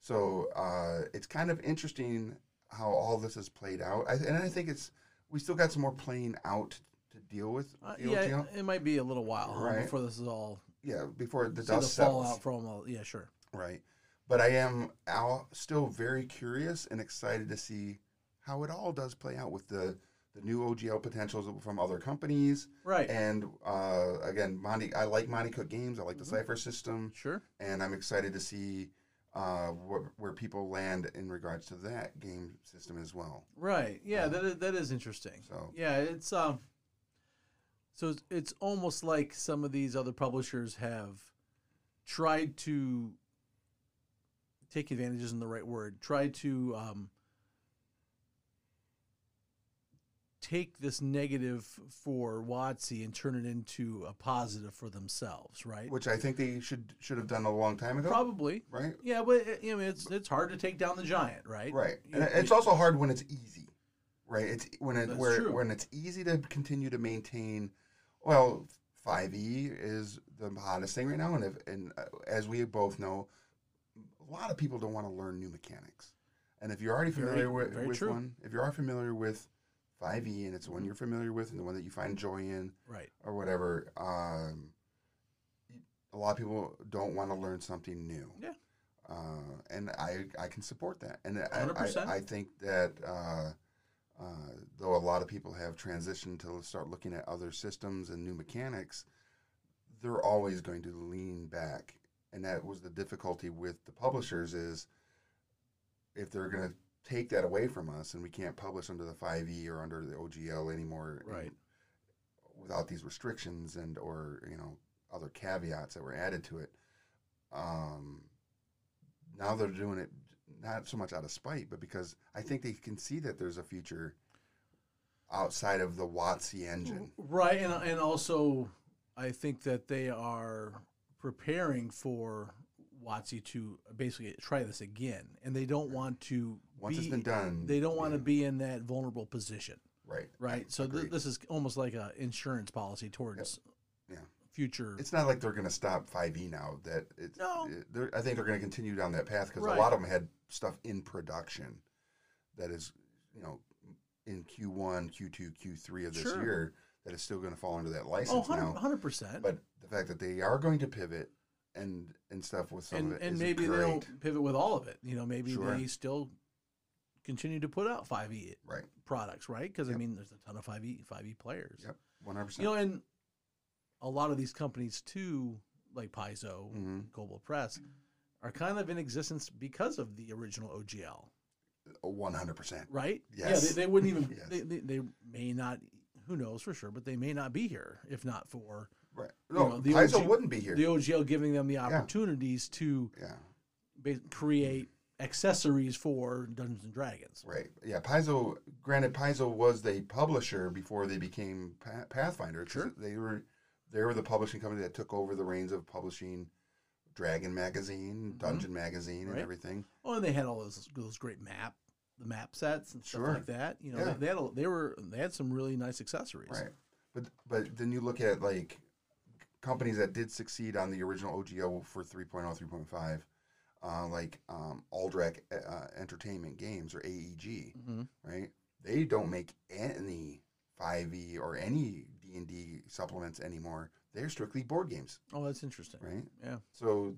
[SPEAKER 2] So uh, it's kind of interesting how all this has played out, I, and I think it's we still got some more playing out to deal with
[SPEAKER 1] Uh,
[SPEAKER 2] the
[SPEAKER 1] yeah.
[SPEAKER 2] OGL.
[SPEAKER 1] It might be a little while huh,
[SPEAKER 2] Right.
[SPEAKER 1] before this is all
[SPEAKER 2] Yeah, before the
[SPEAKER 1] see the
[SPEAKER 2] dust settles.
[SPEAKER 1] fallout from all. Yeah. Sure.
[SPEAKER 2] Right. But I am al- still very curious and excited to see how it all does play out with the, the new OGL potentials from other companies.
[SPEAKER 1] Right.
[SPEAKER 2] And uh, again, Monty, I like Monty Cook Games. I like the Cypher system.
[SPEAKER 1] sure.
[SPEAKER 2] And I'm excited to see uh, wh- where people land in regards to that game system as well.
[SPEAKER 1] Right. Yeah, that is, that is interesting.
[SPEAKER 2] So-
[SPEAKER 1] yeah, it's um so it's, it's almost like some of these other publishers have tried to take advantage isn't the right word. Tried to um take this negative for WotC and turn it into a positive for themselves, right?
[SPEAKER 2] which I think they should should have done a long time ago,
[SPEAKER 1] Probably.
[SPEAKER 2] right?
[SPEAKER 1] Yeah, but uh, you know, it's it's hard to take down the giant, right?
[SPEAKER 2] Right.
[SPEAKER 1] You-
[SPEAKER 2] And it's also hard when it's easy, right? It's when it
[SPEAKER 1] That's
[SPEAKER 2] where
[SPEAKER 1] true.
[SPEAKER 2] when it's easy to continue to maintain. Well, five E is the hottest thing right now, and if, and uh, as we both know, a lot of people don't want to learn new mechanics. And if you're already
[SPEAKER 1] Very-
[SPEAKER 2] familiar with,
[SPEAKER 1] very
[SPEAKER 2] with
[SPEAKER 1] true.
[SPEAKER 2] one, if you are familiar with five E, and it's the one you're familiar with, and the one that you find joy in,
[SPEAKER 1] right.
[SPEAKER 2] or whatever, um, a lot of people don't want to learn something new.
[SPEAKER 1] Yeah.
[SPEAKER 2] Uh, and I, I can support that. And I- I,
[SPEAKER 1] 100%.
[SPEAKER 2] I, I think that uh, uh, though a lot of people have transitioned to start looking at other systems and new mechanics, they're always going to lean back. And that was the difficulty with the publishers is if they're going to take that away from us and we can't publish under the 5e or under the OGL anymore in-
[SPEAKER 1] Right.
[SPEAKER 2] without these restrictions and or you know other caveats that were added to it um, now they're doing it not so much out of spite but because i think they can see that there's a future outside of the WotC engine
[SPEAKER 1] Right, and and also I think that they are preparing for WotC to basically try this again, and they don't want to
[SPEAKER 2] once it's
[SPEAKER 1] be-
[SPEAKER 2] been done
[SPEAKER 1] They don't want to
[SPEAKER 2] yeah,
[SPEAKER 1] be in that vulnerable position,
[SPEAKER 2] right
[SPEAKER 1] right? So th-
[SPEAKER 2] Agreed.
[SPEAKER 1] this is almost like a insurance policy towards
[SPEAKER 2] Yeah.
[SPEAKER 1] future.
[SPEAKER 2] it's not like they're going to stop 5e now that it's
[SPEAKER 1] No.
[SPEAKER 2] it- they're, i think they're going to continue down that path because
[SPEAKER 1] Right.
[SPEAKER 2] a lot of them had stuff in production that is you know in q1 q2 q3 of this
[SPEAKER 1] Sure.
[SPEAKER 2] year that is still going to fall under that
[SPEAKER 1] oh,
[SPEAKER 2] license now
[SPEAKER 1] 100 percent.
[SPEAKER 2] but the fact that they are going to pivot and and stuff with some
[SPEAKER 1] And
[SPEAKER 2] of it
[SPEAKER 1] and
[SPEAKER 2] is
[SPEAKER 1] maybe
[SPEAKER 2] great.
[SPEAKER 1] they don't pivot with all of it. You know, maybe
[SPEAKER 2] Sure.
[SPEAKER 1] they still continue to put out five e
[SPEAKER 2] right
[SPEAKER 1] products, right? Because I
[SPEAKER 2] Yep.
[SPEAKER 1] mean, there's a ton of five e five e players.
[SPEAKER 2] yep 100%
[SPEAKER 1] You know, and a lot of these companies too, like Paizo,
[SPEAKER 2] Mhm.
[SPEAKER 1] Global Press, are kind of in existence because of the original OGL,
[SPEAKER 2] A 100%
[SPEAKER 1] right? Yeah,
[SPEAKER 2] Yes.
[SPEAKER 1] they, they wouldn't even.
[SPEAKER 2] Yes.
[SPEAKER 1] they, they, they may not. Who knows for sure? But they may not be here if not for
[SPEAKER 2] right
[SPEAKER 1] you
[SPEAKER 2] no
[SPEAKER 1] know, the
[SPEAKER 2] Paizo
[SPEAKER 1] OG
[SPEAKER 2] wouldn't be here
[SPEAKER 1] the OGL giving them the opportunities to
[SPEAKER 2] yeah
[SPEAKER 1] ba- create accessories for Dungeons and Dragons.
[SPEAKER 2] right yeah Paizo granted Paizo was the publisher before they became pa- Pathfinder 'cause
[SPEAKER 1] Sure.
[SPEAKER 2] they were they were the publishing company that took over the reins of publishing Dragon magazine Dungeon magazine
[SPEAKER 1] Mm-hmm. Right.
[SPEAKER 2] and everything
[SPEAKER 1] Oh, and they had all those those great map the map sets and stuff
[SPEAKER 2] Sure.
[SPEAKER 1] like that. You know,
[SPEAKER 2] Yeah.
[SPEAKER 1] they, they had a, they were they had some really nice accessories.
[SPEAKER 2] Right. But but then you look at like companies that did succeed on the original OGL for oh, 3.0, 3.5, uh, like um, Aldrich uh, Entertainment Games or E AEG,
[SPEAKER 1] hmm
[SPEAKER 2] right? They don't make any 5e or any D&D supplements anymore. They're strictly board games,
[SPEAKER 1] Oh, that's interesting.
[SPEAKER 2] right?
[SPEAKER 1] Yeah.
[SPEAKER 2] So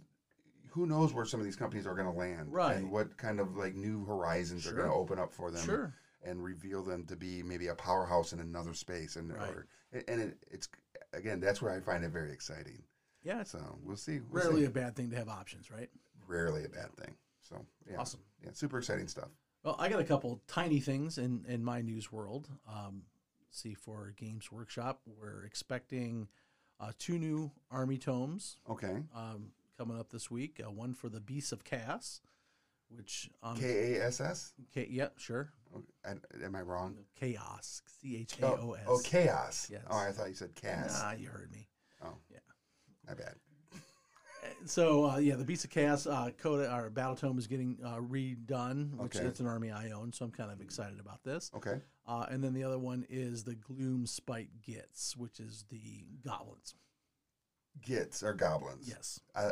[SPEAKER 2] who knows where some of these companies are going to land
[SPEAKER 1] Right.
[SPEAKER 2] and what kind of like new horizons are
[SPEAKER 1] Sure.
[SPEAKER 2] going to open up for them
[SPEAKER 1] Sure.
[SPEAKER 2] and reveal them to be maybe a powerhouse in another space and
[SPEAKER 1] Right.
[SPEAKER 2] or, and it, it's again that's where I find it very exciting.
[SPEAKER 1] Yeah, it's
[SPEAKER 2] So we'll see. We'll
[SPEAKER 1] rarely
[SPEAKER 2] see.
[SPEAKER 1] a bad thing to have options, right?
[SPEAKER 2] rarely a bad thing. So yeah,
[SPEAKER 1] Awesome.
[SPEAKER 2] yeah, super exciting stuff.
[SPEAKER 1] Well, I got a couple tiny things in in my news world. Um, see, for Games Workshop, we're expecting uh, two new army tomes
[SPEAKER 2] Okay,
[SPEAKER 1] um, coming up this week. Uh, one for the Beasts of Chaos, which um,
[SPEAKER 2] K A S S.
[SPEAKER 1] K- yeah, sure.
[SPEAKER 2] Am I wrong?
[SPEAKER 1] Chaos. C H A O
[SPEAKER 2] Oh,
[SPEAKER 1] S.
[SPEAKER 2] oh, chaos.
[SPEAKER 1] Yes.
[SPEAKER 2] Oh, I thought you said cast.
[SPEAKER 1] Nah, you heard me.
[SPEAKER 2] Oh,
[SPEAKER 1] Yeah.
[SPEAKER 2] My bad.
[SPEAKER 1] So uh, yeah, the Beast of Chaos uh, Coda our Battle Tome is getting uh, redone, which
[SPEAKER 2] Okay.
[SPEAKER 1] it's an army I own, so I'm kind of excited about this.
[SPEAKER 2] Okay.
[SPEAKER 1] Uh, and then the other one is the Gloom Spite Gits, which is the goblins.
[SPEAKER 2] Gits are goblins.
[SPEAKER 1] Yes,
[SPEAKER 2] I,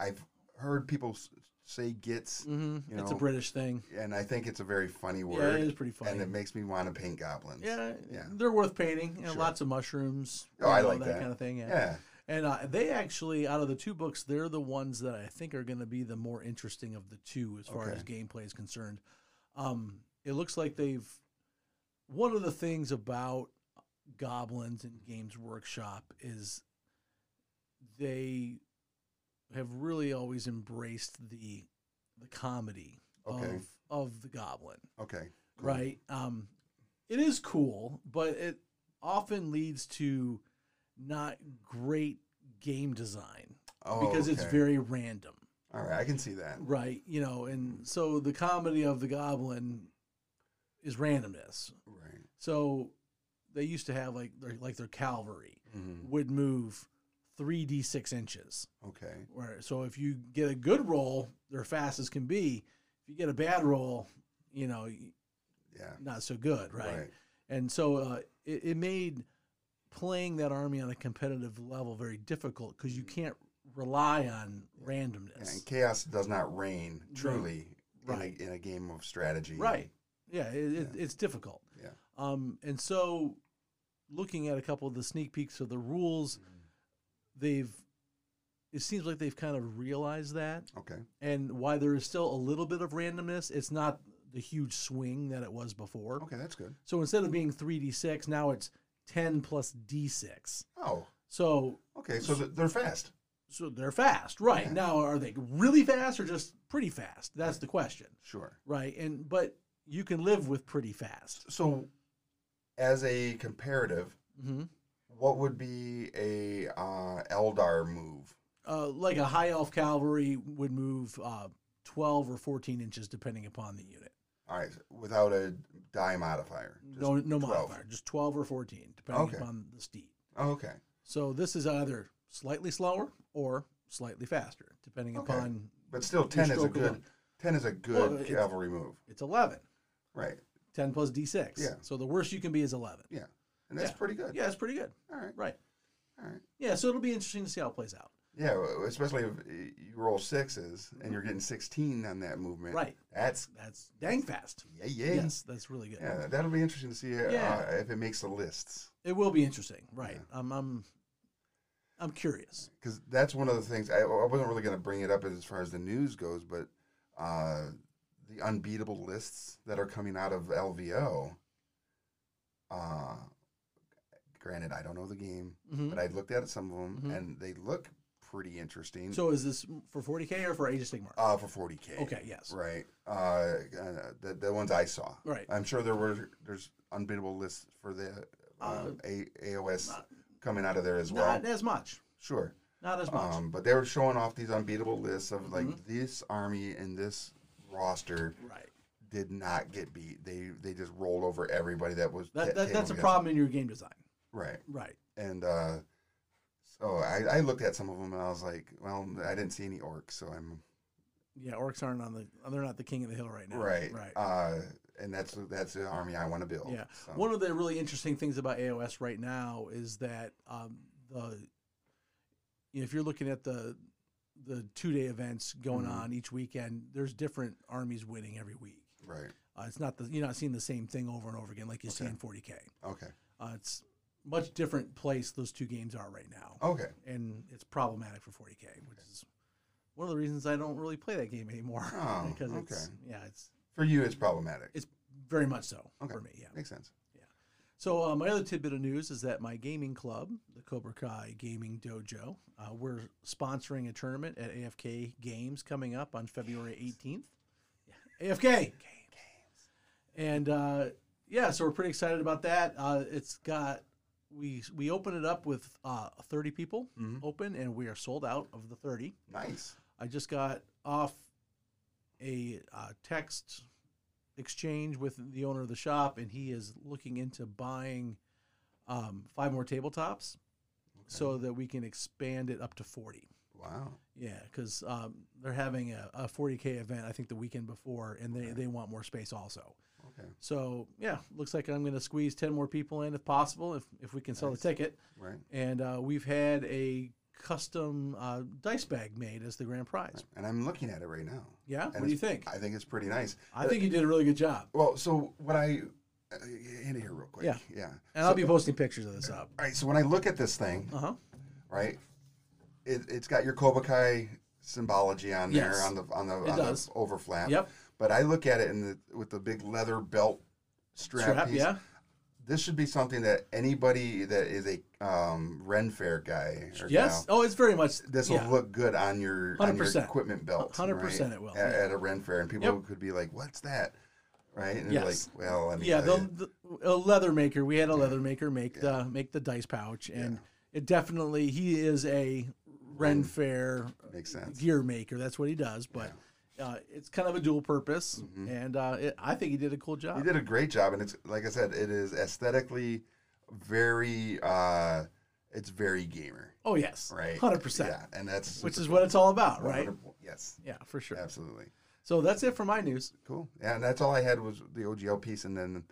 [SPEAKER 2] I I've heard people s- say gits,
[SPEAKER 1] hmm
[SPEAKER 2] You
[SPEAKER 1] it's a
[SPEAKER 2] know,
[SPEAKER 1] British thing.
[SPEAKER 2] and I think it's a very funny
[SPEAKER 1] Yeah,
[SPEAKER 2] word,
[SPEAKER 1] it is pretty funny.
[SPEAKER 2] and it makes me want to paint goblins.
[SPEAKER 1] yeah,
[SPEAKER 2] yeah.
[SPEAKER 1] they're worth painting. You know,
[SPEAKER 2] Sure.
[SPEAKER 1] Lots of mushrooms.
[SPEAKER 2] Oh,
[SPEAKER 1] you
[SPEAKER 2] I
[SPEAKER 1] know,
[SPEAKER 2] like
[SPEAKER 1] that,
[SPEAKER 2] that.
[SPEAKER 1] kind of thing. Yeah.
[SPEAKER 2] Yeah.
[SPEAKER 1] And uh, they actually, out of the two books, they're the ones that I think are going to be the more interesting of the two as far
[SPEAKER 2] Okay.
[SPEAKER 1] as gameplay is concerned. Um, it looks like they've. One of the things about goblins in Games Workshop is they have really always embraced the the comedy
[SPEAKER 2] Okay.
[SPEAKER 1] of of the goblin
[SPEAKER 2] Okay. cool.
[SPEAKER 1] right? Um, it is cool, but it often leads to not great game design
[SPEAKER 2] Oh,
[SPEAKER 1] because it's
[SPEAKER 2] okay.
[SPEAKER 1] very random,
[SPEAKER 2] All right, I can see that.
[SPEAKER 1] right? You know, and so the comedy of the goblin is randomness.
[SPEAKER 2] Right.
[SPEAKER 1] So they used to have like their, like their cavalry
[SPEAKER 2] Mhm.
[SPEAKER 1] would move three d six inches.
[SPEAKER 2] Okay.
[SPEAKER 1] Where so if you get a good roll, they're fast as can be. If you get a bad roll, you know,
[SPEAKER 2] Yeah.
[SPEAKER 1] not so good, right? And so uh, it, it made playing that army on a competitive level very difficult because you can't rely on randomness.
[SPEAKER 2] Mm-hmm. And chaos does not reign truly
[SPEAKER 1] Right.
[SPEAKER 2] in, a, in a game of strategy.
[SPEAKER 1] Right. Yeah, it, It, it's difficult.
[SPEAKER 2] Yeah.
[SPEAKER 1] Um, and so, looking at a couple of the sneak peeks of the rules,
[SPEAKER 2] Mm-hmm.
[SPEAKER 1] they've it seems like they've kind of realized that,
[SPEAKER 2] Okay.
[SPEAKER 1] and why there is still a little bit of randomness. It's not the huge swing that it was before.
[SPEAKER 2] Okay, Mm-hmm. that's good.
[SPEAKER 1] So instead of being three d six, now it's ten plus d six.
[SPEAKER 2] Oh,
[SPEAKER 1] So
[SPEAKER 2] okay. So th- they're fast.
[SPEAKER 1] so they're fast, right?
[SPEAKER 2] Yeah.
[SPEAKER 1] Now are they really fast or just pretty fast? That's the question,
[SPEAKER 2] Sure.
[SPEAKER 1] right? And but you can live with pretty fast.
[SPEAKER 2] So, as a comparative,
[SPEAKER 1] hmm
[SPEAKER 2] what would be a uh, Eldar move?
[SPEAKER 1] uh, like a high elf cavalry would move uh, 12 or 14 inches depending upon the unit.
[SPEAKER 2] All right, without a die modifier. just
[SPEAKER 1] no no
[SPEAKER 2] 12.
[SPEAKER 1] modifier, just 12 or 14 depending
[SPEAKER 2] Okay.
[SPEAKER 1] upon the steed.
[SPEAKER 2] Oh, okay.
[SPEAKER 1] So this is either slightly slower or slightly faster depending
[SPEAKER 2] Okay.
[SPEAKER 1] upon
[SPEAKER 2] But still, ten is a
[SPEAKER 1] stroke
[SPEAKER 2] good
[SPEAKER 1] alone.
[SPEAKER 2] ten is a good
[SPEAKER 1] Well, it's-
[SPEAKER 2] cavalry move,
[SPEAKER 1] it's 11.
[SPEAKER 2] right?
[SPEAKER 1] 10 plus d6.
[SPEAKER 2] Yeah.
[SPEAKER 1] So the worst you can be is 11.
[SPEAKER 2] Yeah, and that's
[SPEAKER 1] Yeah.
[SPEAKER 2] pretty good.
[SPEAKER 1] Yeah, it's pretty good.
[SPEAKER 2] All right.
[SPEAKER 1] Right.
[SPEAKER 2] All right.
[SPEAKER 1] Yeah, so it'll be interesting to see how it plays out.
[SPEAKER 2] Yeah, w- especially if uh, you roll sixes and you're getting sixteen on that movement.
[SPEAKER 1] Right.
[SPEAKER 2] That's
[SPEAKER 1] That's dang fast.
[SPEAKER 2] yay yay.
[SPEAKER 1] Yes, that's really good.
[SPEAKER 2] Yeah, that'll be interesting to see uh,
[SPEAKER 1] Yeah.
[SPEAKER 2] if it makes the lists.
[SPEAKER 1] It will be interesting. Right.
[SPEAKER 2] Yeah.
[SPEAKER 1] Um, I'm I'm curious.
[SPEAKER 2] because that's one of the things I, I wasn't really going to bring it up as far as the news goes, but uh, the unbeatable lists that are coming out of LVO. Uh, granted, I don't know the game,
[SPEAKER 1] Mhm.
[SPEAKER 2] but I looked at some of them,
[SPEAKER 1] Mhm.
[SPEAKER 2] and they look pretty interesting.
[SPEAKER 1] So is this for 40k or for Age of Sigmar?
[SPEAKER 2] uh, for forty k.
[SPEAKER 1] Okay, yes.
[SPEAKER 2] Right. Uh, and, uh, the the ones I saw.
[SPEAKER 1] Right.
[SPEAKER 2] I'm sure there were there's unbeatable lists for the uh,
[SPEAKER 1] Uh,
[SPEAKER 2] A- AOS
[SPEAKER 1] not-
[SPEAKER 2] coming out of there as well.
[SPEAKER 1] Not as much.
[SPEAKER 2] sure.
[SPEAKER 1] Not as much.
[SPEAKER 2] Um, but they were showing off these unbeatable lists of like
[SPEAKER 1] Mm-hmm.
[SPEAKER 2] this army and this roster
[SPEAKER 1] right.
[SPEAKER 2] did not get beat. They they just rolled over everybody that was.
[SPEAKER 1] That,
[SPEAKER 2] that
[SPEAKER 1] that,
[SPEAKER 2] came
[SPEAKER 1] that's a
[SPEAKER 2] up against
[SPEAKER 1] problem in your game design.
[SPEAKER 2] them. right?
[SPEAKER 1] Right.
[SPEAKER 2] And uh, so I, I looked at some of them and I was like, well, I didn't see any orcs, so I'm
[SPEAKER 1] Yeah, orcs aren't on the. They're not the king of the hill right now.
[SPEAKER 2] right.
[SPEAKER 1] Right.
[SPEAKER 2] Uh, and that's that's the army I want to build.
[SPEAKER 1] yeah.
[SPEAKER 2] So,
[SPEAKER 1] One of the really interesting things about AOS right now is that um, the if you're looking at the the two day events going
[SPEAKER 2] Mhm.
[SPEAKER 1] on each weekend, there's different armies winning every week.
[SPEAKER 2] right.
[SPEAKER 1] Uh, it's not the you're not seeing the same thing over and over again like you see
[SPEAKER 2] Okay.
[SPEAKER 1] in 40k.
[SPEAKER 2] Okay.
[SPEAKER 1] Uh, it's much different place those two games are right now.
[SPEAKER 2] Okay.
[SPEAKER 1] and it's problematic for 40k, which is one of the reasons I don't really play that game anymore
[SPEAKER 2] Oh,
[SPEAKER 1] because it's
[SPEAKER 2] okay.
[SPEAKER 1] yeah, it's
[SPEAKER 2] For you, it's problematic.
[SPEAKER 1] it's very much so
[SPEAKER 2] Okay.
[SPEAKER 1] for me. Yeah.
[SPEAKER 2] Makes sense.
[SPEAKER 1] So uh, my other tidbit of news is that my gaming club, the Cobra Kai Gaming Dojo, uh, we're sponsoring a tournament at AFK Games coming up on February 18th. Yeah. AFK Games. And uh, yeah, so we're pretty excited about that. Uh, it's got we we open it up with uh, 30 people
[SPEAKER 2] Mhm.
[SPEAKER 1] open, and we are sold out of the 30.
[SPEAKER 2] Nice.
[SPEAKER 1] I just got off a uh, text exchange with the owner of the shop, and he is looking into buying um, five more tabletops so that we can expand it up to 40.
[SPEAKER 2] Wow.
[SPEAKER 1] Yeah, because um, they're having a, a 40K event, I think, the weekend before, and they,
[SPEAKER 2] Okay.
[SPEAKER 1] they want more space also.
[SPEAKER 2] Okay.
[SPEAKER 1] So, yeah, looks like I'm going to squeeze 10 more people in if possible, if, if we can sell the
[SPEAKER 2] Nice.
[SPEAKER 1] ticket
[SPEAKER 2] Right.
[SPEAKER 1] and uh, we've had a custom uh, dice bag made as the grand prize.
[SPEAKER 2] And I'm looking at it right now.
[SPEAKER 1] Yeah,
[SPEAKER 2] And
[SPEAKER 1] what do you
[SPEAKER 2] it's-
[SPEAKER 1] think?
[SPEAKER 2] I think it's pretty nice.
[SPEAKER 1] I think you did a really good job,
[SPEAKER 2] Well, so what I uh, in here real quick.
[SPEAKER 1] Yeah.
[SPEAKER 2] Yeah.
[SPEAKER 1] and I'll be posting pictures of this up.
[SPEAKER 2] All right. So when I look at this thing,
[SPEAKER 1] Uh huh.
[SPEAKER 2] right, it, it's got your Kobakai symbology on there
[SPEAKER 1] Yes.
[SPEAKER 2] on the on the,
[SPEAKER 1] It
[SPEAKER 2] on
[SPEAKER 1] does.
[SPEAKER 2] the overflap.
[SPEAKER 1] Yep.
[SPEAKER 2] But I look at it in the with the big leather belt strap.
[SPEAKER 1] Strap,
[SPEAKER 2] piece.
[SPEAKER 1] yeah,
[SPEAKER 2] This should be something that anybody that is a um, Ren Fair guy or
[SPEAKER 1] yes.
[SPEAKER 2] gal,
[SPEAKER 1] Oh, it's very much
[SPEAKER 2] this will
[SPEAKER 1] yeah.
[SPEAKER 2] look good on your, on your
[SPEAKER 1] 100%.
[SPEAKER 2] equipment belt.
[SPEAKER 1] 100%
[SPEAKER 2] right?
[SPEAKER 1] it will,
[SPEAKER 2] At,
[SPEAKER 1] yeah.
[SPEAKER 2] at a Ren Fair, and people could be like, "What's that?" Right? And they're
[SPEAKER 1] Yes.
[SPEAKER 2] like, "Well, I mean,
[SPEAKER 1] Yeah, the, the a leather maker. We had a leather maker make the make the dice pouch, and it definitely he is a Ren Fair
[SPEAKER 2] makes sense."
[SPEAKER 1] gear maker. That's what he does, but. Uh, it's kind of a dual purpose,
[SPEAKER 2] Mm-hmm.
[SPEAKER 1] and uh, it, I think he did a cool job.
[SPEAKER 2] You did a great job, and it's like I said, it is aesthetically very uh it's very gamer,
[SPEAKER 1] Oh yes,
[SPEAKER 2] right?
[SPEAKER 1] hundred percent.
[SPEAKER 2] Yeah, and that's
[SPEAKER 1] Which
[SPEAKER 2] super
[SPEAKER 1] is
[SPEAKER 2] cool.
[SPEAKER 1] what it's all about, right?
[SPEAKER 2] 100 Yes,
[SPEAKER 1] Yeah, for sure.
[SPEAKER 2] absolutely.
[SPEAKER 1] So that's it for my news.
[SPEAKER 2] Cool. Yeah, and that's all I had was the OGL piece, and then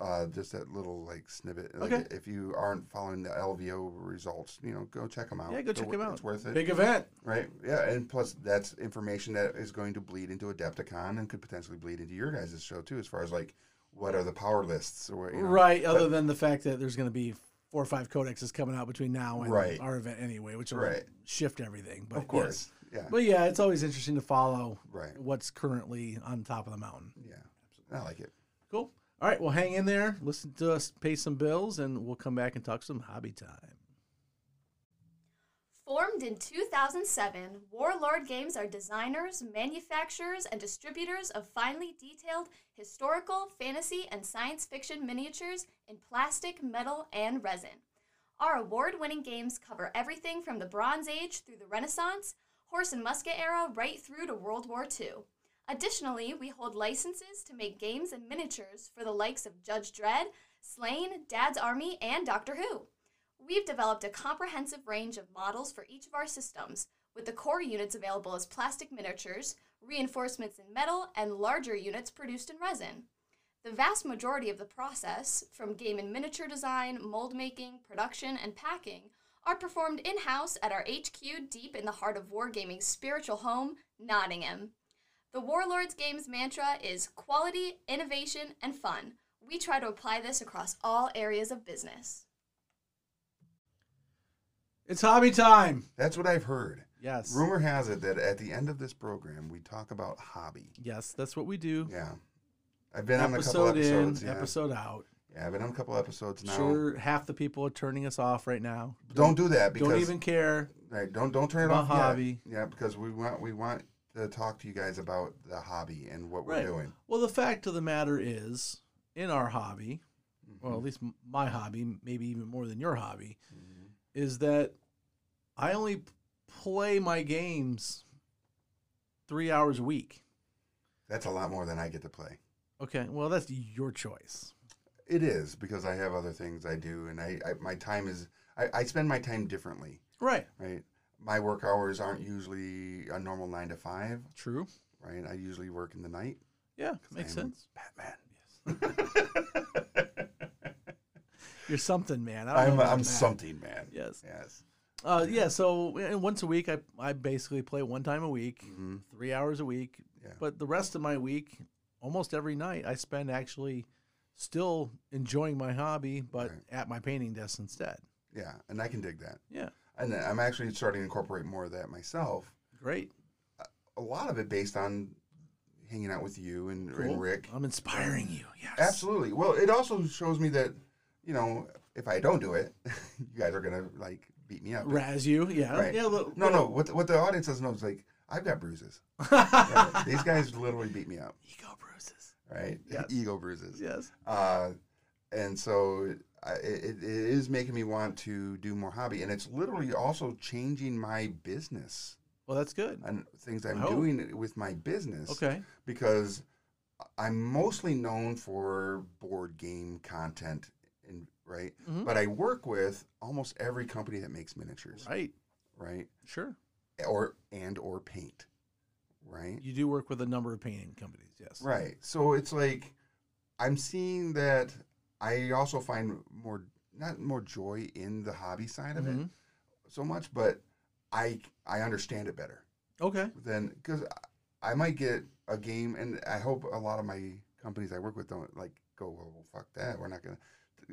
[SPEAKER 2] uh, just that little like snippet. Like,
[SPEAKER 1] Okay.
[SPEAKER 2] If you aren't following the LVO results, you know, go check them out.
[SPEAKER 1] Yeah, go check
[SPEAKER 2] wor-
[SPEAKER 1] them out.
[SPEAKER 2] It's worth it,
[SPEAKER 1] Big event.
[SPEAKER 2] right? Yeah, and plus that's information that is going to bleed into Adepticon and could potentially bleed into your guys' show too, as far as like what are the power lists or what, you know.
[SPEAKER 1] Right, other than the fact that there's going to be four or five codexes coming out between now and
[SPEAKER 2] Right.
[SPEAKER 1] our event anyway, which will
[SPEAKER 2] Right.
[SPEAKER 1] shift everything. But
[SPEAKER 2] Of course.
[SPEAKER 1] yes.
[SPEAKER 2] Yeah.
[SPEAKER 1] But yeah, it's always interesting to follow
[SPEAKER 2] Right.
[SPEAKER 1] what's currently on top of the mountain.
[SPEAKER 2] Yeah. I like it.
[SPEAKER 1] Cool. All right, well, hang in there, listen to us pay some bills, and we'll come back and talk some hobby time.
[SPEAKER 4] Formed in 2007, Warlord Games are designers, manufacturers, and distributors of finely detailed historical, fantasy, and science fiction miniatures in plastic, metal, and resin. Our award winning games cover everything from the Bronze Age through the Renaissance, horse and musket era, right through to World War II. Additionally, we hold licenses to make games and miniatures for the likes of Judge Dredd, Slain, Dad's Army, and Doctor Who. We've developed a comprehensive range of models for each of our systems, with the core units available as plastic miniatures, reinforcements in metal, and larger units produced in resin. The vast majority of the process, from game and miniature design, mold making, production, and packing, are performed in house at our HQ deep in the heart of Wargaming's spiritual home, Nottingham. The Warlords Games mantra is quality, innovation, and fun. We try to apply this across all areas of business.
[SPEAKER 1] It's hobby time.
[SPEAKER 2] That's what I've heard.
[SPEAKER 1] Yes.
[SPEAKER 2] Rumor has it that at the end of this program, we talk about hobby.
[SPEAKER 1] Yes, that's what we do.
[SPEAKER 2] Yeah. I've been on a couple
[SPEAKER 1] episode in,
[SPEAKER 2] episodes. yeah.
[SPEAKER 1] episode out.
[SPEAKER 2] yeah, I've been on a couple episodes now.
[SPEAKER 1] Sure, half the people are turning us off right now.
[SPEAKER 2] Don't do that because
[SPEAKER 1] Don't even care.
[SPEAKER 2] right, don't don't turn it
[SPEAKER 1] My
[SPEAKER 2] off. yet.
[SPEAKER 1] hobby.
[SPEAKER 2] Yeah, because we want we want to talk to you guys about the hobby and what we're
[SPEAKER 1] Right.
[SPEAKER 2] doing.
[SPEAKER 1] Well, the fact of the matter is, in our hobby, well,
[SPEAKER 2] Mm.
[SPEAKER 1] at least m- my hobby, maybe even more than your hobby,
[SPEAKER 2] Mm-hmm.
[SPEAKER 1] is that I only p- play my games three hours a week.
[SPEAKER 2] That's a lot more than I get to play.
[SPEAKER 1] Okay, well, that's your choice.
[SPEAKER 2] It is because I have other things I do, and I, I my time is I, I spend my time differently.
[SPEAKER 1] Right.
[SPEAKER 2] Right, my work hours aren't usually a normal nine to five.
[SPEAKER 1] True.
[SPEAKER 2] Right, I usually work in the night.
[SPEAKER 1] Yeah, makes
[SPEAKER 2] I'm
[SPEAKER 1] sense.
[SPEAKER 2] Batman.
[SPEAKER 1] You're something, man. I don't
[SPEAKER 2] I'm
[SPEAKER 1] know about
[SPEAKER 2] I'm
[SPEAKER 1] that.
[SPEAKER 2] something man.
[SPEAKER 1] Yes.
[SPEAKER 2] Yes.
[SPEAKER 1] Uh, yeah. So and once a week, I, I basically play one time a week,
[SPEAKER 2] Mm-hmm.
[SPEAKER 1] three hours a week.
[SPEAKER 2] Yeah.
[SPEAKER 1] But the rest of my week, almost every night, I spend actually still enjoying my hobby, but
[SPEAKER 2] Right.
[SPEAKER 1] at my painting desk instead.
[SPEAKER 2] Yeah, and I can dig that.
[SPEAKER 1] Yeah.
[SPEAKER 2] And I'm actually starting to incorporate more of that myself.
[SPEAKER 1] Great.
[SPEAKER 2] a lot of it based on hanging out with you and, and
[SPEAKER 1] Cool.
[SPEAKER 2] Rick.
[SPEAKER 1] I'm inspiring you. Yes.
[SPEAKER 2] Absolutely. Well, it also shows me that, you know, if I don't do it, you guys are gonna like beat me up.
[SPEAKER 1] Razz you. Yeah.
[SPEAKER 2] Right.
[SPEAKER 1] Yeah. li-
[SPEAKER 2] No, no. What the, what the audience doesn't know is like I've got bruises. Right? These guys literally beat me up.
[SPEAKER 1] Ego bruises.
[SPEAKER 2] Right.
[SPEAKER 1] Yes.
[SPEAKER 2] Ego bruises.
[SPEAKER 1] Yes.
[SPEAKER 2] Uh, and so I, it, it is making me want to do more hobby, and it's literally also changing my business
[SPEAKER 1] Well, that's good.
[SPEAKER 2] and things I'm
[SPEAKER 1] hope.
[SPEAKER 2] doing with my business.
[SPEAKER 1] Oh. Okay.
[SPEAKER 2] because I'm mostly known for board game content, and right.
[SPEAKER 1] Mhm.
[SPEAKER 2] But I work with almost every company that makes miniatures,
[SPEAKER 1] Right.
[SPEAKER 2] right?
[SPEAKER 1] Sure.
[SPEAKER 2] Or and or paint, right?
[SPEAKER 1] You do work with a number of painting companies. Yes.
[SPEAKER 2] Right. So it's like I'm seeing that I also find more not more joy in the hobby side of it
[SPEAKER 1] Mhm.
[SPEAKER 2] so much, but I I understand it better.
[SPEAKER 1] Okay.
[SPEAKER 2] then because I might get a game, and I hope a lot of my companies I work with don't like go, well, fuck that, we're not gonna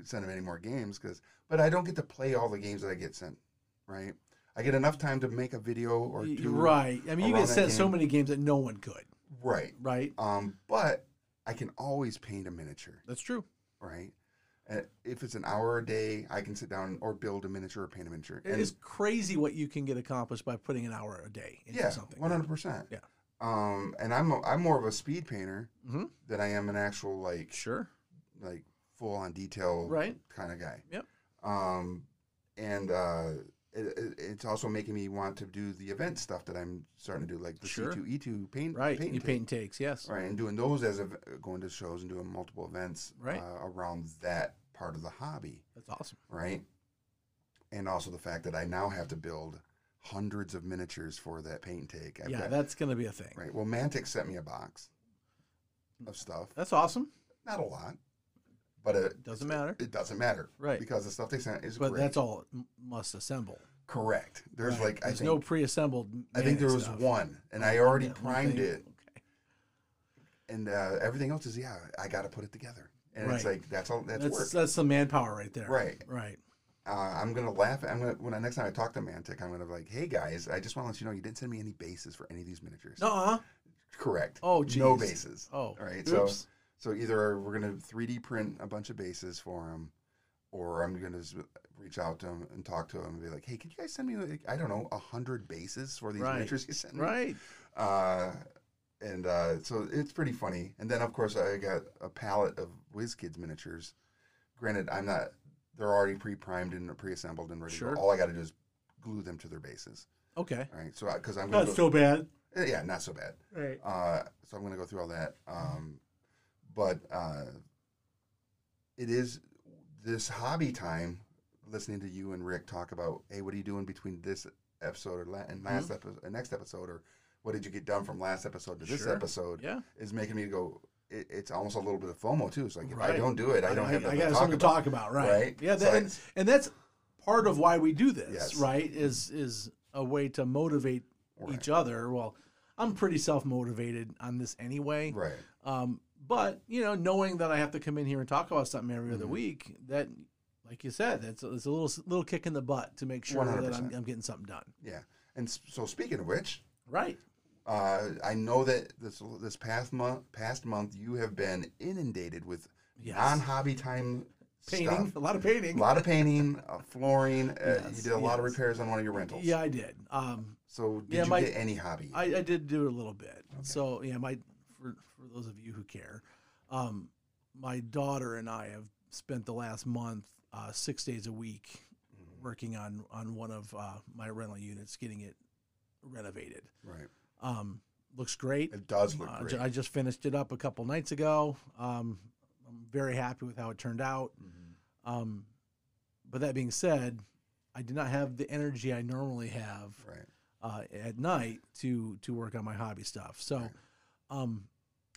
[SPEAKER 2] send them any more games because, but I don't get to play all the games that I get sent, right? I get enough time to make a video or
[SPEAKER 1] Y-
[SPEAKER 2] two,
[SPEAKER 1] right. I mean, you
[SPEAKER 2] around
[SPEAKER 1] get
[SPEAKER 2] that
[SPEAKER 1] sent so
[SPEAKER 2] game.
[SPEAKER 1] many games that no one could.
[SPEAKER 2] right?
[SPEAKER 1] Right.
[SPEAKER 2] Um, but I can always paint a miniature,
[SPEAKER 1] That's true.
[SPEAKER 2] right? And if it's an hour a day, I can sit down or build a miniature or paint a miniature.
[SPEAKER 1] It is crazy what you can get accomplished by putting an hour a day into
[SPEAKER 2] yeah,
[SPEAKER 1] something.
[SPEAKER 2] one hundred percent.
[SPEAKER 1] Yeah.
[SPEAKER 2] Um, and I'm a, I'm more of a speed painter
[SPEAKER 1] Mhm.
[SPEAKER 2] than I am an actual like
[SPEAKER 1] Sure.
[SPEAKER 2] like full on detail
[SPEAKER 1] Right.
[SPEAKER 2] kind of guy.
[SPEAKER 1] Yep.
[SPEAKER 2] Um, and uh, it, it, it's also making me want to do the event stuff that I'm starting to do, like the
[SPEAKER 1] Sure.
[SPEAKER 2] C two E two paint,
[SPEAKER 1] Right.
[SPEAKER 2] paint
[SPEAKER 1] you
[SPEAKER 2] and
[SPEAKER 1] paint takes, yes.
[SPEAKER 2] take. right, and doing those as a, going to shows and doing multiple events
[SPEAKER 1] Right.
[SPEAKER 2] uh, around that part of the hobby.
[SPEAKER 1] That's It's awesome.
[SPEAKER 2] right? And also the fact that I now have to build hundreds of miniatures for that paint and take. I've
[SPEAKER 1] yeah,
[SPEAKER 2] got-
[SPEAKER 1] that's gonna be a thing.
[SPEAKER 2] right. Well, Mantic sent me a box of stuff.
[SPEAKER 1] That's awesome.
[SPEAKER 2] Not a lot, but it
[SPEAKER 1] Doesn't matter.
[SPEAKER 2] It doesn't matter,
[SPEAKER 1] Right.
[SPEAKER 2] Because the stuff they sent is
[SPEAKER 1] But
[SPEAKER 2] great.
[SPEAKER 1] that's all it m- must assemble.
[SPEAKER 2] correct. There's
[SPEAKER 1] right?
[SPEAKER 2] like I
[SPEAKER 1] There's
[SPEAKER 2] think
[SPEAKER 1] no pre-assembled.
[SPEAKER 2] I think there
[SPEAKER 1] manic
[SPEAKER 2] was
[SPEAKER 1] stuff.
[SPEAKER 2] one, and I already
[SPEAKER 1] Yeah, one
[SPEAKER 2] primed
[SPEAKER 1] thing.
[SPEAKER 2] it,
[SPEAKER 1] Okay.
[SPEAKER 2] and uh, everything else is yeah. I got to put it together, and it's
[SPEAKER 1] Right.
[SPEAKER 2] like that's all that's,
[SPEAKER 1] That's
[SPEAKER 2] work.
[SPEAKER 1] that's, the manpower right there.
[SPEAKER 2] Right.
[SPEAKER 1] Right.
[SPEAKER 2] uh, I'm gonna laugh. I'm gonna when I, next time I talk to Mantic, I'm gonna be like, "Hey guys, I just want to let you know you didn't send me any bases for any of these miniatures."
[SPEAKER 1] No. Uh-huh.
[SPEAKER 2] correct.
[SPEAKER 1] Oh,
[SPEAKER 2] no
[SPEAKER 1] geez.
[SPEAKER 2] bases.
[SPEAKER 1] Oh.
[SPEAKER 2] all right.
[SPEAKER 1] oops.
[SPEAKER 2] So, so either we're gonna 3D print a bunch of bases for him, or I'm gonna s- reach out to him and talk to him and be like, "Hey, could you guys send me like I don't know a hundred bases for these
[SPEAKER 1] Right.
[SPEAKER 2] miniatures you sent me?"
[SPEAKER 1] Right.
[SPEAKER 2] Uh, and uh, so it's pretty funny. And then of course I got a palette of WizKids miniatures. Granted, I'm not; they're already pre-primed and pre-assembled and ready. to go.
[SPEAKER 1] Sure.
[SPEAKER 2] All I got to do is glue them to their bases.
[SPEAKER 1] Okay.
[SPEAKER 2] All right. So because I'm
[SPEAKER 1] Not
[SPEAKER 2] gonna go, eh,
[SPEAKER 1] so bad.
[SPEAKER 2] yeah, not so bad.
[SPEAKER 1] Right.
[SPEAKER 2] Uh, so I'm going to go through all that. Um, but uh, it is this hobby time listening to you and Rick talk about, hey, what are you doing between this episode or la- and last
[SPEAKER 1] Mm-hmm.
[SPEAKER 2] episode, and next episode, or what did you get done from last episode to this
[SPEAKER 1] Sure.
[SPEAKER 2] episode
[SPEAKER 1] Yeah.
[SPEAKER 2] is making me go. It, it's almost a little bit of FOMO too. It's like if
[SPEAKER 1] Right.
[SPEAKER 2] I don't do it, I don't have
[SPEAKER 1] I
[SPEAKER 2] nothing
[SPEAKER 1] got
[SPEAKER 2] to talk
[SPEAKER 1] something
[SPEAKER 2] about.
[SPEAKER 1] to talk about, right?
[SPEAKER 2] right?
[SPEAKER 1] Yeah,
[SPEAKER 2] So
[SPEAKER 1] that, and,
[SPEAKER 2] it's-
[SPEAKER 1] and that's part of why we do this,
[SPEAKER 2] Yes.
[SPEAKER 1] right? Is is a way to motivate each other. Well, I'm pretty self motivated on this anyway,
[SPEAKER 2] Right.
[SPEAKER 1] um, but you know, knowing that I have to come in here and talk about something every
[SPEAKER 2] Mm-hmm.
[SPEAKER 1] other week, that, like you said, that's it's a little little kick in the butt to make sure that I'm,
[SPEAKER 2] 100%.
[SPEAKER 1] I'm getting something done,
[SPEAKER 2] Yeah. And s- so speaking of which,
[SPEAKER 1] right?
[SPEAKER 2] Uh, I know that this this past month past month you have been inundated with
[SPEAKER 1] Yes.
[SPEAKER 2] non hobby time
[SPEAKER 1] Painting,
[SPEAKER 2] stuff.
[SPEAKER 1] a lot of
[SPEAKER 2] a
[SPEAKER 1] painting.
[SPEAKER 2] lot of painting, uh, flooring. Uh,
[SPEAKER 1] Yes,
[SPEAKER 2] you did a lot of
[SPEAKER 1] yes.
[SPEAKER 2] repairs on one of your rentals.
[SPEAKER 1] Yeah, I did. Um,
[SPEAKER 2] So did
[SPEAKER 1] Yeah,
[SPEAKER 2] you
[SPEAKER 1] my-
[SPEAKER 2] get any hobby?
[SPEAKER 1] I, I did do it a little bit. So yeah, my for, for those of you who care, um, my daughter and I have spent the last month uh, six days a week
[SPEAKER 2] Mm-hmm.
[SPEAKER 1] working on on one of uh, my rental units, getting it renovated.
[SPEAKER 2] right.
[SPEAKER 1] Um, looks great.
[SPEAKER 2] It does look
[SPEAKER 1] Uh, ju-
[SPEAKER 2] great.
[SPEAKER 1] I just finished it up a couple nights ago. Um, I'm very happy with how it turned out.
[SPEAKER 2] Mhm.
[SPEAKER 1] Um, but that being said, I did not have the energy I normally have
[SPEAKER 2] Right.
[SPEAKER 1] uh, at night to to work on my hobby stuff. So,
[SPEAKER 2] Right.
[SPEAKER 1] um,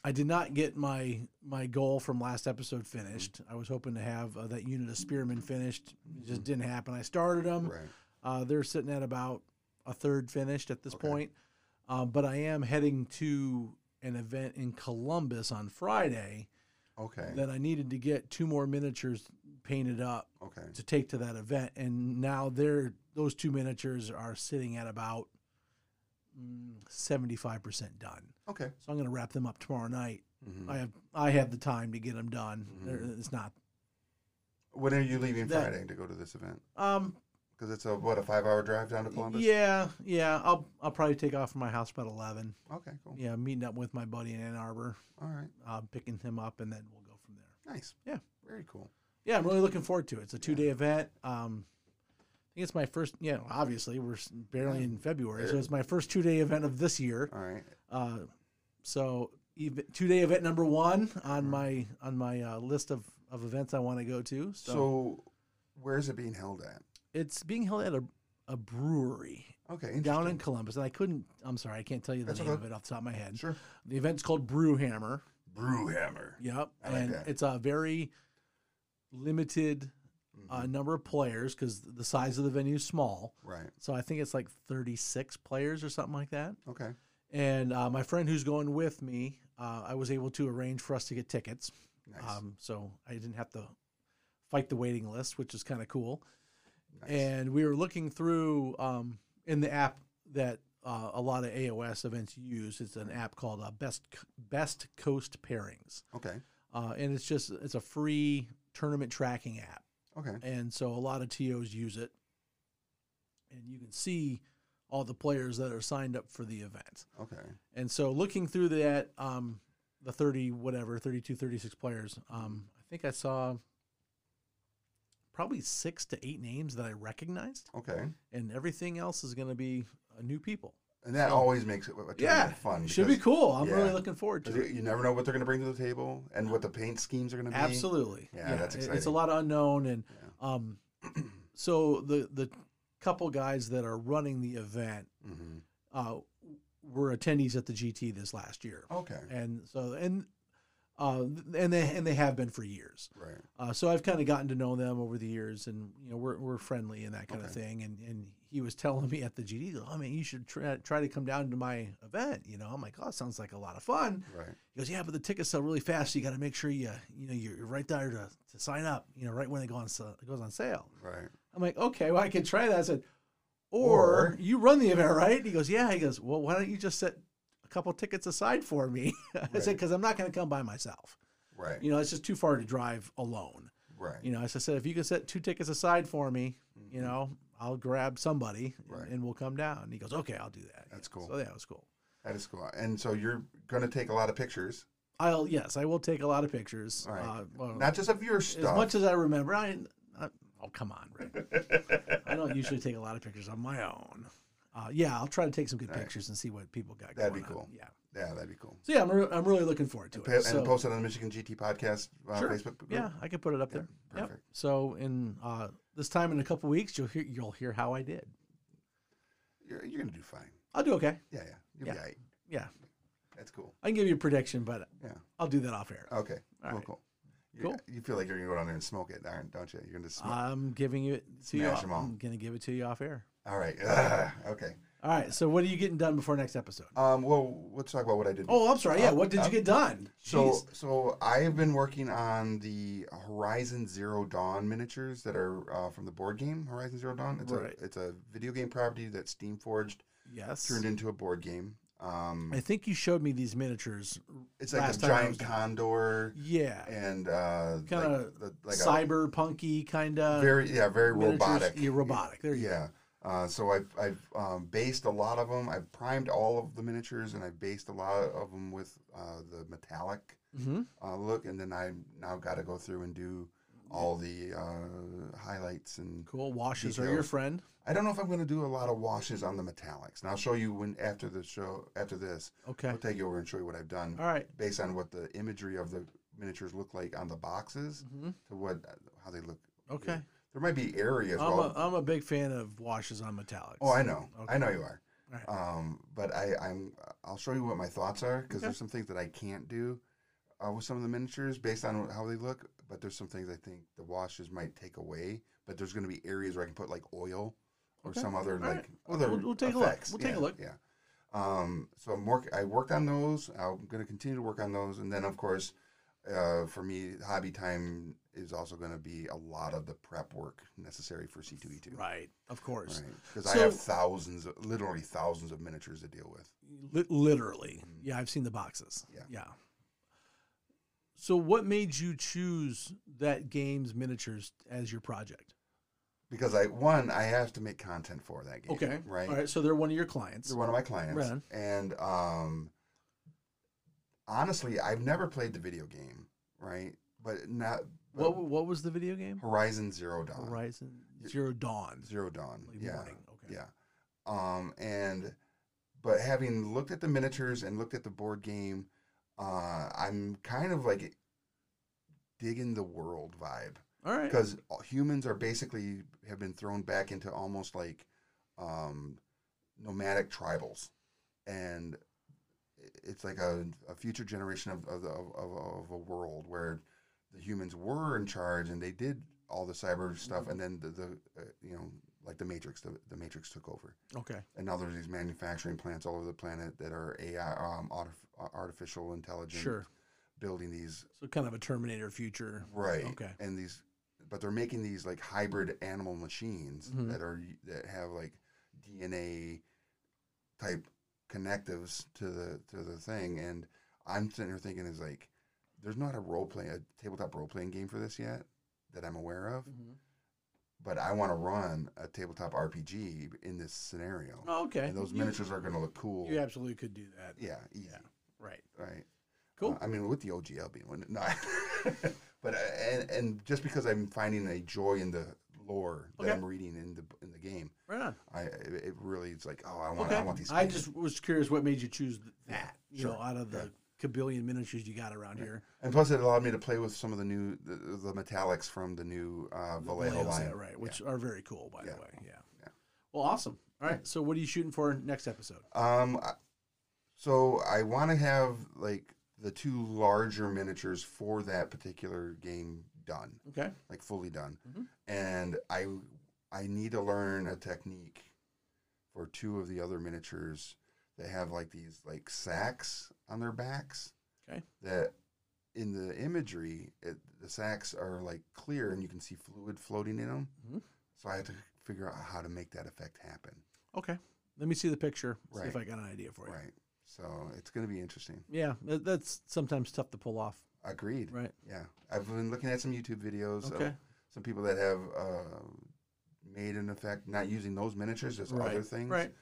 [SPEAKER 1] I did not get my my goal from last episode finished.
[SPEAKER 2] Mm-hmm.
[SPEAKER 1] I was hoping to have uh, that unit of spearmen finished. It just didn't happen. I started them.
[SPEAKER 2] Right.
[SPEAKER 1] Uh, they're sitting at about a third finished at this
[SPEAKER 2] Okay.
[SPEAKER 1] point. Um, but I am heading to an event in Columbus on Friday
[SPEAKER 2] Okay.
[SPEAKER 1] that I needed to get two more miniatures painted up
[SPEAKER 2] okay.
[SPEAKER 1] to take to that event, and now they're those two miniatures are sitting at about seventy five percent done.
[SPEAKER 2] Okay.
[SPEAKER 1] So I'm going to wrap them up tomorrow night.
[SPEAKER 2] Mhm.
[SPEAKER 1] I have I have the time to get them done.
[SPEAKER 2] Mhm.
[SPEAKER 1] There It's not
[SPEAKER 2] When are you leaving
[SPEAKER 1] that-
[SPEAKER 2] Friday to go to this event?
[SPEAKER 1] um
[SPEAKER 2] Because it's a what a five hour drive down to Columbus.
[SPEAKER 1] yeah yeah I'll I'll probably take off from my house about eleven.
[SPEAKER 2] Okay. Cool.
[SPEAKER 1] Yeah, meeting up with my buddy in Ann Arbor,
[SPEAKER 2] All right.
[SPEAKER 1] uh, picking him up, and then we'll go from there.
[SPEAKER 2] Nice.
[SPEAKER 1] Yeah.
[SPEAKER 2] Very cool.
[SPEAKER 1] Yeah, I'm really looking forward to it. It's a two day event. Um, I think it's my first. Yeah, obviously we're s- barely in February, so it's my first two day event of this year.
[SPEAKER 2] All right.
[SPEAKER 1] Uh, so even, two day event number one
[SPEAKER 2] Hmm.
[SPEAKER 1] on my on my uh, list of, of events I want to go to. So,
[SPEAKER 2] So, where is it being held at?
[SPEAKER 1] it's being held at a, a brewery down in
[SPEAKER 2] Okay. interesting.
[SPEAKER 1] Columbus, and I couldn't. I'm sorry, I can't tell you the
[SPEAKER 2] That's
[SPEAKER 1] name
[SPEAKER 2] okay.
[SPEAKER 1] of it off the top of my head.
[SPEAKER 2] Sure.
[SPEAKER 1] The event's called Brew Hammer.
[SPEAKER 2] Brewhammer.
[SPEAKER 1] Yep,
[SPEAKER 2] I like
[SPEAKER 1] and
[SPEAKER 2] that.
[SPEAKER 1] it's a very limited
[SPEAKER 2] Mm-hmm.
[SPEAKER 1] uh, number of players because the size of the venue is small.
[SPEAKER 2] Right.
[SPEAKER 1] So I think it's like 36 players or something like that.
[SPEAKER 2] Okay.
[SPEAKER 1] And uh, my friend who's going with me, uh, I was able to arrange for us to get tickets.
[SPEAKER 2] Nice.
[SPEAKER 1] Um, so I didn't have to fight the waiting list, which is kind of cool.
[SPEAKER 2] nice.
[SPEAKER 1] And we were looking through um, in the app that uh, a lot of AOS events use. It's an app called uh, Best Best Coast Pairings,
[SPEAKER 2] okay.
[SPEAKER 1] uh, and it's just it's a free tournament tracking app
[SPEAKER 2] Okay.
[SPEAKER 1] and so a lot of TOs use it, and you can see all the players that are signed up for the event.
[SPEAKER 2] Okay.
[SPEAKER 1] And so looking through that, um, the 30 whatever, 32, 36 players, um, I think I saw probably six to eight names that I recognized,
[SPEAKER 2] Okay.
[SPEAKER 1] and everything else is going to be uh, new people.
[SPEAKER 2] And that always makes it a tournament fun.
[SPEAKER 1] should be
[SPEAKER 2] because-
[SPEAKER 1] cool. I'm really
[SPEAKER 2] yeah.
[SPEAKER 1] looking forward to
[SPEAKER 2] because
[SPEAKER 1] it.
[SPEAKER 2] You never know what they're going to bring to the table and what the paint schemes are going to be.
[SPEAKER 1] Absolutely.
[SPEAKER 2] Yeah, that's
[SPEAKER 1] it- It's a
[SPEAKER 2] exciting.
[SPEAKER 1] lot of unknown, and Um, so the the couple guys that are running the event
[SPEAKER 2] hmm
[SPEAKER 1] uh, were attendees at the GT this last year,
[SPEAKER 2] Okay.
[SPEAKER 1] and so and uh, and they and they have been for years.
[SPEAKER 2] Right.
[SPEAKER 1] Uh, so I've kind of gotten to know them over the years, and you know we're we're friendly and that kind of
[SPEAKER 2] Okay.
[SPEAKER 1] thing. And and he was telling me at the GD, oh man, you should try try to come down to my event. You know, I'm like, oh, it sounds like a lot of fun.
[SPEAKER 2] Right.
[SPEAKER 1] He goes, yeah, but the tickets sell really fast. So you got to make sure you you know you're, you're right there to, to sign up. You know, right when they go on sa- it goes on sale.
[SPEAKER 2] Right.
[SPEAKER 1] I'm like, okay, well I can try that. I said, or,
[SPEAKER 2] Or-
[SPEAKER 1] you run the event, right? He goes, yeah. He goes, well, why don't you just set a couple tickets aside for me? I said,
[SPEAKER 2] Right.
[SPEAKER 1] because I'm not going to come by myself.
[SPEAKER 2] Right.
[SPEAKER 1] You know, it's just too far to drive alone
[SPEAKER 2] Right.
[SPEAKER 1] you know, as I said, if you can set two tickets aside for me, you
[SPEAKER 2] Mhm.
[SPEAKER 1] know, I'll grab somebody and-
[SPEAKER 2] Right.
[SPEAKER 1] and, we'll come down. And he goes, okay, I'll do that.
[SPEAKER 2] That's
[SPEAKER 1] Yeah.
[SPEAKER 2] cool.
[SPEAKER 1] So that was cool.
[SPEAKER 2] That is cool. And so you're gonna take a lot of pictures,
[SPEAKER 1] I'll, yes, I will take a lot of pictures.
[SPEAKER 2] All right.
[SPEAKER 1] Uh, well,
[SPEAKER 2] not just of your
[SPEAKER 1] as
[SPEAKER 2] stuff.
[SPEAKER 1] much as I remember. I, I, oh, come on, Rick. I don't usually take a lot of pictures on my own. Uh, yeah, I'll try to take some good
[SPEAKER 2] All right.
[SPEAKER 1] pictures and see what people got
[SPEAKER 2] That'd
[SPEAKER 1] going
[SPEAKER 2] be
[SPEAKER 1] on.
[SPEAKER 2] cool.
[SPEAKER 1] Yeah.
[SPEAKER 2] yeah, that'd be cool.
[SPEAKER 1] So yeah, I'm, re- I'm really looking forward to
[SPEAKER 2] And,
[SPEAKER 1] it.
[SPEAKER 2] pa- and
[SPEAKER 1] So-
[SPEAKER 2] post it on the Michigan GT podcast uh,
[SPEAKER 1] Sure.
[SPEAKER 2] Facebook group.
[SPEAKER 1] Yeah, I could put it up
[SPEAKER 2] Yeah,
[SPEAKER 1] there. Yep.
[SPEAKER 2] perfect.
[SPEAKER 1] So in uh, this time in a couple weeks, you'll hear you'll hear how I did.
[SPEAKER 2] You're, you're gonna do fine.
[SPEAKER 1] I'll do okay.
[SPEAKER 2] Yeah, yeah. You'll
[SPEAKER 1] Yeah.
[SPEAKER 2] be all right.
[SPEAKER 1] Yeah,
[SPEAKER 2] That's cool.
[SPEAKER 1] I can give you a prediction, but
[SPEAKER 2] Yeah. Oh,
[SPEAKER 1] I'll do that off air.
[SPEAKER 2] Okay.
[SPEAKER 1] All
[SPEAKER 2] cool.
[SPEAKER 1] right.
[SPEAKER 2] Cool. You,
[SPEAKER 1] Cool.
[SPEAKER 2] You feel like you're gonna go down there and smoke it, aren't- don't you? You're gonna smoke.
[SPEAKER 1] I'm giving it to you.
[SPEAKER 2] Smash
[SPEAKER 1] off-
[SPEAKER 2] 'em all.
[SPEAKER 1] I'm gonna give it to you off air.
[SPEAKER 2] all right. Ugh, okay.
[SPEAKER 1] All right. So what are you getting done before next episode?
[SPEAKER 2] Um. Well, let's talk about what I did.
[SPEAKER 1] Oh, I'm sorry. Yeah.
[SPEAKER 2] Uh,
[SPEAKER 1] What did
[SPEAKER 2] uh,
[SPEAKER 1] you get done?
[SPEAKER 2] So,
[SPEAKER 1] Jeez.
[SPEAKER 2] so I have been working on the Horizon Zero Dawn miniatures that are uh, from the board game Horizon Zero Dawn. It's
[SPEAKER 1] Right.
[SPEAKER 2] a it's a video game property that Steam forged
[SPEAKER 1] yes.
[SPEAKER 2] turned into a board game. Um,
[SPEAKER 1] I think you showed me these miniatures.
[SPEAKER 2] it's like a
[SPEAKER 1] last time I was
[SPEAKER 2] giant
[SPEAKER 1] down.
[SPEAKER 2] condor
[SPEAKER 1] Yeah.
[SPEAKER 2] and uh, like-
[SPEAKER 1] Kinda
[SPEAKER 2] the- like
[SPEAKER 1] Cyber punky kind
[SPEAKER 2] a
[SPEAKER 1] of
[SPEAKER 2] very yeah very robotic
[SPEAKER 1] Yeah, robotic. There you
[SPEAKER 2] yeah. Uh, so I've, I've um, based a lot of them. I've primed all of the miniatures, and I've based a lot of them with uh, the metallic
[SPEAKER 1] go. hmm
[SPEAKER 2] uh, look, and then I now got to go through and do all the uh, highlights and
[SPEAKER 1] Cool. Washes are your
[SPEAKER 2] Details.
[SPEAKER 1] friend.
[SPEAKER 2] I don't know if I'm going to do a lot of washes on the metallics, and I'll show you when after the show after this.
[SPEAKER 1] Okay.
[SPEAKER 2] I'll take you over and show you what I've done
[SPEAKER 1] All right.
[SPEAKER 2] based on what the imagery of the miniatures look like on the boxes
[SPEAKER 1] Mm-hmm.
[SPEAKER 2] to what uh, how they look.
[SPEAKER 1] Okay.
[SPEAKER 2] There might be areas.
[SPEAKER 1] I'm
[SPEAKER 2] well.
[SPEAKER 1] a, I'm a big fan of washes on metallics.
[SPEAKER 2] oh, I know,
[SPEAKER 1] Okay.
[SPEAKER 2] I know you are.
[SPEAKER 1] Alright.
[SPEAKER 2] Um, but I, I'm I'll show you what my thoughts are because
[SPEAKER 1] Okay.
[SPEAKER 2] there's some things that I can't do uh, with some of the miniatures based on how they look. But there's some things I think the washes might take away. But there's going to be areas where I can put like oil or
[SPEAKER 1] Okay.
[SPEAKER 2] some other
[SPEAKER 1] Alright.
[SPEAKER 2] like other
[SPEAKER 1] We'll- we'll take a look.
[SPEAKER 2] effects.
[SPEAKER 1] We'll take a
[SPEAKER 2] Yeah,
[SPEAKER 1] look.
[SPEAKER 2] Yeah. Um, so I'm work. I worked on those. I'm going to continue to work on those, and then of course, uh, for me, hobby time is also going to be a lot of the prep work necessary for E C2E2.
[SPEAKER 1] Right. Of course.
[SPEAKER 2] Because I
[SPEAKER 1] So-
[SPEAKER 2] have thousands, of, literally thousands of miniatures to deal with.
[SPEAKER 1] Li- literally.
[SPEAKER 2] Mhm.
[SPEAKER 1] Yeah, I've seen the boxes.
[SPEAKER 2] Yeah.
[SPEAKER 1] So, what made you choose that game's miniatures as your project?
[SPEAKER 2] Because I one, I have to make content for that game.
[SPEAKER 1] Okay.
[SPEAKER 2] Right.
[SPEAKER 1] All right. So they're one of your clients.
[SPEAKER 2] They're one of my clients,
[SPEAKER 1] Right.
[SPEAKER 2] and um, honestly, I've never played the video game. Right. But not but
[SPEAKER 1] What What was the video game?
[SPEAKER 2] Horizon Zero Dawn.
[SPEAKER 1] Horizon Zero Dawn.
[SPEAKER 2] Zero Dawn.
[SPEAKER 1] Like
[SPEAKER 2] yeah.
[SPEAKER 1] morning. Okay.
[SPEAKER 2] Yeah. Um, and but having looked at the miniatures and looked at the board game, uh, I'm kind of like digging the world vibe.
[SPEAKER 1] All right.
[SPEAKER 2] because humans are basically have been thrown back into almost like um, nomadic tribals, and it's like a, a future generation of of, the- of of of a world where the humans were in charge and they did all the cyber stuff, and then the, the uh, you know like the Matrix, the, the Matrix took over,
[SPEAKER 1] Okay.
[SPEAKER 2] and now there's these manufacturing plants all over the planet that are AI, um, artif- artificial intelligence,
[SPEAKER 1] Sure.
[SPEAKER 2] building these
[SPEAKER 1] So, kind of a Terminator future.
[SPEAKER 2] right
[SPEAKER 1] Okay.
[SPEAKER 2] and these but they're making these like hybrid animal machines
[SPEAKER 1] Mhm.
[SPEAKER 2] that are that have like dna type connectives to the to the thing and i'm sitting here thinking is like there's not a role play a tabletop role playing game for this yet that i'm aware of but i want to run a tabletop rpg in this scenario
[SPEAKER 1] Oh, okay.
[SPEAKER 2] and those
[SPEAKER 1] you,
[SPEAKER 2] miniatures are going to look cool
[SPEAKER 1] You absolutely could do that.
[SPEAKER 2] yeah easy
[SPEAKER 1] Right.
[SPEAKER 2] right
[SPEAKER 1] Cool.
[SPEAKER 2] uh, I mean, with the OGL being one, no, but uh, and and just because I'm finding a joy in the lore
[SPEAKER 1] Okay.
[SPEAKER 2] that I'm reading in the in the game,
[SPEAKER 1] right on.
[SPEAKER 2] I it it really is like, oh, I want
[SPEAKER 1] Okay.
[SPEAKER 2] I want these.
[SPEAKER 1] I
[SPEAKER 2] games.
[SPEAKER 1] just was curious what made you choose th-
[SPEAKER 2] Yeah,
[SPEAKER 1] that, you
[SPEAKER 2] sure.
[SPEAKER 1] know, out of the
[SPEAKER 2] Yeah.
[SPEAKER 1] kabillion miniatures you got around here.
[SPEAKER 2] And plus, it allowed me to play with some of the new the, the metallics from the new uh, Vallejo
[SPEAKER 1] Vallejo
[SPEAKER 2] line.
[SPEAKER 1] set, right? Which are very cool, by
[SPEAKER 2] Yeah.
[SPEAKER 1] the way. Yeah.
[SPEAKER 2] Yeah.
[SPEAKER 1] Well, awesome. All right. So, what are you shooting for next episode?
[SPEAKER 2] Um, I- so I want to have like the two larger miniatures for that particular game done,
[SPEAKER 1] Okay.
[SPEAKER 2] like fully done,
[SPEAKER 1] Mhm.
[SPEAKER 2] and I I need to learn a technique for two of the other miniatures that have like these like sacks on their backs.
[SPEAKER 1] Okay.
[SPEAKER 2] That in the imagery, it, the sacks are like clear and you can see fluid floating in them.
[SPEAKER 1] Mhm.
[SPEAKER 2] So I have to figure out how to make that effect happen.
[SPEAKER 1] Okay. Let me see the picture. See if
[SPEAKER 2] Right.
[SPEAKER 1] I got an idea for you.
[SPEAKER 2] Right. So it's going to be interesting.
[SPEAKER 1] Yeah, that, that's sometimes tough to pull off.
[SPEAKER 2] Agreed.
[SPEAKER 1] Right.
[SPEAKER 2] Yeah, I've been looking at some YouTube videos of
[SPEAKER 1] Okay.
[SPEAKER 2] some people that have uh, made an effect, not using those miniatures, just
[SPEAKER 1] right.
[SPEAKER 2] other things.
[SPEAKER 1] Right.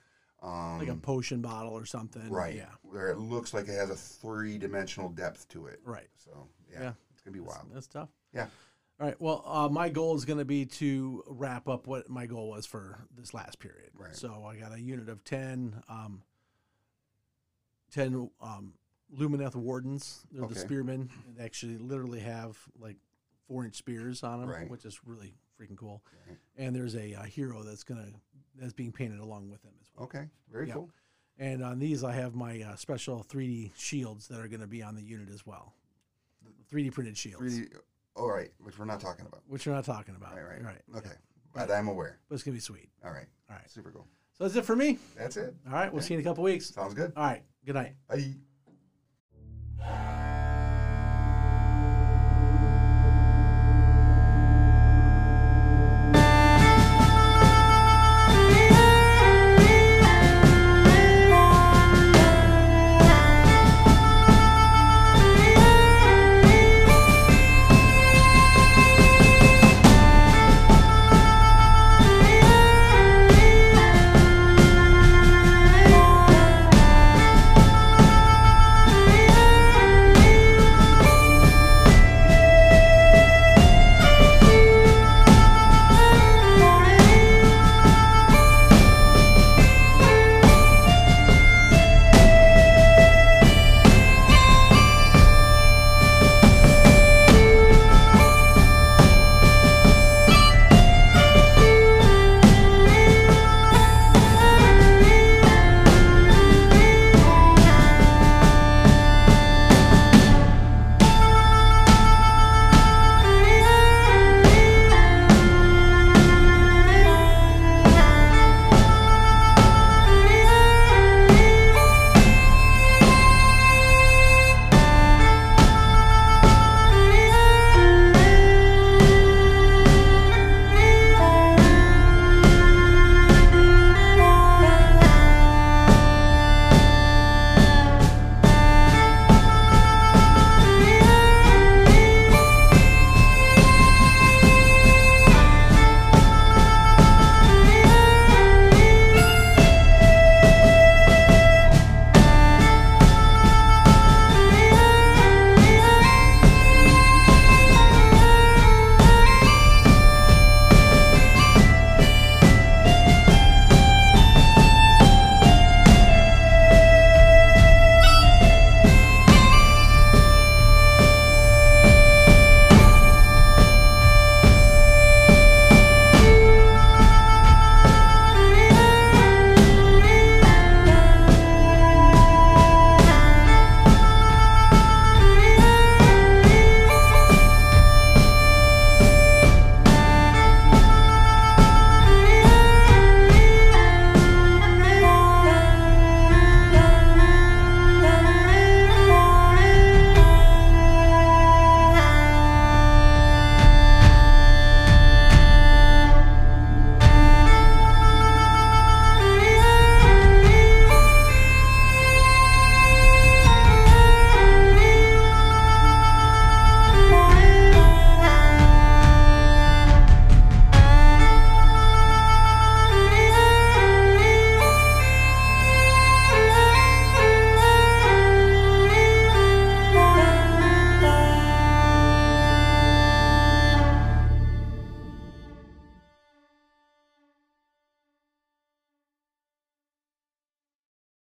[SPEAKER 2] Um,
[SPEAKER 1] Like a potion bottle or something.
[SPEAKER 2] right.
[SPEAKER 1] Yeah.
[SPEAKER 2] Where it looks like it has a three dimensional depth to it.
[SPEAKER 1] Right.
[SPEAKER 2] So yeah,
[SPEAKER 1] Yeah.
[SPEAKER 2] it's gonna be
[SPEAKER 1] That's,
[SPEAKER 2] wild.
[SPEAKER 1] that's tough.
[SPEAKER 2] Yeah.
[SPEAKER 1] All right. Well, uh, my goal is going to be to wrap up what my goal was for this last period.
[SPEAKER 2] Right.
[SPEAKER 1] So I got a unit of 10, um, 10 um, Lumineth Wardens. They're the
[SPEAKER 2] Okay.
[SPEAKER 1] spearmen. They actually literally have like four inch spears on them,
[SPEAKER 2] Right.
[SPEAKER 1] which is really freaking cool.
[SPEAKER 2] Right.
[SPEAKER 1] And there's a, uh hero that's going to, that's being painted along with them as well.
[SPEAKER 2] Okay, very
[SPEAKER 1] Yeah.
[SPEAKER 2] cool.
[SPEAKER 1] And on these, I have my uh, special 3D shields that are going to be on the unit as well. 3D printed shields,
[SPEAKER 2] Three. All right, which we're not talking about.
[SPEAKER 1] which we're not talking about.
[SPEAKER 2] Right, right,
[SPEAKER 1] right.
[SPEAKER 2] Okay, but I'm aware.
[SPEAKER 1] But it's going to be sweet.
[SPEAKER 2] All right.
[SPEAKER 1] All right.
[SPEAKER 2] Super cool.
[SPEAKER 1] So that's it for me.
[SPEAKER 2] That's it.
[SPEAKER 1] All right. We'll see you in a couple weeks.
[SPEAKER 2] Sounds good.
[SPEAKER 1] All right. Good night.
[SPEAKER 2] Bye.